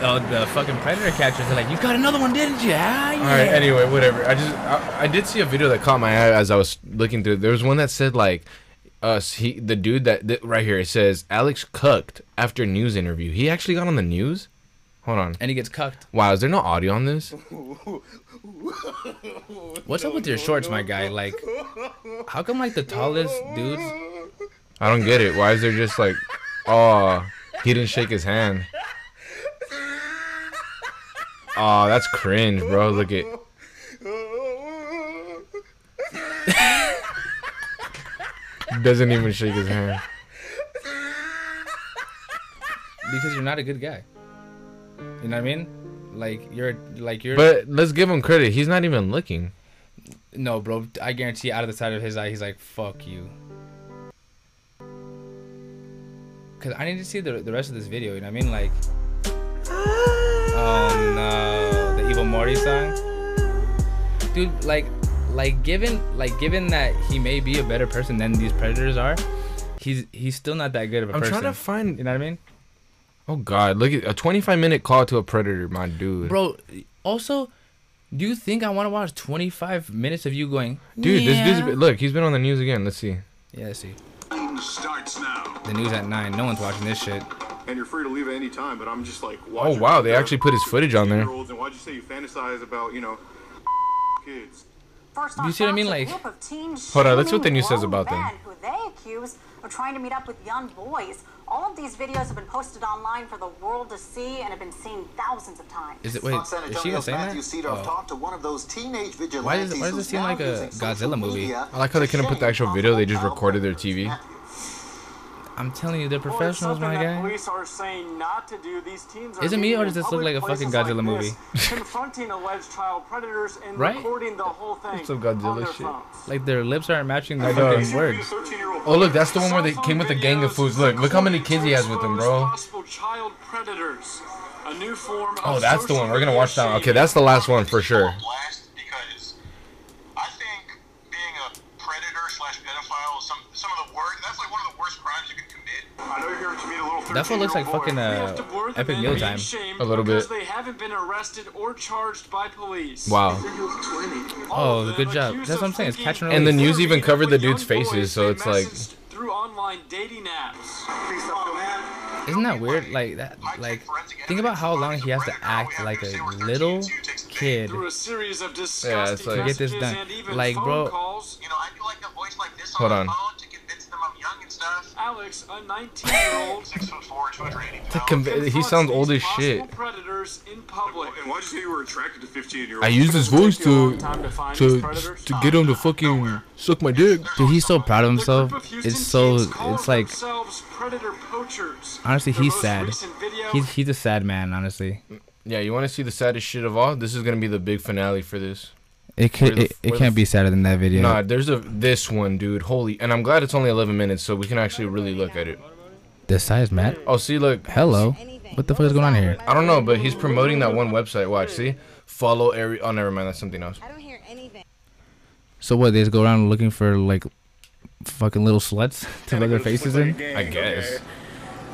[SPEAKER 1] Oh, the fucking predator catchers are like, you got another one, didn't you? Ah, yeah.
[SPEAKER 2] All right. Anyway, whatever. I just I, I did see a video that caught my eye as I was looking through. There was one that said like, us he the dude that th- right here. It says Alex cucked after news interview. He actually got on the news. Hold on.
[SPEAKER 1] And he gets cucked.
[SPEAKER 2] Wow. Is there no audio on this?
[SPEAKER 1] What's up with your shorts, my guy? Like, how come like the tallest dudes?
[SPEAKER 2] I don't get it. Why is there just like, oh, he didn't shake his hand. Oh, that's cringe, bro. Look at. Doesn't even shake his hand.
[SPEAKER 1] Because you're not a good guy. You know what I mean? Like you're like you're.
[SPEAKER 2] But let's give him credit. He's not even looking.
[SPEAKER 1] no, bro. I guarantee, out of the side of his eye, he's like, "Fuck you." Cause I need to see the the rest of this video. You know what I mean? Like, oh no, the Evil Morty song, dude. Like, like given like given that he may be a better person than these predators are, he's he's still not that good of a
[SPEAKER 2] I'm
[SPEAKER 1] person.
[SPEAKER 2] trying to find.
[SPEAKER 1] You know what I mean?
[SPEAKER 2] Oh God, look at a 25 minute call to a predator, my dude.
[SPEAKER 1] Bro, also, do you think I want to watch 25 minutes of you going,
[SPEAKER 2] dude,
[SPEAKER 1] yeah.
[SPEAKER 2] this dude's look. He's been on the news again. Let's see.
[SPEAKER 1] Yeah, let's see.
[SPEAKER 9] Starts now.
[SPEAKER 1] The news at 9. No one's watching this shit.
[SPEAKER 9] And you're free to leave at any time, but I'm just like,
[SPEAKER 2] Oh wow, they actually put his footage on there.
[SPEAKER 9] olds and why'd you say you fantasize about, you know, kids?
[SPEAKER 16] First
[SPEAKER 1] You
[SPEAKER 16] off,
[SPEAKER 1] see what I
[SPEAKER 16] that's
[SPEAKER 1] mean?
[SPEAKER 16] a
[SPEAKER 1] Like-
[SPEAKER 16] group of teens
[SPEAKER 2] Hold on, let's see what the
[SPEAKER 16] shaming
[SPEAKER 2] news says
[SPEAKER 16] grown
[SPEAKER 2] about them.
[SPEAKER 16] men Who they accuse of trying to meet up with young boys. All of these videos have been posted online for the world to see and have been seen thousands of times.
[SPEAKER 1] Is it, wait,
[SPEAKER 17] San
[SPEAKER 1] is she even
[SPEAKER 17] Antonio's
[SPEAKER 1] saying
[SPEAKER 17] Matthew
[SPEAKER 1] that?
[SPEAKER 17] Cedar
[SPEAKER 1] Oh.
[SPEAKER 17] talked to one of those teenage vigilantes
[SPEAKER 1] Why does, why does this seem like a Godzilla movie?
[SPEAKER 2] I like how they couldn't put the actual video. They just recorded their TV.
[SPEAKER 1] I'm telling you, they're
[SPEAKER 18] Well, it's
[SPEAKER 1] professionals,
[SPEAKER 18] something
[SPEAKER 1] my
[SPEAKER 18] that
[SPEAKER 1] guy.
[SPEAKER 18] Police are saying not to do. These teens are
[SPEAKER 1] Is it me,
[SPEAKER 18] meeting
[SPEAKER 1] or does
[SPEAKER 18] in
[SPEAKER 1] this look
[SPEAKER 18] public
[SPEAKER 1] like a fucking
[SPEAKER 18] places
[SPEAKER 1] Godzilla
[SPEAKER 18] like this,
[SPEAKER 1] movie?
[SPEAKER 18] confronting alleged child predators and
[SPEAKER 1] Right?
[SPEAKER 18] recording the whole thing.
[SPEAKER 2] Some
[SPEAKER 18] on their
[SPEAKER 2] Godzilla shit.
[SPEAKER 18] phone.
[SPEAKER 1] Like, their lips aren't matching
[SPEAKER 2] I
[SPEAKER 1] their
[SPEAKER 2] know.
[SPEAKER 1] fucking words.
[SPEAKER 2] Oh look, that's the one where they came with a gang of fools. Look, look how many kids he has with him, bro.
[SPEAKER 18] Possible child predators, a new form. of
[SPEAKER 2] Oh, that's the
[SPEAKER 18] social
[SPEAKER 2] one. We're gonna
[SPEAKER 18] media
[SPEAKER 2] watch that. one.
[SPEAKER 18] shaming.
[SPEAKER 2] Okay, that's the last one for sure.
[SPEAKER 9] I know you're here to meet a little
[SPEAKER 1] That's what looks like fucking uh, Epic Meal Time.
[SPEAKER 18] Shamed
[SPEAKER 2] A little
[SPEAKER 18] because
[SPEAKER 2] bit.
[SPEAKER 18] They haven't been arrested or charged by police.
[SPEAKER 2] Wow.
[SPEAKER 18] All of
[SPEAKER 1] Oh,
[SPEAKER 18] them
[SPEAKER 1] good job.
[SPEAKER 18] accused
[SPEAKER 1] That's what I'm
[SPEAKER 18] of
[SPEAKER 1] saying. It's catch and
[SPEAKER 2] And the
[SPEAKER 1] release.
[SPEAKER 2] news even covered the dude's faces, so it's like,
[SPEAKER 18] through online dating apps.
[SPEAKER 1] Isn't that weird? Like that. Like, think about how long he has to act like a little kid
[SPEAKER 18] Through a series of disgusting
[SPEAKER 1] Yeah, it's like- Get this
[SPEAKER 18] messages
[SPEAKER 1] done.
[SPEAKER 18] and even
[SPEAKER 1] Like,
[SPEAKER 18] phone
[SPEAKER 1] bro-
[SPEAKER 18] calls.
[SPEAKER 2] hold on.
[SPEAKER 18] Alex, a 19-year-old,
[SPEAKER 2] To conv- he sounds old as shit.
[SPEAKER 18] predators in public.
[SPEAKER 9] And why'd you say you were attracted to 15 year olds?
[SPEAKER 2] I used his voice to to
[SPEAKER 18] predators?
[SPEAKER 2] to get him to fucking suck my dick.
[SPEAKER 1] Dude, he's so proud of himself. It's so. It's like.
[SPEAKER 18] themselves predator poachers.
[SPEAKER 1] Honestly,
[SPEAKER 18] Their
[SPEAKER 1] he's
[SPEAKER 18] most
[SPEAKER 1] sad.
[SPEAKER 18] recent video-
[SPEAKER 1] He's he's a sad man. Honestly,
[SPEAKER 2] Yeah, you want to see the saddest shit of all? This is gonna be the big finale for this.
[SPEAKER 1] it
[SPEAKER 2] Where
[SPEAKER 1] can
[SPEAKER 2] the-
[SPEAKER 1] it, it
[SPEAKER 2] where the
[SPEAKER 1] can't be sadder than that video.
[SPEAKER 2] Nah, there's a this one, dude. Holy, and I'm glad it's only 11 minutes, so we can actually really look at it.
[SPEAKER 1] The size, Matt.
[SPEAKER 2] Oh, see, look.
[SPEAKER 1] Hello. What the fuck is going on here?
[SPEAKER 2] I don't know, but he's promoting that one website. Watch, see, follow every. Oh, never mind, that's something else.
[SPEAKER 1] So what? They just go around looking for like fucking little sluts to rub their faces in.
[SPEAKER 2] I guess.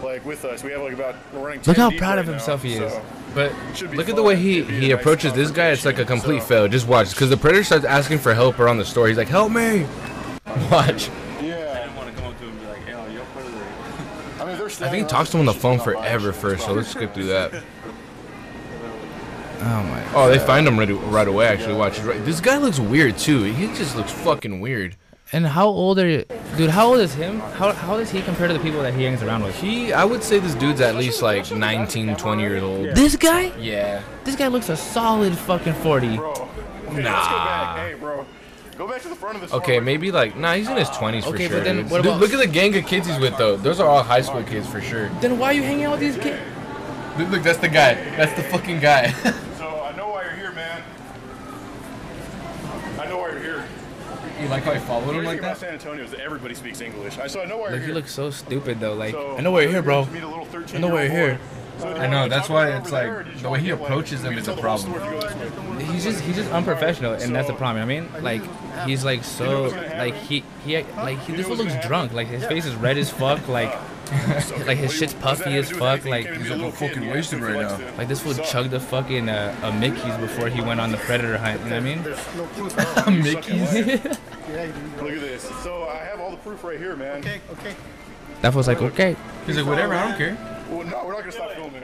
[SPEAKER 9] Like with us, we have like about we're running.
[SPEAKER 1] Look
[SPEAKER 9] 10
[SPEAKER 1] how
[SPEAKER 9] deep
[SPEAKER 1] proud
[SPEAKER 9] right
[SPEAKER 1] of
[SPEAKER 9] now,
[SPEAKER 1] himself he is.
[SPEAKER 9] so-
[SPEAKER 2] But
[SPEAKER 9] Should be
[SPEAKER 2] look at
[SPEAKER 9] fun.
[SPEAKER 2] the way he
[SPEAKER 9] Should be a
[SPEAKER 2] he
[SPEAKER 9] nice
[SPEAKER 2] approaches this guy. It's like a complete fail. Just watch, because the predator starts asking for help around the store. He's like, "Help me!" Watch.
[SPEAKER 9] Yeah.
[SPEAKER 13] I didn't want to come up to him and be like, hey, yo, predator.
[SPEAKER 2] I think he talks to him on the phone forever first, so let's skip through that.
[SPEAKER 1] Oh my.
[SPEAKER 2] Oh, they find him right, right away. Actually, watch he's right. This guy looks weird too. He just looks fucking weird.
[SPEAKER 1] And how old are you, dude? How old is him? How how does he compare to the people that he hangs around with?
[SPEAKER 2] He, I would say this dude's at least like 19, 20 years old.
[SPEAKER 1] This guy?
[SPEAKER 2] Yeah.
[SPEAKER 1] This guy looks a solid fucking forty.
[SPEAKER 9] Okay, let's go back. Hey, bro. Go back to the front of this.
[SPEAKER 2] Okay, maybe like nah, he's in his twenties for
[SPEAKER 1] Okay,
[SPEAKER 2] sure.
[SPEAKER 1] but then
[SPEAKER 2] dude.
[SPEAKER 1] what
[SPEAKER 2] Dude,
[SPEAKER 1] about-
[SPEAKER 2] look at the gang of kids he's with though. Those are all high school kids for sure.
[SPEAKER 1] Then why are you hanging out with these kids?
[SPEAKER 2] Dude, look, that's the guy. That's the fucking guy.
[SPEAKER 9] So I know why you're here, man. I know why you're here.
[SPEAKER 2] You like how I followed him
[SPEAKER 9] The
[SPEAKER 2] like
[SPEAKER 9] thing about San Antonio is that everybody speaks English. I so I know why
[SPEAKER 1] Like
[SPEAKER 9] you're
[SPEAKER 1] he
[SPEAKER 9] here.
[SPEAKER 1] looks so stupid though. Like
[SPEAKER 9] So,
[SPEAKER 1] I know why you're here, bro.
[SPEAKER 9] meet a little
[SPEAKER 1] I know why you're here.
[SPEAKER 2] I know. That's why it's like the way he approaches them is a problem.
[SPEAKER 1] He's just he's just unprofessional, and that's the problem. you know what I mean, like he's like so like he he like he, this one looks drunk. Like his face is red as fuck. Like like his shit's puffy as fuck. Like
[SPEAKER 2] He's like, I'm fucking wasted right now.
[SPEAKER 1] like this fool chugged a fucking uh, a Mickey's before he went on the predator hunt. You know what I mean? Mickey's.
[SPEAKER 9] Look at this. So I have all the proof right here, man. Okay, okay.
[SPEAKER 1] that was like okay.
[SPEAKER 2] He's like, whatever, I don't care.
[SPEAKER 9] Well, no, we're not gonna stop filming.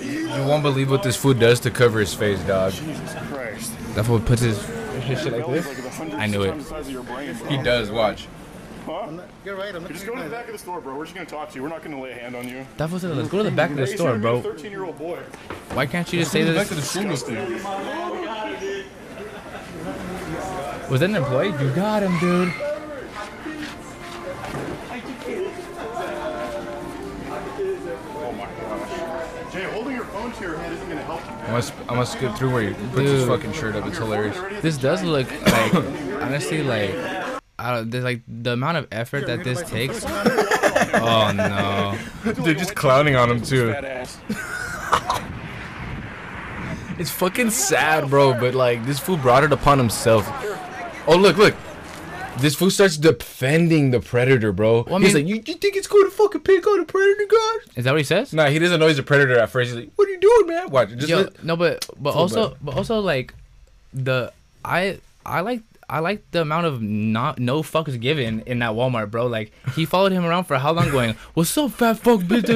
[SPEAKER 2] You won't believe what this food does to cover his face, dog.
[SPEAKER 9] Jesus Christ.
[SPEAKER 1] That fool puts his his shit like
[SPEAKER 9] Belly's
[SPEAKER 1] this.
[SPEAKER 9] like the hundreds
[SPEAKER 1] I knew
[SPEAKER 9] times the size of your brain, bro.
[SPEAKER 2] He does. Watch.
[SPEAKER 9] Huh? You're right. I'm just go to the back of the store, bro. We're just gonna talk to you. We're not gonna lay a hand on you.
[SPEAKER 1] That was it. Let's go to the back of the
[SPEAKER 9] Hey, you
[SPEAKER 1] store,
[SPEAKER 9] should've
[SPEAKER 1] bro.
[SPEAKER 9] been a 13-year-old boy.
[SPEAKER 1] Why can't you just say
[SPEAKER 2] Back to the
[SPEAKER 1] this?
[SPEAKER 2] school with you.
[SPEAKER 1] Was that an employee? You got him, dude.
[SPEAKER 9] Oh my gosh. Jay, holding your phone to your head isn't gonna help you.
[SPEAKER 2] I must, I must skip through where he puts his fucking shirt up. It's hilarious.
[SPEAKER 1] This does look like, honestly, like, I don't, there's like the amount of effort that this takes. Oh no.
[SPEAKER 2] They're just clowning on him too.
[SPEAKER 9] Fat ass.
[SPEAKER 2] It's fucking sad, bro. But like, this fool brought it upon himself. Oh look, look. This fool starts defending the predator, bro.
[SPEAKER 1] I mean-
[SPEAKER 2] he's like, you, you think it's cool to fucking pick on a predator, God?
[SPEAKER 1] Is that what he says?
[SPEAKER 2] Nah, he doesn't know he's a predator at first. He's like, what are you doing, man? Watch. Just
[SPEAKER 1] Yo,
[SPEAKER 2] let-
[SPEAKER 1] no, but but
[SPEAKER 2] Full
[SPEAKER 1] also
[SPEAKER 2] bro.
[SPEAKER 1] but also like, the I I like. I like the amount of not no fucks given in that Walmart, bro. Like he followed him around for how long, going, "What's up, fat fuck, bitch?"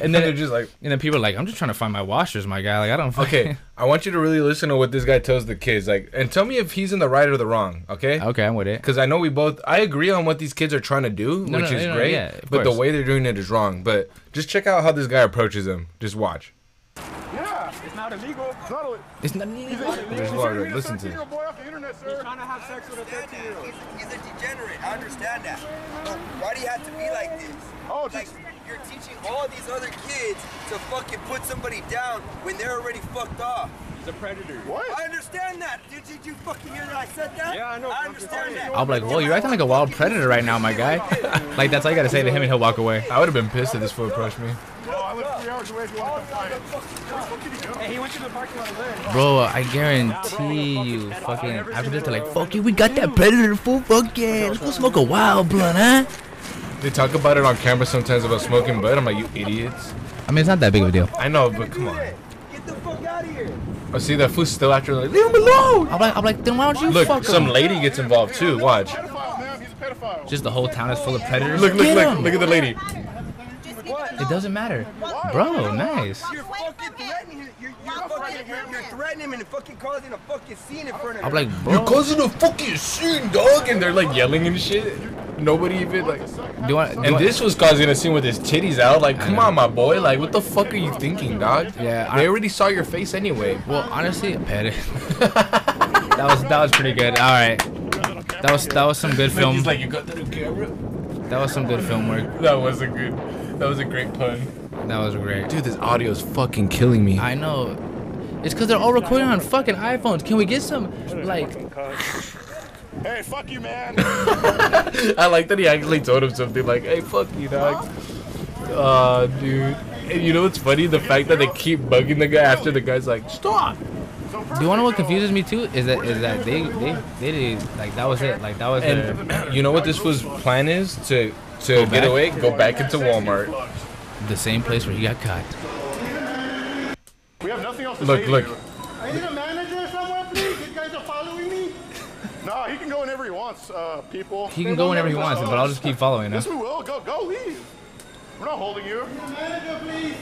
[SPEAKER 1] And then
[SPEAKER 2] they're just like,
[SPEAKER 1] and then people are like, "I'm just trying to find my washers, my guy." Like I don't. fucking-
[SPEAKER 2] okay, I want you to really listen to what this guy tells the kids, like, and tell me if he's in the right or the wrong, okay?
[SPEAKER 1] Okay, I'm with it.
[SPEAKER 2] Because I know we both, I agree on what these kids are trying to do,
[SPEAKER 1] No,
[SPEAKER 2] which
[SPEAKER 1] no,
[SPEAKER 2] is
[SPEAKER 1] no, no,
[SPEAKER 2] great,
[SPEAKER 1] yeah, of
[SPEAKER 2] but the
[SPEAKER 1] course.
[SPEAKER 2] way they're doing it is wrong. But just check out how this guy approaches them. Just watch.
[SPEAKER 9] Yeah, it's not illegal. It's not illegal.
[SPEAKER 1] It's not
[SPEAKER 2] There's a lot of listen to.
[SPEAKER 9] boy off the internet, sir. He's trying to have sex with a 13 year old.
[SPEAKER 17] He's a degenerate. I understand that. But why do you have to be like this?
[SPEAKER 9] Oh,
[SPEAKER 17] like you're teaching all these other kids to fucking put somebody down when they're already fucked off. He's a predator.
[SPEAKER 9] What?
[SPEAKER 17] I understand that. Did you, did you fucking hear that I said that? Yeah, I know. I understand that.
[SPEAKER 1] I'll be like, "Whoa, you're acting like a wild predator right now, my guy." like that's all you gotta say to him, and he'll walk away.
[SPEAKER 2] I would have been pissed if this fool approached me.
[SPEAKER 9] No, I live three hours away if you want to come find it. Hey, he went to the parking lot
[SPEAKER 1] Bro, I guarantee you, fucking after this, they're like, "Fuck you, we got that predator fool, fuck yeah, let's go smoke a wild blunt, huh?"
[SPEAKER 2] They talk about it on camera sometimes about smoking bud. I'm like, you idiots.
[SPEAKER 1] I mean, it's not that big of a deal.
[SPEAKER 2] I know, but come on. Get the fuck out of here. I see that fool's still after like, leave him alone.
[SPEAKER 1] I'm like, I'm like, then why don't you
[SPEAKER 2] Look,
[SPEAKER 1] fuck
[SPEAKER 2] some
[SPEAKER 1] him?
[SPEAKER 2] lady gets involved too. Watch.
[SPEAKER 1] Just the whole town is full of predators.
[SPEAKER 2] Look, look,
[SPEAKER 1] Get
[SPEAKER 2] look,
[SPEAKER 1] him!
[SPEAKER 2] look at the lady.
[SPEAKER 1] It doesn't matter, bro. Nice.
[SPEAKER 17] You're fucking threatening him. You're, you're, fucking, you're, you're threatening him and fucking causing a fucking scene in front of him.
[SPEAKER 1] I'm like, bro.
[SPEAKER 2] You're causing a fucking scene, dog, and they're like yelling and shit. Nobody even like.
[SPEAKER 1] Do you want- do you
[SPEAKER 2] And
[SPEAKER 1] want-
[SPEAKER 2] this was causing a scene with his titties out. Like, come on, my boy. Like, what the fuck are you thinking, dog?
[SPEAKER 1] Yeah,
[SPEAKER 2] They already saw your face anyway.
[SPEAKER 1] Well, honestly, a pet. that was that was pretty good. All right, that was that was some good
[SPEAKER 2] Like,
[SPEAKER 1] film.
[SPEAKER 2] he's like, you got that on camera?
[SPEAKER 1] That was some good film work.
[SPEAKER 2] That was a good. That was a great pun.
[SPEAKER 1] That was great.
[SPEAKER 2] Dude, this audio is fucking killing me.
[SPEAKER 1] I know. It's because they're all recording on fucking iPhones. Can we get some, like,
[SPEAKER 9] Hey, fuck you, man.
[SPEAKER 2] I like that he actually told him something like, "Hey, fuck you, dog." Uh, dude. And you know what's funny? The fact that they keep bugging the guy after the guy's like, "Stop."
[SPEAKER 1] do you want to know what confuses me too? Is that is that they they they did like that was it like that was
[SPEAKER 2] And
[SPEAKER 1] their,
[SPEAKER 2] you know what this was plan is to to
[SPEAKER 1] Go
[SPEAKER 2] get
[SPEAKER 1] back?
[SPEAKER 2] away, go back into Walmart.
[SPEAKER 1] the same place where he got caught.
[SPEAKER 9] We have nothing else to
[SPEAKER 2] Look,
[SPEAKER 9] say to
[SPEAKER 2] look.
[SPEAKER 9] you.
[SPEAKER 7] I need a manager somewhere, please. These guys are following me.
[SPEAKER 9] Nah, he can go whenever he wants, uh, people.
[SPEAKER 1] He can go whenever he wants, but I'll just keep following him.
[SPEAKER 9] Yes, we will. Go, go, leave. We're not holding you. Manager, please.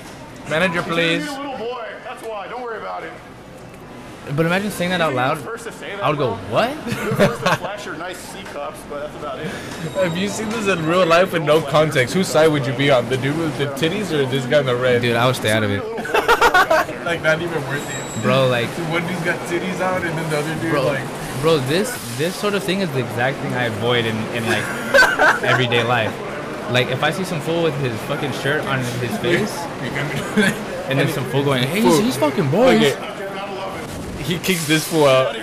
[SPEAKER 1] Manager, please.
[SPEAKER 9] You're a little boy. That's why. Don't worry about it.
[SPEAKER 1] But imagine saying that out loud.
[SPEAKER 9] You're the first to say that,
[SPEAKER 1] I would go,
[SPEAKER 9] bro. You're the first to
[SPEAKER 1] what?
[SPEAKER 9] flash your nice C cups, but that's about it.
[SPEAKER 2] Have you seen this in real life with no context? Whose side would you be on? The dude with the titties or this guy in the red?
[SPEAKER 1] Dude, I would stay out of it.
[SPEAKER 2] like not even worth it.
[SPEAKER 1] Bro, like-
[SPEAKER 2] one dude's got titties out and then the other dude
[SPEAKER 1] Bro,
[SPEAKER 2] like
[SPEAKER 1] bro, this this sort of thing is the exact thing I avoid in, in like everyday life. Like if I see some fool with his fucking shirt on his face, and then some fool going, "Hey, he's, he's fucking boys."
[SPEAKER 2] He kicks this fool out.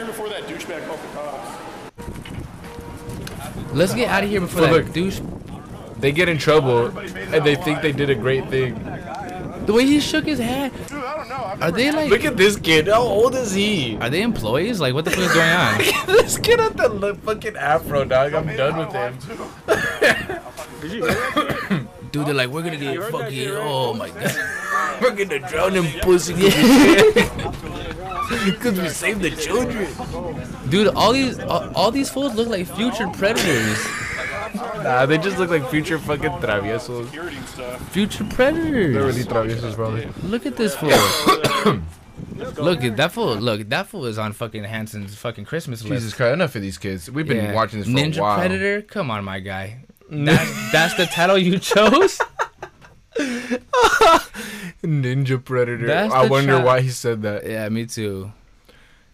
[SPEAKER 1] Let's get out of here before
[SPEAKER 2] But
[SPEAKER 1] that
[SPEAKER 2] look,
[SPEAKER 1] douche.
[SPEAKER 2] They get in trouble and they think they did a great thing.
[SPEAKER 1] The way he shook his head. Are they like?
[SPEAKER 2] Look at this kid. How old is he?
[SPEAKER 1] Are they employees? Like what the fuck is going on?
[SPEAKER 2] this kid at the li- fucking afro, dog. I'm done with him.
[SPEAKER 1] Dude, they're like, we're gonna get fucking. Oh my god.
[SPEAKER 2] We're gonna drown him, pussy. Because we saved the children.
[SPEAKER 1] Dude, all these all, all these fools look like future predators.
[SPEAKER 2] Nah, they just look like future fucking traviesos.
[SPEAKER 1] Future predators.
[SPEAKER 2] They're really traviesos, brother.
[SPEAKER 1] Look at this fool. look at that fool. Look, that fool is on fucking Hanson's fucking Christmas list.
[SPEAKER 2] Jesus Christ, enough of these kids. We've been
[SPEAKER 1] Yeah.
[SPEAKER 2] watching this for
[SPEAKER 1] Ninja
[SPEAKER 2] a while.
[SPEAKER 1] Predator. Come on, my guy. That's, that's the title you chose.
[SPEAKER 2] Ninja Predator.
[SPEAKER 1] That's
[SPEAKER 2] I
[SPEAKER 1] the
[SPEAKER 2] wonder
[SPEAKER 1] chi-
[SPEAKER 2] why he said that.
[SPEAKER 1] Yeah, me too.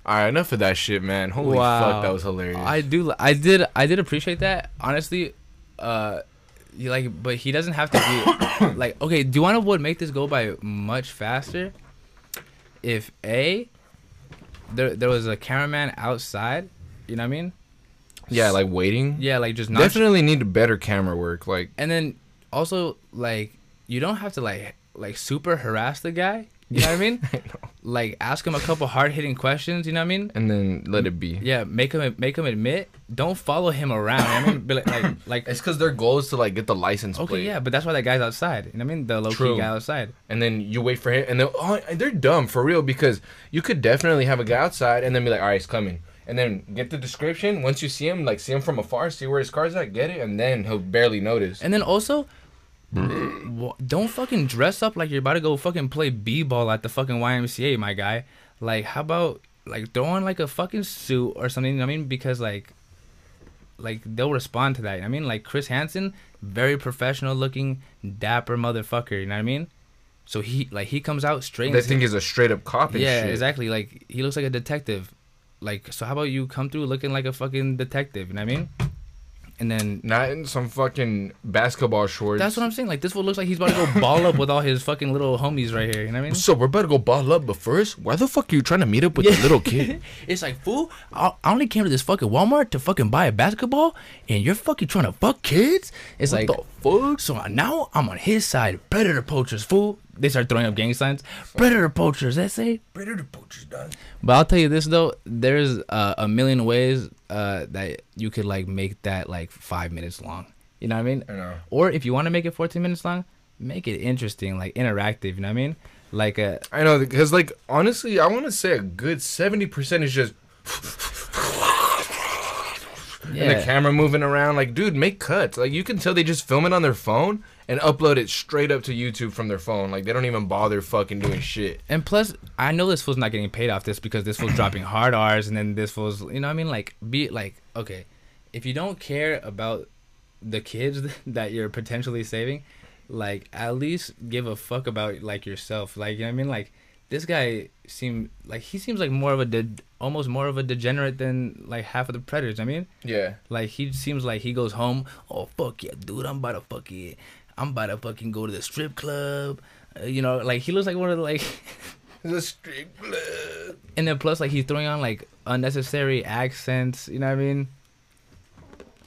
[SPEAKER 2] All right, enough of that shit, man. Holy fuck, that was hilarious.
[SPEAKER 1] I do. li- I did. I did appreciate that. Honestly, uh, you like, but he doesn't have to be like. Okay, do you want to would make this go by much faster? If a there there was a cameraman outside, you know what I mean?
[SPEAKER 2] yeah, like waiting.
[SPEAKER 1] Yeah, like just not.
[SPEAKER 2] Definitely need better camera work. Like,
[SPEAKER 1] And then also like you don't have to like like super harass the guy. You know what I mean? Like ask him a couple hard hitting questions. You know what I mean?
[SPEAKER 2] and then let it be.
[SPEAKER 1] Yeah, make him make him admit. Don't follow him around. you know what I mean, Be like, like, like
[SPEAKER 2] it's because their goal is to like get the license
[SPEAKER 1] okay,
[SPEAKER 2] plate.
[SPEAKER 1] yeah, but that's why that guy's outside. You know what I mean, the low
[SPEAKER 2] True.
[SPEAKER 1] key guy outside.
[SPEAKER 2] And then you wait for him, and they're, oh, they're dumb for real because you could definitely have a guy outside and then be like, all right, he's coming. And then get the description. Once you see him, like see him from afar, see where his car's at, get it, and then he'll barely notice.
[SPEAKER 1] And then also, wha- don't fucking dress up like you're about to go fucking play b ball at the fucking YMCA, my guy. Like, how about like throw on like a fucking suit or something? You know what I mean, because like, like they'll respond to that. you know what I mean, like Chris Hansen, very professional looking, dapper motherfucker. You know what I mean? So he like he comes out straight. and
[SPEAKER 2] They
[SPEAKER 1] says-
[SPEAKER 2] think he's a straight up cop and
[SPEAKER 1] yeah,
[SPEAKER 2] shit.
[SPEAKER 1] exactly. Like he looks like a detective. Like so, how about you come through looking like a fucking detective? You know what I mean? And then
[SPEAKER 2] Not in some fucking basketball shorts.
[SPEAKER 1] that's what I'm saying. Like this fool looks like he's about to go ball up with all his fucking little homies right here. You know what I mean?
[SPEAKER 2] So we're about to go ball up, but first, why the fuck are you trying to meet up with the little kid?
[SPEAKER 1] It's like fool. I I only came to this fucking Walmart to fucking buy a basketball, and you're fucking trying to fuck kids. It's
[SPEAKER 2] What
[SPEAKER 1] like fuck. So now I'm on his side. Predator poachers, fool. They start throwing up gang signs. Predator poachers. That's it.
[SPEAKER 2] Predator poachers, done.
[SPEAKER 1] But I'll tell you this though, there's uh, a million ways uh, that you could like make that like five minutes long. You know what I mean?
[SPEAKER 2] I know.
[SPEAKER 1] Or if you want to make it 14 minutes long, make it interesting, like interactive. You know what I mean? Like uh, a
[SPEAKER 2] I know because like honestly, I want to say a good seventy percent is just and
[SPEAKER 1] Yeah.
[SPEAKER 2] the camera moving around. Like, dude, make cuts. Like, you can tell they just film it on their phone and upload it straight up to YouTube from their phone. Like, they don't even bother fucking doing shit.
[SPEAKER 1] and plus, I know this fool's not getting paid off this because this fool's dropping hard R's, and then this fool's, you know what I mean? Like, be like, okay, if you don't care about the kids that you're potentially saving, like, at least give a fuck about like yourself. Like, you know what I mean? Like, this guy seemed like he seems like more of a de- almost more of a degenerate than like half of the predators. I mean,
[SPEAKER 2] Yeah.
[SPEAKER 1] Like he seems like he goes home. Oh fuck yeah, dude! I'm about to fucking, I'm about to fucking go to the strip club. Uh, you know, like he looks like one of the like.
[SPEAKER 2] The strip
[SPEAKER 1] And then plus, like he's throwing on like unnecessary accents. You know what I mean?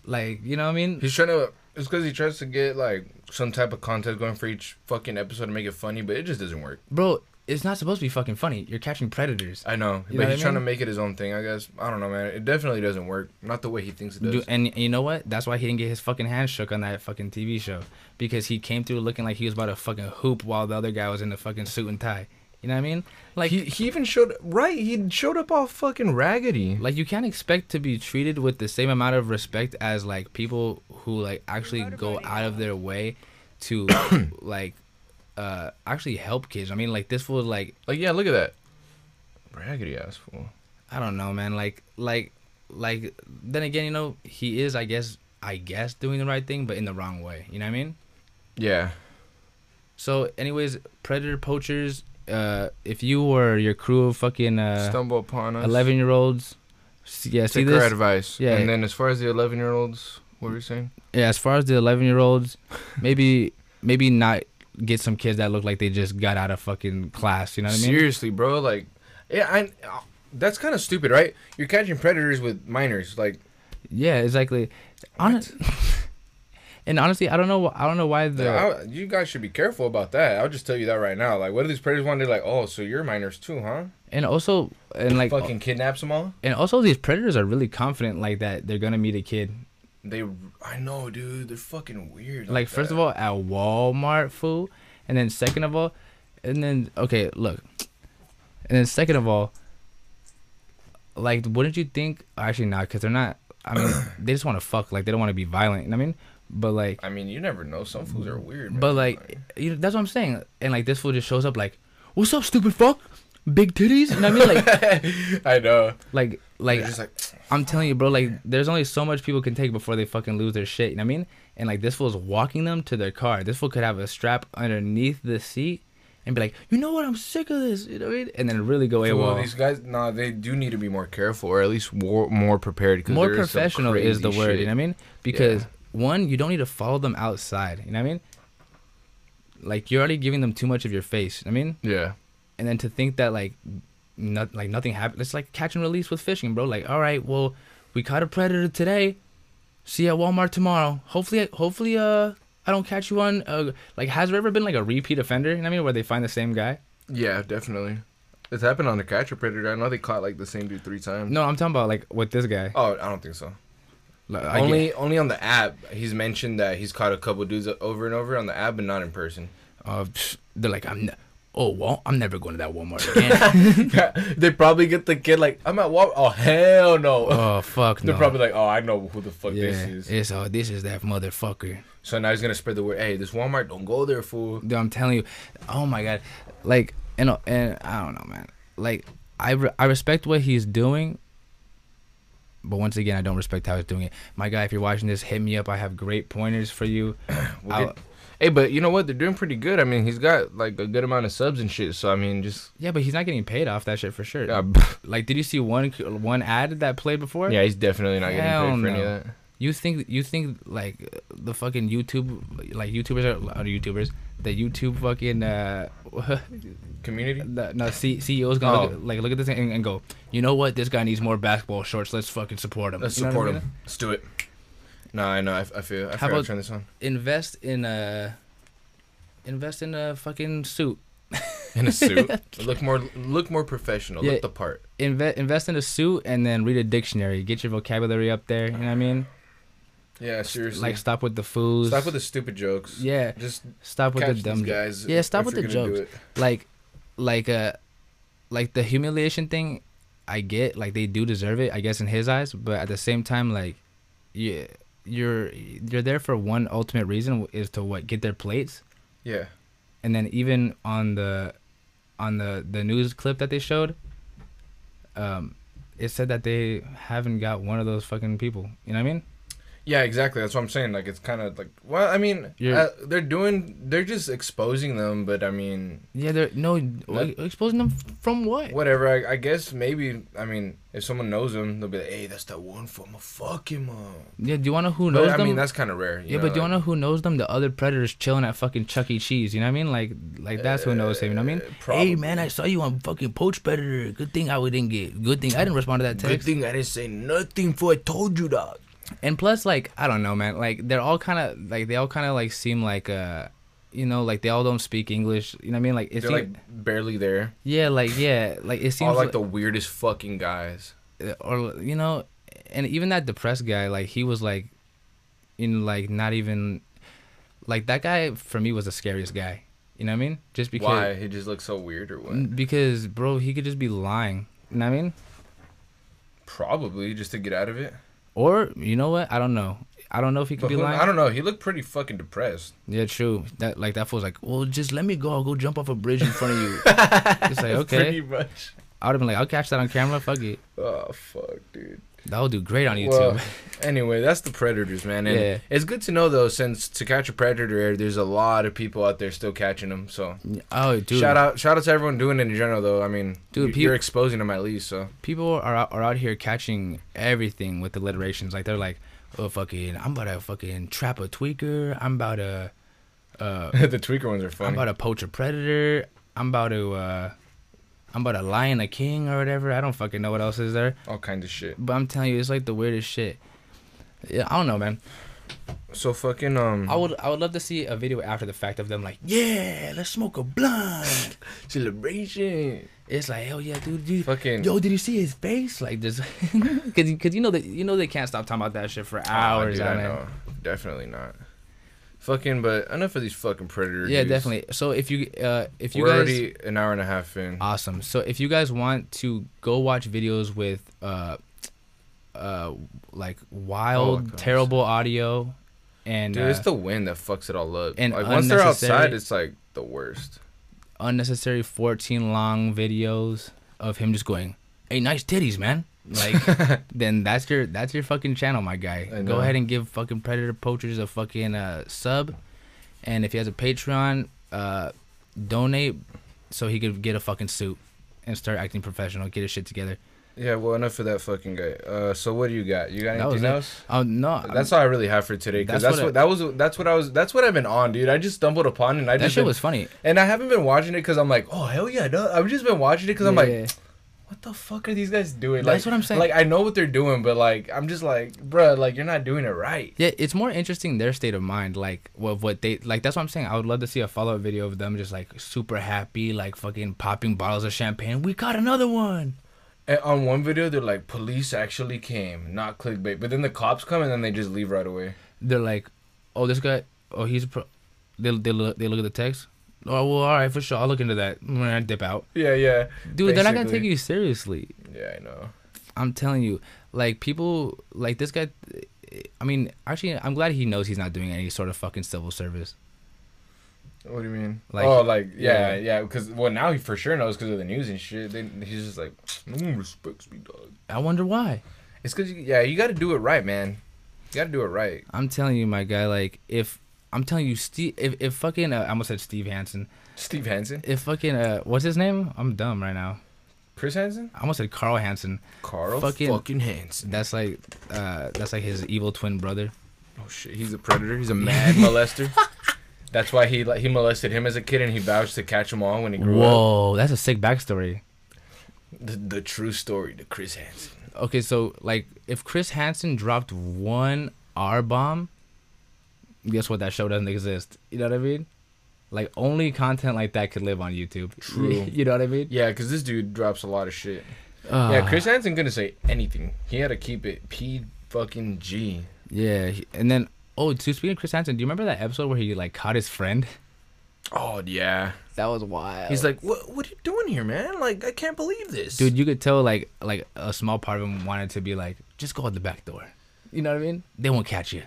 [SPEAKER 1] Like you know what I mean?
[SPEAKER 2] He's trying to. It's because he tries to get like some type of content going for each fucking episode to make it funny, but it just doesn't work.
[SPEAKER 1] Bro, it's not supposed to be fucking funny. You're catching predators.
[SPEAKER 2] I know,
[SPEAKER 1] You know
[SPEAKER 2] but
[SPEAKER 1] what I
[SPEAKER 2] he's trying to
[SPEAKER 1] mean?
[SPEAKER 2] make it his own thing. I guess I don't know, man. It definitely doesn't work. Not the way he thinks it does.
[SPEAKER 1] Dude, and you know what? That's why he didn't get his fucking hand shook on that fucking TV show because he came through looking like he was about to fucking hoop while the other guy was in the fucking suit and tie. You know what I mean? Like
[SPEAKER 2] he, he even showed right. He showed up all fucking raggedy.
[SPEAKER 1] Like you can't expect to be treated with the same amount of respect as like people who like actually go out of their way to like uh actually help kids. I mean, like this fool, like
[SPEAKER 2] like yeah, look at that raggedy ass fool.
[SPEAKER 1] I don't know, man. Like like like then again, you know, he is I guess I guess doing the right thing, but in the wrong way. You know what I mean?
[SPEAKER 2] Yeah.
[SPEAKER 1] So, anyways, predator poachers. Uh, if you or your crew of fucking uh,
[SPEAKER 2] Stumble upon us.
[SPEAKER 1] eleven year olds, yeah, see
[SPEAKER 2] Take
[SPEAKER 1] this
[SPEAKER 2] our advice.
[SPEAKER 1] Yeah,
[SPEAKER 2] And then as far as the 11 year olds, what were you saying?
[SPEAKER 1] yeah. As far as the eleven year olds, maybe maybe not get some kids that look like they just got out of fucking class. You know what I mean?
[SPEAKER 2] Seriously, bro. Like, yeah, I. That's kind of stupid, right? You're catching predators with minors. Like,
[SPEAKER 1] Yeah, exactly. Honest. and honestly, I don't know. wh- I don't know why the.
[SPEAKER 2] I- you guys should be careful about that. I'll just tell you that right now. Like, what do these predators want? They're like, oh, so you're minors too, huh?
[SPEAKER 1] and also and like
[SPEAKER 2] fucking kidnaps them all.
[SPEAKER 1] and also these predators are really confident like that they're gonna meet a kid.
[SPEAKER 2] They, I know, dude. They're fucking weird.
[SPEAKER 1] Like first of all at Walmart, fool, and then second of all, and then okay, look, and then second of all, like wouldn't you think? Actually, not because they're not. I mean, they just want to fuck. Like they don't want to be violent. You know what I mean, but like.
[SPEAKER 2] I mean, you never know. Some fools are weird. Man.
[SPEAKER 1] But like, you know, that's what I'm saying. And like, this fool just shows up like, "What's up, stupid fuck? Big titties?" You know what I mean? Like,
[SPEAKER 2] I know.
[SPEAKER 1] Like, like,
[SPEAKER 2] They're just like-
[SPEAKER 1] I'm telling you, bro. Like, there's only so much people can take before they fucking lose their shit. You know what I mean? And like, this fool's walking them to their car. This fool could have a strap underneath the seat and be like, "You know what? I'm sick of this." You know what I mean? And then really go
[SPEAKER 2] Dude, well,
[SPEAKER 1] AWOL.
[SPEAKER 2] these guys, nah, they do need to be more careful, or at least more, more prepared. 'cause
[SPEAKER 1] more
[SPEAKER 2] there is some
[SPEAKER 1] professional is the
[SPEAKER 2] crazy
[SPEAKER 1] word.
[SPEAKER 2] shit.
[SPEAKER 1] You know what I mean? Because one, you don't need to follow them outside. You know what I mean? Like you're already giving them too much of your face. you know what I mean?
[SPEAKER 2] Yeah.
[SPEAKER 1] And then to think that like, not like nothing happened. It's like catch and release with fishing, bro. Like all right, well, we caught a predator today. See you at Walmart tomorrow. Hopefully, hopefully, uh, I don't catch you on. Uh, like, has there ever been like a repeat offender? You know what I mean? Where they find the same guy?
[SPEAKER 2] Yeah, definitely. It's happened on the catcher predator. I know they caught like the same dude three times.
[SPEAKER 1] No, I'm talking about like with this guy.
[SPEAKER 2] Oh, I don't think so.
[SPEAKER 1] Like, I get-
[SPEAKER 2] Only, only on the app. He's mentioned that he's caught a couple dudes over and over on the app, but not in person.
[SPEAKER 1] Uh, they're like, I'm. Ne- oh, well, I'm never going to that Walmart again.
[SPEAKER 2] they probably get the kid like, I'm at Walmart. Oh hell no.
[SPEAKER 1] Oh, fuck
[SPEAKER 2] They're
[SPEAKER 1] no.
[SPEAKER 2] probably like, oh, I know who the fuck this
[SPEAKER 1] Yeah,
[SPEAKER 2] is.
[SPEAKER 1] It's oh, this is that motherfucker.
[SPEAKER 2] So now he's gonna spread the word. Hey, this Walmart, don't go there, fool.
[SPEAKER 1] Dude, I'm telling you, oh my god, like and and I don't know, man. Like I re- I respect what he's doing, but once again, I don't respect how he's doing it. My guy, if you're watching this, hit me up. I have great pointers for you.
[SPEAKER 2] We'll get- hey, but you know what? They're doing pretty good. I mean, he's got like a good amount of subs and shit. So I mean, just uh,
[SPEAKER 1] yeah, but he's not getting paid off that shit for sure. like, did you see one one ad that played before?
[SPEAKER 2] yeah, he's definitely not getting
[SPEAKER 1] Hell
[SPEAKER 2] paid for any
[SPEAKER 1] no.
[SPEAKER 2] of that.
[SPEAKER 1] You think you think like the fucking YouTube like YouTubers are, are YouTubers the YouTube fucking uh
[SPEAKER 2] community
[SPEAKER 1] the, no C- CEO's gonna look
[SPEAKER 2] Oh.
[SPEAKER 1] at, like look at this and, and go you know what this guy needs more basketball shorts let's fucking support him
[SPEAKER 2] Let's
[SPEAKER 1] You know what
[SPEAKER 2] support
[SPEAKER 1] I mean?
[SPEAKER 2] him. Let's do it. No, I know. I, I feel. I
[SPEAKER 1] how
[SPEAKER 2] forgot to
[SPEAKER 1] about
[SPEAKER 2] turn this on.
[SPEAKER 1] invest in a invest in a fucking suit
[SPEAKER 2] In a suit. look more. Look more professional. Look the part.
[SPEAKER 1] invest invest in a suit and then read a dictionary get your vocabulary up there you know what I mean
[SPEAKER 2] Yeah, seriously.
[SPEAKER 1] like stop with the fools
[SPEAKER 2] Stop with the stupid jokes.
[SPEAKER 1] Yeah.
[SPEAKER 2] Just
[SPEAKER 1] stop with the
[SPEAKER 2] catch these
[SPEAKER 1] dumb
[SPEAKER 2] guys.
[SPEAKER 1] guys. Yeah, stop
[SPEAKER 2] if
[SPEAKER 1] with the
[SPEAKER 2] you're gonna do
[SPEAKER 1] jokes. Like, like uh, like the humiliation thing. I get like they do deserve it, I guess, in his eyes. But at the same time, like, yeah, you're you're there for one ultimate reason is to what get their plates.
[SPEAKER 2] Yeah.
[SPEAKER 1] And then even on the on the the news clip that they showed, um, it said that they haven't got one of those fucking people. You know what I mean?
[SPEAKER 2] Yeah, exactly. That's what I'm saying. Like it's kind of like well, I mean,
[SPEAKER 1] You're-
[SPEAKER 2] uh, they're doing they're just exposing them, but I mean,
[SPEAKER 1] Yeah, they're no exposing them from what?
[SPEAKER 2] Whatever. I, I guess maybe I mean, if someone knows them, they'll be like, "Hey, that's that one for my fuck him up."
[SPEAKER 1] Yeah, do you wanna know who
[SPEAKER 2] But,
[SPEAKER 1] knows
[SPEAKER 2] I
[SPEAKER 1] them?
[SPEAKER 2] mean, that's kinda rare, you
[SPEAKER 1] yeah,
[SPEAKER 2] know,
[SPEAKER 1] but do you wanna know who knows them? The other predators chilling at fucking Chuck E. Cheese. You know what I mean? Like, like that's who knows him. You know what I mean?
[SPEAKER 2] Uh,
[SPEAKER 1] Hey man, I saw you on fucking Poach Predator. Good thing I didn't get. Good thing I didn't respond to that
[SPEAKER 2] Good
[SPEAKER 1] text.
[SPEAKER 2] thing I didn't say nothing, for I told you that.
[SPEAKER 1] And plus, like, I don't know, man. Like, they're all kind of like they all kind of like seem like uh, you know, like they all don't speak English. You know what I mean? Like,
[SPEAKER 2] They're
[SPEAKER 1] it's
[SPEAKER 2] like barely there.
[SPEAKER 1] yeah, like yeah, like it seems
[SPEAKER 2] All like
[SPEAKER 1] like-
[SPEAKER 2] the weirdest fucking guys.
[SPEAKER 1] or you know, and even that depressed guy, like he was like, in like not even, like that guy for me was the scariest guy. You know what I mean? Just because
[SPEAKER 2] Why he just looks so weird or what?
[SPEAKER 1] N- because bro, he could just be lying. You know what I mean?
[SPEAKER 2] Probably just to get out of it.
[SPEAKER 1] Or you know what? I don't know. I don't know if he could
[SPEAKER 2] But
[SPEAKER 1] be
[SPEAKER 2] who-
[SPEAKER 1] lying.
[SPEAKER 2] I don't know. He looked pretty fucking depressed.
[SPEAKER 1] Yeah, true. That like that fool's like, well, just let me go. I'll go jump off a bridge in front of you. it's like okay.
[SPEAKER 2] Pretty much.
[SPEAKER 1] I would have been like, I'll catch that on camera. Fuck it.
[SPEAKER 2] Oh fuck, dude.
[SPEAKER 1] That would do great on YouTube.
[SPEAKER 2] Well, anyway, that's the Predators, man. And
[SPEAKER 1] Yeah.
[SPEAKER 2] It's good to know though, since to catch a predator, there's a lot of people out there still catching them. So
[SPEAKER 1] oh, dude.
[SPEAKER 2] shout out, shout out to everyone doing it in general, though. I mean,
[SPEAKER 1] Dude,
[SPEAKER 2] dude,
[SPEAKER 1] peop-
[SPEAKER 2] you're exposing them at least. So
[SPEAKER 1] people are out, are out here catching everything with alliterations. Like they're like, oh fucking, I'm about to fucking trap a tweaker. I'm about to. Uh,
[SPEAKER 2] the tweaker ones are funny.
[SPEAKER 1] I'm about to poach a predator. I'm about to. Uh, I'm about to lion a king or whatever. I don't fucking know what else is there.
[SPEAKER 2] All kinds of shit.
[SPEAKER 1] But I'm telling you, it's like the weirdest shit. Yeah, I don't know, man.
[SPEAKER 2] So fucking um.
[SPEAKER 1] I would I would love to see a video after the fact of them like, yeah, let's smoke a blunt
[SPEAKER 2] celebration.
[SPEAKER 1] It's like hell yeah, dude. dude
[SPEAKER 2] fucking
[SPEAKER 1] Yo, did you see his face? Like just because because you know that you know they can't stop talking about that shit for
[SPEAKER 2] Ah,
[SPEAKER 1] hours.
[SPEAKER 2] dude,
[SPEAKER 1] on
[SPEAKER 2] I
[SPEAKER 1] end.
[SPEAKER 2] know. Definitely not. Fucking, but enough of these fucking predator.
[SPEAKER 1] Yeah,
[SPEAKER 2] dudes.
[SPEAKER 1] definitely. So if you uh if you
[SPEAKER 2] We're
[SPEAKER 1] guys Ah,
[SPEAKER 2] already an hour and a half in.
[SPEAKER 1] awesome. So if you guys want to go watch videos with uh uh like wild
[SPEAKER 2] God.
[SPEAKER 1] terrible audio and
[SPEAKER 2] Dude,
[SPEAKER 1] uh,
[SPEAKER 2] it's the wind that fucks it all up.
[SPEAKER 1] and
[SPEAKER 2] like once they're
[SPEAKER 1] unnecessary-
[SPEAKER 2] outside, it's like the worst.
[SPEAKER 1] unnecessary 14 long videos of him just going, "Hey, nice titties, man." Like then that's your that's your fucking channel, my guy.
[SPEAKER 2] know.
[SPEAKER 1] Go ahead and give fucking predator poachers a fucking uh, sub, and if he has a Patreon, uh, donate so he could get a fucking suit and start acting professional, get his shit together.
[SPEAKER 2] Yeah, well, enough of that fucking guy. Uh, so what do you got? You got
[SPEAKER 1] That was
[SPEAKER 2] anything
[SPEAKER 1] it.
[SPEAKER 2] else?
[SPEAKER 1] Oh no,
[SPEAKER 2] That's all I really have for today. Cause that's, what,
[SPEAKER 1] I-
[SPEAKER 2] that was. That's what I was. That's what I've been on, dude. I just stumbled upon it. And I
[SPEAKER 1] That
[SPEAKER 2] just
[SPEAKER 1] shit
[SPEAKER 2] been-
[SPEAKER 1] was funny.
[SPEAKER 2] And I haven't been watching it because I'm like, oh hell yeah, duh. I've just been watching it because I'm
[SPEAKER 1] Yeah.
[SPEAKER 2] like, what the fuck are these guys doing?
[SPEAKER 1] That's
[SPEAKER 2] like,
[SPEAKER 1] what I'm saying.
[SPEAKER 2] Like I know what they're doing, but like I'm just like, bruh, like you're not doing it right.
[SPEAKER 1] Yeah, it's more interesting their state of mind, like what what they like. That's what I'm saying. I would love to see a follow up video of them just like super happy, like fucking popping bottles of champagne. We got another one.
[SPEAKER 2] And on one video, they're like, police actually came, not clickbait. But then the cops come and then they just leave right away.
[SPEAKER 1] They're like, oh, this guy, oh, he's a pro. They they look, they look at the text. Oh well, all right for sure. I'll look into that. And I dip out.
[SPEAKER 2] Yeah, yeah.
[SPEAKER 1] Dude, they're not gonna take
[SPEAKER 2] basically.
[SPEAKER 1] you seriously.
[SPEAKER 2] Yeah, I know.
[SPEAKER 1] I'm telling you, like people, like this guy. I mean, actually, I'm glad he knows he's not doing any sort of fucking civil service.
[SPEAKER 2] What do you mean?
[SPEAKER 1] Like-
[SPEAKER 2] oh, like yeah,
[SPEAKER 1] yeah.
[SPEAKER 2] yeah. Because well, now he for sure knows because of the news and shit. They, he's just like, no one respects me, dog.
[SPEAKER 1] I wonder why.
[SPEAKER 2] It's because yeah, you got to do it right, man. You got to do it right.
[SPEAKER 1] I'm telling you, my guy. Like, if I'm telling you, Steve, if, if fucking, uh, I almost said Steve Hansen.
[SPEAKER 2] Steve Hansen,
[SPEAKER 1] If fucking, uh, what's his name? I'm dumb right now.
[SPEAKER 2] Chris Hansen,
[SPEAKER 1] I almost said Carl Hansen.
[SPEAKER 2] Carl fucking Hansen.
[SPEAKER 1] That's like, uh, that's like his evil twin brother.
[SPEAKER 2] Oh shit, he's a predator. He's a mad molester. That's why he like, he molested him as a kid, and he vouched to catch them all when he grew up.
[SPEAKER 1] Whoa, that's a sick backstory.
[SPEAKER 2] The, the true story to Chris Hansen.
[SPEAKER 1] Okay, so like, if Chris Hansen dropped one R bomb, guess what? That show doesn't exist. You know what I mean? Like, only content like that could live on YouTube.
[SPEAKER 2] True.
[SPEAKER 1] you know what I mean?
[SPEAKER 2] Yeah, because this dude drops a lot of shit.
[SPEAKER 1] Ah.
[SPEAKER 2] yeah, Chris Hansen couldn't say anything. He had to keep it P fucking G.
[SPEAKER 1] Yeah, he- and then oh, to speaking of Chris Hansen, do you remember that episode where he like caught his friend?
[SPEAKER 2] Oh yeah.
[SPEAKER 1] That was wild.
[SPEAKER 2] He's like, what? What are you doing here, man? Like, I can't believe this,
[SPEAKER 1] dude, you could tell like like a small part of him wanted to be like, just go out the back door. You know what I mean? They won't catch you.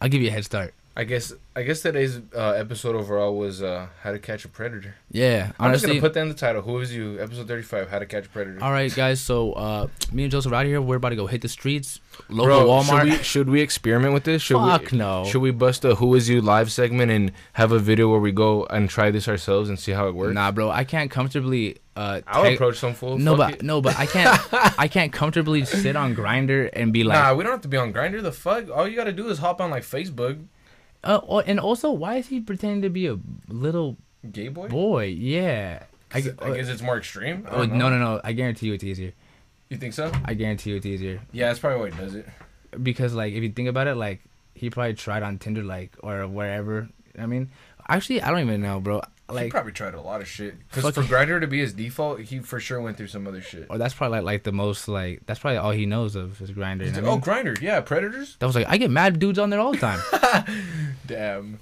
[SPEAKER 1] I'll give you a head start.
[SPEAKER 2] I guess I guess today's uh, episode overall was uh, how to catch a predator.
[SPEAKER 1] Yeah,
[SPEAKER 2] I'm just
[SPEAKER 1] honestly-
[SPEAKER 2] gonna put that in the title. Who is you? Episode 35. How to catch a predator.
[SPEAKER 1] All right, guys. So uh, me and Joseph out here. We're about to go hit the streets, local
[SPEAKER 2] Bro,
[SPEAKER 1] Walmart.
[SPEAKER 2] Should we, should we experiment with this? Should
[SPEAKER 1] Fuck
[SPEAKER 2] we,
[SPEAKER 1] no.
[SPEAKER 2] Should we bust a "Who Is You" live segment and have a video where we go and try this ourselves and see how it works?
[SPEAKER 1] Nah, bro, I can't comfortably. Uh,
[SPEAKER 2] I'll
[SPEAKER 1] tag-
[SPEAKER 2] approach some fool.
[SPEAKER 1] No,
[SPEAKER 2] Fuck
[SPEAKER 1] but
[SPEAKER 2] it.
[SPEAKER 1] no, but I can't. I can't comfortably sit on Grinder and be like,
[SPEAKER 2] nah, we don't have to be on Grinder. The fuck? All you gotta do is hop on like Facebook.
[SPEAKER 1] Uh, oh, and also, why is he pretending to be a little
[SPEAKER 2] Gay boy?
[SPEAKER 1] Boy, yeah.
[SPEAKER 2] I, guess it's more extreme. I
[SPEAKER 1] Oh,
[SPEAKER 2] don't
[SPEAKER 1] no,
[SPEAKER 2] know.
[SPEAKER 1] no, no. I guarantee you it's easier.
[SPEAKER 2] You think so?
[SPEAKER 1] I guarantee you it's easier.
[SPEAKER 2] Yeah, that's probably why he does it.
[SPEAKER 1] Because, like, if you think about it, like, he probably tried on Tinder, like, or wherever. I mean, actually, I don't even know, bro.
[SPEAKER 2] he
[SPEAKER 1] Like,
[SPEAKER 2] probably tried a lot of shit. Because
[SPEAKER 1] Fuck-
[SPEAKER 2] for Grinder to be his default, he for sure went through some other shit.
[SPEAKER 1] or that's probably, like, like, the most, like, that's probably all he knows of is Grinder.
[SPEAKER 2] He's like, oh, Grinder, yeah, Predators.
[SPEAKER 1] That was like, I get mad dudes on there all the time. Ah,
[SPEAKER 2] Damn.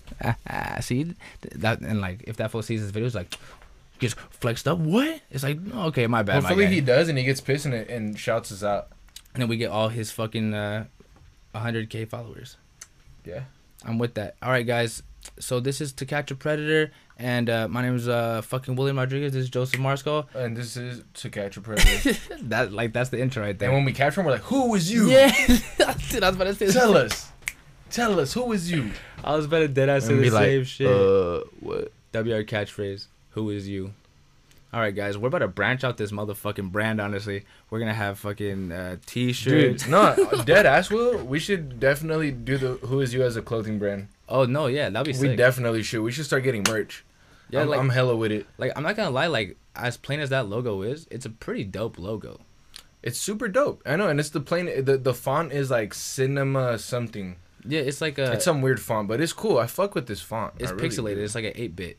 [SPEAKER 1] See, th- that, and, like, if that fool sees this video, it's like, gets flexed up. What? It's like, okay, my bad. my
[SPEAKER 2] Hopefully
[SPEAKER 1] guy.
[SPEAKER 2] he does, and he gets pissed and, and shouts us out.
[SPEAKER 1] And then we get all his fucking uh, 100k followers.
[SPEAKER 2] Yeah.
[SPEAKER 1] I'm with that. All right, guys. So this is To Catch a Predator, and uh, my name is uh, fucking William Rodriguez. This is Joseph Marsco.
[SPEAKER 2] And this is To Catch a Predator.
[SPEAKER 1] that like that's the intro right there.
[SPEAKER 2] and when we capture him, we're like, "Who is you?
[SPEAKER 1] Yeah, Dude, I was about to say the
[SPEAKER 2] Tell
[SPEAKER 1] same-
[SPEAKER 2] us, tell us, who is you?"
[SPEAKER 1] I was better dead. I say
[SPEAKER 2] And
[SPEAKER 1] the
[SPEAKER 2] be like,
[SPEAKER 1] same shit.
[SPEAKER 2] "Uh, what?
[SPEAKER 1] WR catchphrase. Who is you? All right, guys. We're about to branch out this motherfucking brand. Honestly, we're gonna have fucking uh, t-shirts.
[SPEAKER 2] Dude, no, dead ass. Will we should definitely do the "Who is you" as a clothing brand.
[SPEAKER 1] Oh no, yeah, that'd be
[SPEAKER 2] We
[SPEAKER 1] sick.
[SPEAKER 2] definitely should. We should start getting merch.
[SPEAKER 1] Yeah,
[SPEAKER 2] Yeah, I'm,
[SPEAKER 1] like-
[SPEAKER 2] I'm hella with it.
[SPEAKER 1] like I'm not gonna lie. Like as plain as that logo is, it's a pretty dope logo.
[SPEAKER 2] It's super dope. I know, and it's the plain. The, the font is like cinema something.
[SPEAKER 1] Yeah, it's like a.
[SPEAKER 2] it's some weird font, but it's cool. I fuck with this font.
[SPEAKER 1] It's
[SPEAKER 2] I really
[SPEAKER 1] pixelated.
[SPEAKER 2] do.
[SPEAKER 1] It's like an eight bit.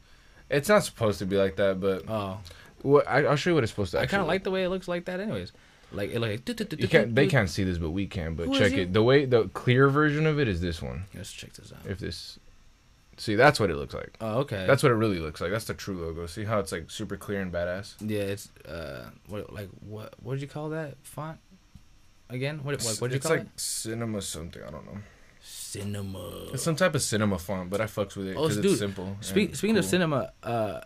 [SPEAKER 2] It's not supposed to be like that, but
[SPEAKER 1] oh,
[SPEAKER 2] what I, I'll show you what it's supposed to.
[SPEAKER 1] I kind
[SPEAKER 2] actually
[SPEAKER 1] of like the way it looks like that, anyways. Like it like.
[SPEAKER 2] You can't. They can't see this, but we can. But
[SPEAKER 1] Who is
[SPEAKER 2] check
[SPEAKER 1] you?
[SPEAKER 2] it. The way the clear version of it is this one.
[SPEAKER 1] Let's check this out.
[SPEAKER 2] If this, see, that's what it looks like.
[SPEAKER 1] Oh, okay.
[SPEAKER 2] That's what it really looks like. That's the true logo. See how it's like super clear and badass.
[SPEAKER 1] Yeah, it's uh, what like what what did you call that font? Again, what what
[SPEAKER 2] It's-
[SPEAKER 1] what did you
[SPEAKER 2] it's
[SPEAKER 1] call
[SPEAKER 2] like
[SPEAKER 1] it?
[SPEAKER 2] cinema something. I don't know.
[SPEAKER 1] Cinema.
[SPEAKER 2] It's some type of cinema font, but I fucks with it
[SPEAKER 1] Oh,
[SPEAKER 2] because
[SPEAKER 1] dude.
[SPEAKER 2] it's simple.
[SPEAKER 1] Speak,
[SPEAKER 2] and
[SPEAKER 1] speaking of
[SPEAKER 2] cool.
[SPEAKER 1] cinema, uh,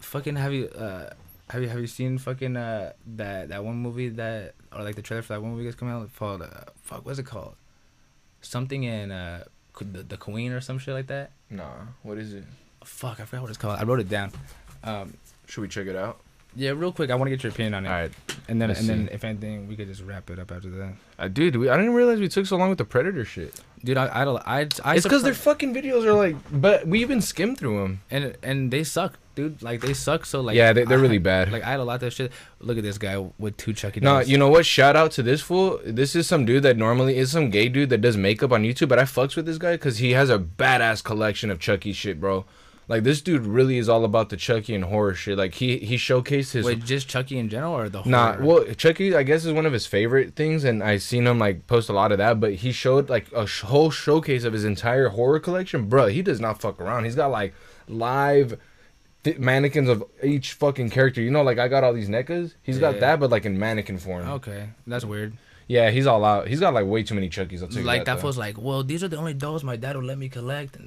[SPEAKER 1] fucking have you uh, have you have you seen fucking uh that that one movie that or like the trailer for that one movie that's coming out called uh, fuck what's it called? Something in uh Co- the, the Queen or some shit like that.
[SPEAKER 2] Nah, what is it?
[SPEAKER 1] Fuck, I forgot what it's called. I wrote it down. Um,
[SPEAKER 2] Should we check it out?
[SPEAKER 1] yeah, real quick, I want to get your opinion on it. All right, and then and
[SPEAKER 2] let's
[SPEAKER 1] then
[SPEAKER 2] see.
[SPEAKER 1] if anything, we could just wrap it up after that.
[SPEAKER 2] Uh, dude, we, I didn't realize we took so long with the Predator shit.
[SPEAKER 1] Dude, I I don't- I, I
[SPEAKER 2] it's because
[SPEAKER 1] surpri-
[SPEAKER 2] their fucking videos are like, but we even skimmed through them.
[SPEAKER 1] and and they suck, dude. Like they suck. So like
[SPEAKER 2] Yeah, they- they're
[SPEAKER 1] I-
[SPEAKER 2] really bad.
[SPEAKER 1] Like I had a lot of shit. Look at this guy with two Chucky
[SPEAKER 2] No,
[SPEAKER 1] dolls.
[SPEAKER 2] you know what? Shout out to this fool. This is some dude that normally is some gay dude that does makeup on YouTube, but I fucks with this guy because he has a badass collection of Chucky shit, bro. Like this dude really is all about the Chucky and horror shit. Like he he showcased his
[SPEAKER 1] Wait, just Chucky in general or the whole?
[SPEAKER 2] Nah, well, Chucky, I guess, is one of his favorite things, and I seen him like post a lot of that. But he showed like a sh- whole showcase of his entire horror collection, Bruh, He does not fuck around. He's got like live th- mannequins of each fucking character. You know, like I got all these NECAs. He's got
[SPEAKER 1] Yeah.
[SPEAKER 2] that, but like in mannequin form.
[SPEAKER 1] okay, that's weird.
[SPEAKER 2] Yeah, he's all out. He's got like way too many Chuckies. I'll tell you
[SPEAKER 1] Like
[SPEAKER 2] that
[SPEAKER 1] that fool's like, well, these are the only dolls my dad would let me collect.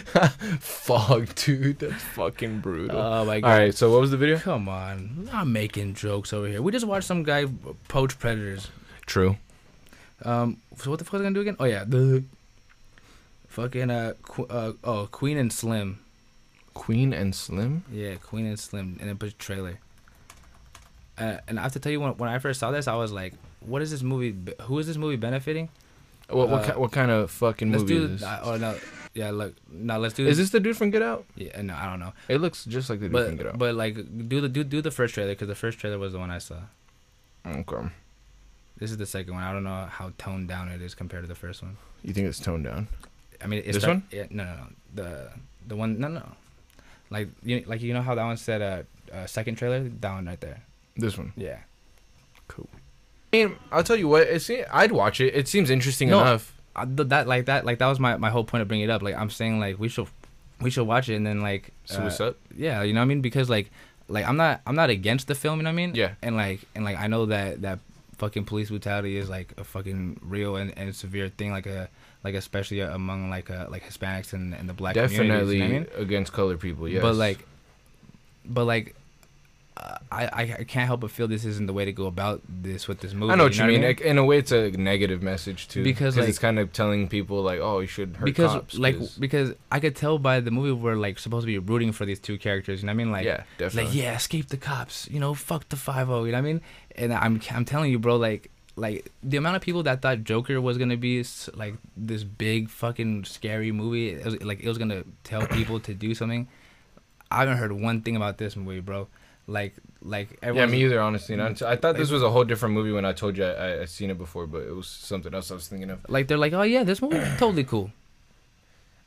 [SPEAKER 2] Fuck, dude, that's fucking brutal.
[SPEAKER 1] Oh my
[SPEAKER 2] All
[SPEAKER 1] God.
[SPEAKER 2] right, so what was the video?
[SPEAKER 1] Come on, I'm making jokes over here. We just watched some guy poach predators.
[SPEAKER 2] True.
[SPEAKER 1] Um, so what the fuck is I gonna do again? Oh yeah, the fucking uh, qu- uh oh Queen and Slim.
[SPEAKER 2] Queen and Slim.
[SPEAKER 1] Yeah, Queen and Slim, and it put trailer. Uh, and I have to tell you, when, when I first saw this, I was like, "What is this movie? be- Who is this movie benefiting?"
[SPEAKER 2] What what,
[SPEAKER 1] Uh,
[SPEAKER 2] ki- what kind of fucking
[SPEAKER 1] Let's
[SPEAKER 2] movie
[SPEAKER 1] do.
[SPEAKER 2] is this?
[SPEAKER 1] uh, oh no, yeah. Look, no. Let's do.
[SPEAKER 2] Is this the dude from Get Out?
[SPEAKER 1] Yeah, no, I don't know.
[SPEAKER 2] It looks just like the dude from Get Out.
[SPEAKER 1] But but like, do the do do the first trailer because the first trailer was the one I saw.
[SPEAKER 2] Okay.
[SPEAKER 1] This is the second one. I don't know how toned down it is compared to the first one.
[SPEAKER 2] You think it's toned down?
[SPEAKER 1] I mean, it's
[SPEAKER 2] This
[SPEAKER 1] the-
[SPEAKER 2] one?
[SPEAKER 1] Yeah, no, no, no. The the one, no, no. Like you like you know how that one said uh, uh second trailer, that one right there.
[SPEAKER 2] This one.
[SPEAKER 1] Yeah.
[SPEAKER 2] I mean, I'll tell you what. It se- I'd watch it. It seems interesting
[SPEAKER 1] No,
[SPEAKER 2] enough.
[SPEAKER 1] I, th- that like that like that was my, my whole point of bringing it up. Like I'm saying like we should we should watch it and then like uh,
[SPEAKER 2] See what's up.
[SPEAKER 1] Yeah, you know what I mean because like like I'm not I'm not against the film. You know what I mean?
[SPEAKER 2] Yeah.
[SPEAKER 1] And like and like I know that that fucking police brutality is like a fucking real and, and severe thing. Like a like especially among like uh like Hispanics and, and the black communities,
[SPEAKER 2] Definitely
[SPEAKER 1] You know what I mean?
[SPEAKER 2] against colored people. Yes.
[SPEAKER 1] But like, but like. uh, I, I I can't help but feel this isn't the way to go about this with this movie.
[SPEAKER 2] I know what you
[SPEAKER 1] what
[SPEAKER 2] mean. Like, In a way, it's a negative message too.
[SPEAKER 1] Because, like-
[SPEAKER 2] it's kind of telling people like, oh, you should hurt
[SPEAKER 1] because
[SPEAKER 2] cops.
[SPEAKER 1] like
[SPEAKER 2] 'cause-
[SPEAKER 1] because I could tell by the movie we're like supposed to be rooting for these two characters. You know what I mean? Like
[SPEAKER 2] Yeah,
[SPEAKER 1] Like
[SPEAKER 2] definitely.
[SPEAKER 1] yeah, escape the cops. You know, fuck the five zero. You know what I mean? And I'm I'm telling you, bro. Like like the amount of people that thought Joker was gonna be s- like this big fucking scary movie. It was, like it was gonna tell people to do something. I haven't heard one thing about this movie, bro. Like like
[SPEAKER 2] yeah,
[SPEAKER 1] everyone's-
[SPEAKER 2] me either. Honestly, and I, I thought this
[SPEAKER 1] like-
[SPEAKER 2] was a whole different movie when I told you I, I, I seen it before, but it was something else I was thinking of.
[SPEAKER 1] Like they're like, oh yeah, this movie totally cool.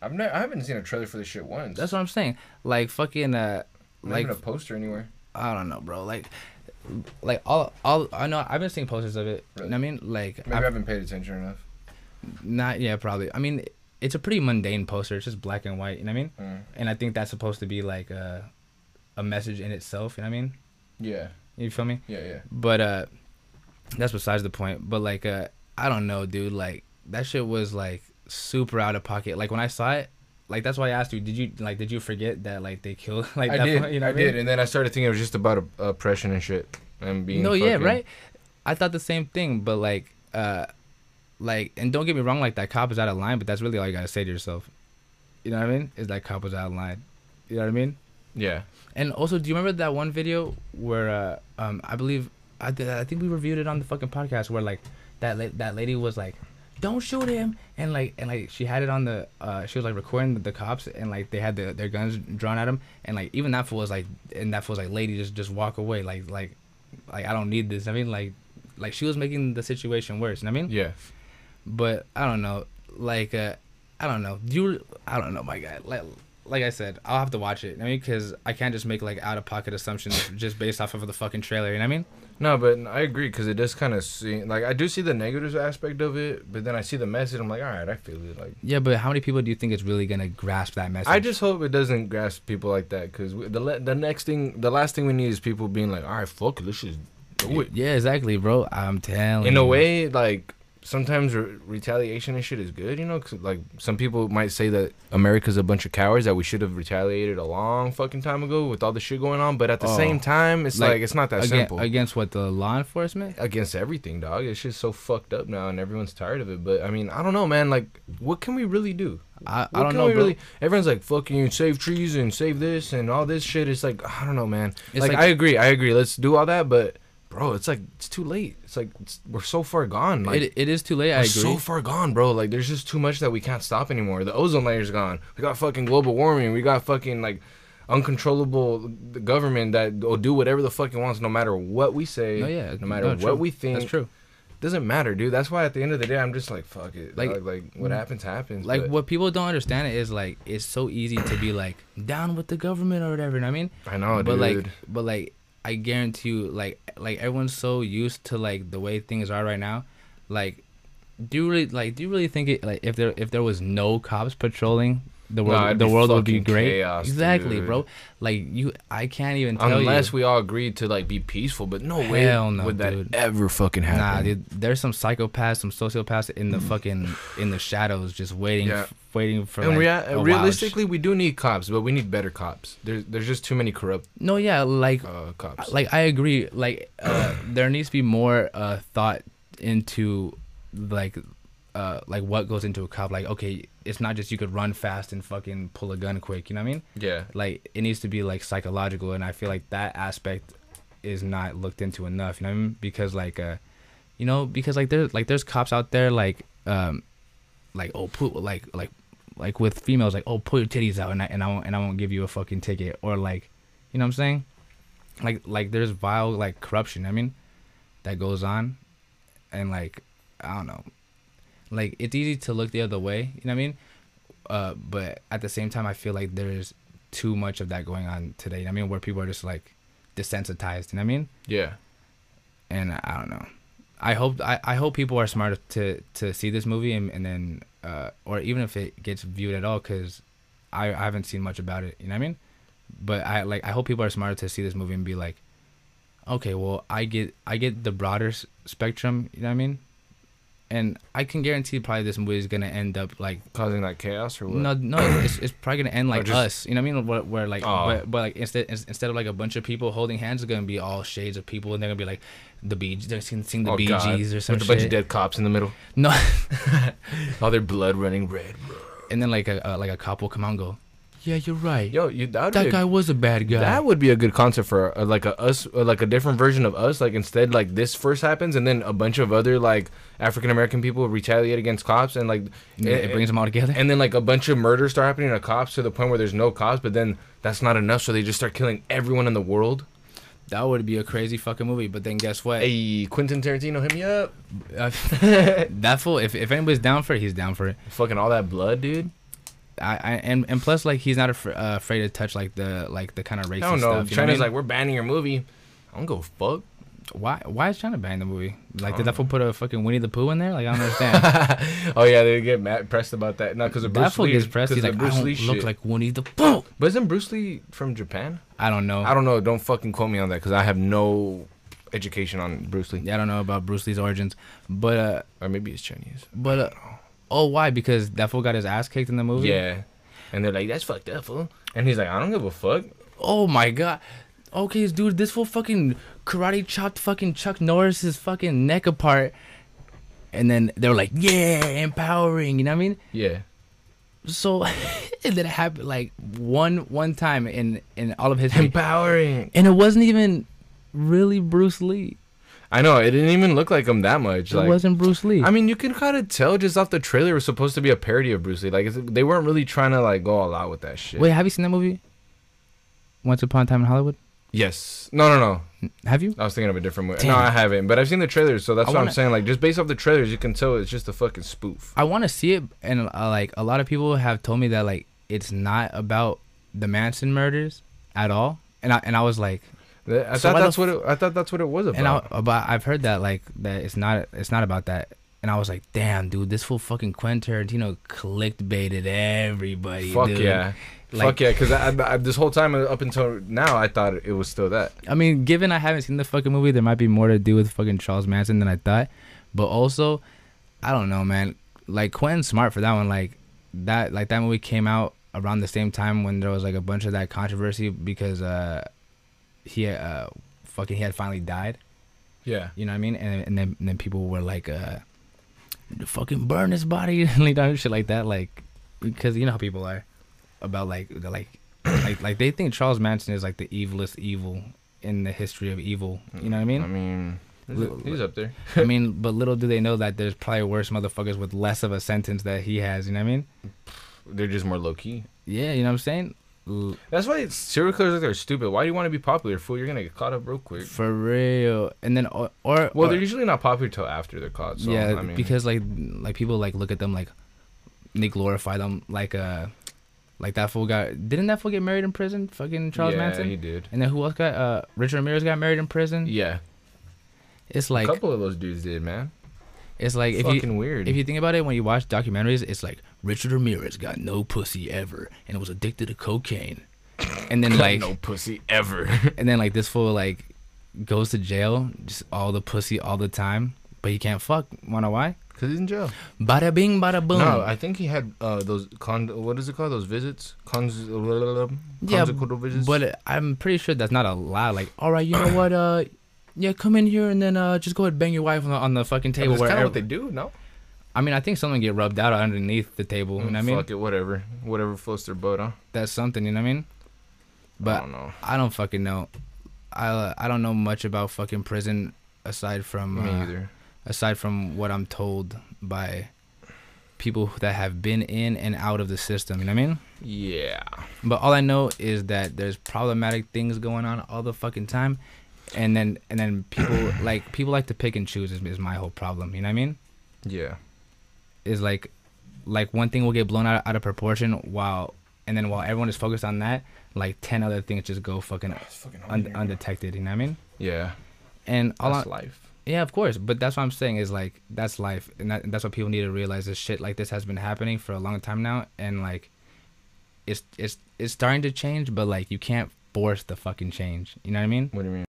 [SPEAKER 2] I've ne- I haven't seen a trailer for this shit once.
[SPEAKER 1] That's what I'm saying. Like fucking uh,
[SPEAKER 2] Not
[SPEAKER 1] like
[SPEAKER 2] even a poster anywhere.
[SPEAKER 1] I don't know, bro. Like, like all, all I know. I've been seeing posters of it. You know what I mean, like,
[SPEAKER 2] Maybe I haven't paid attention enough.
[SPEAKER 1] not yeah, probably. I mean, it's a pretty mundane poster. It's just black and white. You know what I mean?
[SPEAKER 2] Mm.
[SPEAKER 1] And I think that's supposed to be like a, a message in itself. You know what I mean?
[SPEAKER 2] Yeah.
[SPEAKER 1] You feel me?
[SPEAKER 2] Yeah, yeah.
[SPEAKER 1] But uh, that's besides the point. But like, uh, I don't know, dude. Like that shit was like super out of pocket. Like when I saw it, like that's why I asked you, did you like did you forget that like they killed like
[SPEAKER 2] I
[SPEAKER 1] that
[SPEAKER 2] did.
[SPEAKER 1] part,
[SPEAKER 2] I
[SPEAKER 1] what
[SPEAKER 2] did,
[SPEAKER 1] mean?
[SPEAKER 2] and then I started thinking it was just about op- oppression and shit and being.
[SPEAKER 1] no yeah
[SPEAKER 2] fucking-
[SPEAKER 1] right i thought the same thing but like uh like and don't get me wrong like that cop is out of line but that's really all you gotta say to yourself you know what i mean is that cop was out of line you know what i mean
[SPEAKER 2] Yeah.
[SPEAKER 1] and also do you remember that one video where uh um i believe i did, i think we reviewed it on the fucking podcast where like that la- that lady was like don't shoot him and like and like she had it on the uh she was like recording the, the cops and like they had the, their guns drawn at him and like even that fool was like and that fool was like lady just just walk away like like like I don't need this. I mean, like, like she was making the situation worse. You know what I mean,
[SPEAKER 2] yeah.
[SPEAKER 1] But I don't know, like, uh, I don't know. Do you, I don't know, my guy. Like, like I said, I'll have to watch it. I mean, because I can't just make like out of pocket assumptions just based off of the fucking trailer. You know what I mean?
[SPEAKER 2] No, but I agree because it does kind of seem like I do see the negative aspect of it, but then I see the message. I'm like, all right, I feel it. Like
[SPEAKER 1] Yeah, but how many people do you think is really gonna grasp that message?
[SPEAKER 2] I just hope it doesn't grasp people like that because the le- the next thing, the last thing we need is people being like, all right, fuck it, let's just do it.
[SPEAKER 1] Yeah, exactly, bro. I'm telling.
[SPEAKER 2] In a
[SPEAKER 1] you.
[SPEAKER 2] way, like sometimes re- retaliation and shit is good, you know. 'cause, like some people might say that America's a bunch of cowards that we should have retaliated a long fucking time ago with all the shit going on, but at the
[SPEAKER 1] Oh.
[SPEAKER 2] same time, it's like, it's not that
[SPEAKER 1] aga-
[SPEAKER 2] simple.
[SPEAKER 1] Against what the law enforcement?
[SPEAKER 2] Against everything, dog. It's just so fucked up now, and everyone's tired of it. But I mean, I don't know, man. Like, what can we really do?
[SPEAKER 1] I,
[SPEAKER 2] What
[SPEAKER 1] don't
[SPEAKER 2] can
[SPEAKER 1] know,
[SPEAKER 2] we
[SPEAKER 1] bro.
[SPEAKER 2] Everyone's like, "Fucking save trees and save this and all this shit." It's like I don't know, man.
[SPEAKER 1] It's
[SPEAKER 2] like,
[SPEAKER 1] like-
[SPEAKER 2] I agree, I agree. Let's do all that, but bro, it's like it's too late. It's like it's, we're so far gone. Like
[SPEAKER 1] It- it is too late, I
[SPEAKER 2] we're So
[SPEAKER 1] agree.
[SPEAKER 2] far gone, bro. Like there's just too much that we can't stop anymore. The ozone layer's gone. We got fucking global warming. We got fucking like uncontrollable government that will do whatever the fuck it wants, no matter what we say.
[SPEAKER 1] No, yeah,
[SPEAKER 2] No matter
[SPEAKER 1] no,
[SPEAKER 2] what
[SPEAKER 1] true.
[SPEAKER 2] we
[SPEAKER 1] That's
[SPEAKER 2] think.
[SPEAKER 1] true.
[SPEAKER 2] Doesn't matter, dude. That's why at the end of the day, I'm just like, fuck it.
[SPEAKER 1] Like- mm,
[SPEAKER 2] Like, like, what happens, happens.
[SPEAKER 1] Like
[SPEAKER 2] but-
[SPEAKER 1] what people don't understand is like it's so easy to be like down with the government or whatever. You know what I mean?
[SPEAKER 2] I know,
[SPEAKER 1] but like,
[SPEAKER 2] dude.
[SPEAKER 1] but like, I guarantee you, like, like everyone's so used to like the way things are right now. Like, do you really like? Do you really think it like if there if there was no cops patrolling the world,
[SPEAKER 2] Nah, it'd
[SPEAKER 1] the
[SPEAKER 2] be
[SPEAKER 1] world would be
[SPEAKER 2] fucking
[SPEAKER 1] great.
[SPEAKER 2] chaos,
[SPEAKER 1] exactly,
[SPEAKER 2] dude.
[SPEAKER 1] bro. Like you, I can't even tell you.
[SPEAKER 2] Unless we all agreed to like be peaceful, but no way
[SPEAKER 1] Hell no,
[SPEAKER 2] would that
[SPEAKER 1] dude.
[SPEAKER 2] ever fucking happen. Mm.
[SPEAKER 1] Nah, dude, there's some psychopaths, some sociopaths in the fucking in the shadows, just waiting,
[SPEAKER 2] Yeah.
[SPEAKER 1] waiting for.
[SPEAKER 2] and
[SPEAKER 1] like,
[SPEAKER 2] rea-
[SPEAKER 1] a wild
[SPEAKER 2] realistically, we do need cops, but we need better cops. There's there's just too many corrupt
[SPEAKER 1] No, yeah, like,
[SPEAKER 2] uh, cops.
[SPEAKER 1] like I agree. Like, uh, there needs to be more uh, thought into, like, uh, like what goes into a cop. Like, okay, it's not just you could run fast and fucking pull a gun quick. You know what I mean?
[SPEAKER 2] Yeah.
[SPEAKER 1] Like, it needs to be like psychological, and I feel like that aspect is not looked into enough. You know what I mean? Because like, uh, you know, because like there's like there's cops out there like, um, like oh put like like like with females like oh pull your titties out and I and I won't and I won't give you a fucking ticket or like, you know what I'm saying? like like there's vile like corruption i mean that goes on and like i don't know like it's easy to look the other way you know what i mean uh but at the same time i feel like there's too much of that going on today you know what i mean where people are just like desensitized you know what i mean
[SPEAKER 2] Yeah.
[SPEAKER 1] and i don't know i hope i, I hope people are smart to to see this movie and, and then uh or even if it gets viewed at all because I, I haven't seen much about it you know what i mean but i like i hope people are smart to see this movie and be like okay well i get i get the broader s- spectrum you know what i mean and i can guarantee probably this movie is gonna end up like
[SPEAKER 2] causing like chaos or what?
[SPEAKER 1] no no it's, it's probably gonna end
[SPEAKER 2] Or
[SPEAKER 1] like
[SPEAKER 2] just-
[SPEAKER 1] us you know what i mean where, where like
[SPEAKER 2] Oh.
[SPEAKER 1] but, but like instead ins- instead of like a bunch of people holding hands it's gonna be all shades of people and they're gonna be like the bee they're gonna sing the
[SPEAKER 2] Oh,
[SPEAKER 1] bee
[SPEAKER 2] God.
[SPEAKER 1] gees or some
[SPEAKER 2] With a
[SPEAKER 1] shit.
[SPEAKER 2] bunch of dead cops in the middle.
[SPEAKER 1] no
[SPEAKER 2] all their blood running red
[SPEAKER 1] and then like a uh, like a cop will come out and go yeah you're right
[SPEAKER 2] yo you, that,
[SPEAKER 1] that guy was a bad guy
[SPEAKER 2] That would be a good concept for uh, like a us, uh, like a different version of us. Like instead, like this first happens, and then a bunch of other like African American people retaliate against cops, and like
[SPEAKER 1] Yeah, it brings them all together.
[SPEAKER 2] And then like a bunch of murders start happening to cops to the point where there's no cops, but then that's not enough, so they just start killing everyone in the world.
[SPEAKER 1] That would be a crazy fucking movie. But then guess what?
[SPEAKER 2] Hey, Quentin Tarantino, hit me up.
[SPEAKER 1] Uh, that fool. If if anybody's down for it, he's down for it.
[SPEAKER 2] Fucking all that blood, dude.
[SPEAKER 1] I, I and and plus like he's not afr- uh, afraid to touch like the like the kind of racist
[SPEAKER 2] I don't know.
[SPEAKER 1] stuff. you
[SPEAKER 2] China's
[SPEAKER 1] what I
[SPEAKER 2] like, we're banning your movie. I don't go fuck.
[SPEAKER 1] Why? Why is China banning the movie? Like,
[SPEAKER 2] I
[SPEAKER 1] did
[SPEAKER 2] don't
[SPEAKER 1] that fool put a fucking Winnie the Pooh in there? Like, I don't understand.
[SPEAKER 2] Oh yeah, they get mad pressed about that. No, because of
[SPEAKER 1] that
[SPEAKER 2] Bruce
[SPEAKER 1] fool
[SPEAKER 2] Lee.
[SPEAKER 1] gets pressed. He's
[SPEAKER 2] 'cause of
[SPEAKER 1] like,
[SPEAKER 2] Bruce
[SPEAKER 1] I don't
[SPEAKER 2] Lee
[SPEAKER 1] look
[SPEAKER 2] shit.
[SPEAKER 1] like Winnie the Pooh.
[SPEAKER 2] But isn't Bruce Lee from Japan?
[SPEAKER 1] I don't know.
[SPEAKER 2] I don't know. Don't fucking quote me on that because I have no education on Bruce Lee.
[SPEAKER 1] Yeah, I don't know about Bruce Lee's origins, but uh,
[SPEAKER 2] or maybe it's Chinese.
[SPEAKER 1] But uh, Oh, why? Because that fool got his ass kicked in the movie.
[SPEAKER 2] Yeah. And they're like, that's fucked up, fool. And he's like, I don't give a fuck.
[SPEAKER 1] Oh my god. Okay, dude, this fool fucking karate chopped fucking Chuck Norris's fucking neck apart. And then they were like, yeah, empowering. You know what I mean?
[SPEAKER 2] Yeah.
[SPEAKER 1] So and then it happened like one one time in in all of his
[SPEAKER 2] empowering.
[SPEAKER 1] And it wasn't even really Bruce Lee.
[SPEAKER 2] I know it didn't even look like him that much.
[SPEAKER 1] It
[SPEAKER 2] like,
[SPEAKER 1] wasn't Bruce Lee.
[SPEAKER 2] I mean, you can kind of tell just off the trailer it was supposed to be a parody of Bruce Lee. Like it's, they weren't really trying to like go all out with that shit.
[SPEAKER 1] Wait, have you seen that movie? Once upon a time in Hollywood.
[SPEAKER 2] Yes. No, no,
[SPEAKER 1] no. Have you?
[SPEAKER 2] I was thinking of a different movie.
[SPEAKER 1] Damn.
[SPEAKER 2] No, I haven't. But I've seen the trailers, so that's
[SPEAKER 1] I
[SPEAKER 2] what I'm
[SPEAKER 1] wanna-
[SPEAKER 2] saying. Like just based off the trailers, you can tell it's just a fucking spoof.
[SPEAKER 1] I want to see it, and uh, like a lot of people have told me that like it's not about the Manson murders at all, and I and I was like,
[SPEAKER 2] Th- I
[SPEAKER 1] So
[SPEAKER 2] thought
[SPEAKER 1] why the
[SPEAKER 2] that's what it, I thought that's what it was about.
[SPEAKER 1] and I about I've heard that like that it's not it's not about that, and I was like, damn, dude, this fool fucking Quentin Tarantino clickbaited everybody.
[SPEAKER 2] Fuck
[SPEAKER 1] dude.
[SPEAKER 2] yeah. Fuck
[SPEAKER 1] Like-
[SPEAKER 2] yeah, because I, I, I- this whole time up until now, I thought it was still that.
[SPEAKER 1] I mean, given I haven't seen the fucking movie, there might be more to do with fucking Charles Manson than I thought. But also, I don't know, man. Like Quentin's smart for that one. Like that, like that movie came out around the same time when there was like a bunch of that controversy because uh he uh fucking he had finally died.
[SPEAKER 2] Yeah.
[SPEAKER 1] You know what I mean? And and then, and then people were like, uh, fucking burn his body, you know, shit like that. Like, because you know how people are about like, they're like, like, like they think Charles Manson is like the evilest evil in the history of evil. You know what I mean? I
[SPEAKER 2] mean, he's- he's up there.
[SPEAKER 1] I mean, but little do they know that there's probably worse motherfuckers with less of a sentence that he has. You know what I mean?
[SPEAKER 2] They're just more low key.
[SPEAKER 1] Yeah, you know what I'm saying? L-
[SPEAKER 2] That's why it's, serial killers like they're stupid. Why do you want to be popular, fool? You're gonna get caught up real quick.
[SPEAKER 1] For real. And then or, or
[SPEAKER 2] Well,
[SPEAKER 1] or-
[SPEAKER 2] they're usually not popular till after they're caught. So,
[SPEAKER 1] yeah,
[SPEAKER 2] I mean,
[SPEAKER 1] because like like people like look at them like they glorify them like uh like that fool got didn't that fool get married in prison? Fucking Charles
[SPEAKER 2] Yeah,
[SPEAKER 1] Manson.
[SPEAKER 2] he did.
[SPEAKER 1] And then who else got uh Richard Ramirez got married in prison?
[SPEAKER 2] Yeah.
[SPEAKER 1] It's like
[SPEAKER 2] a couple of those dudes did, man.
[SPEAKER 1] it's like if
[SPEAKER 2] Fucking
[SPEAKER 1] you
[SPEAKER 2] weird.
[SPEAKER 1] if you think about it when you watch documentaries, it's like Richard Ramirez got no pussy ever and was addicted to cocaine. And then
[SPEAKER 2] Got
[SPEAKER 1] like
[SPEAKER 2] no pussy ever.
[SPEAKER 1] and then like this fool like goes to jail, just all the pussy all the time, but he can't fuck. Wanna why?
[SPEAKER 2] Cause he's in jail.
[SPEAKER 1] Bada bing, bada boom.
[SPEAKER 2] No, I think he had uh, those con. What is it called? Those visits. Cons.
[SPEAKER 1] yeah,
[SPEAKER 2] Consequential visits.
[SPEAKER 1] but I'm pretty sure that's not a lie. Like, all right, you know what? Uh, yeah, come in here and then uh, just go ahead and bang your wife on the, on the fucking table.
[SPEAKER 2] that's kinda
[SPEAKER 1] wherever-
[SPEAKER 2] what they do. No.
[SPEAKER 1] I mean, I think someone get rubbed out underneath the table. You know what I mean?
[SPEAKER 2] Mm, Fuck it. Whatever. Whatever floats their boat, huh?
[SPEAKER 1] That's something. You know what I mean? But I don't
[SPEAKER 2] know.
[SPEAKER 1] fucking know. I uh, I don't know much about fucking prison aside from
[SPEAKER 2] Me
[SPEAKER 1] uh,
[SPEAKER 2] either.
[SPEAKER 1] Aside from what I'm told by people that have been in and out of the system. You know what I mean?
[SPEAKER 2] Yeah.
[SPEAKER 1] But all I know is that there's problematic things going on all the fucking time, and then and then people like people like to pick and choose is, is my whole problem. You know what I mean?
[SPEAKER 2] Yeah.
[SPEAKER 1] Is like, like one thing will get blown out, out of proportion while and then while everyone is focused on that, like ten other things just go fucking, un- undetected. You know what I mean?
[SPEAKER 2] Yeah.
[SPEAKER 1] And all
[SPEAKER 2] That's
[SPEAKER 1] I-
[SPEAKER 2] life.
[SPEAKER 1] Yeah, of course. But that's what I'm saying is like that's life, and, that, and that's what people need to realize. Is shit like this has been happening for a long time now, and like, it's it's it's starting to change, but like you can't force the fucking change. You know what I mean?
[SPEAKER 2] What do you mean?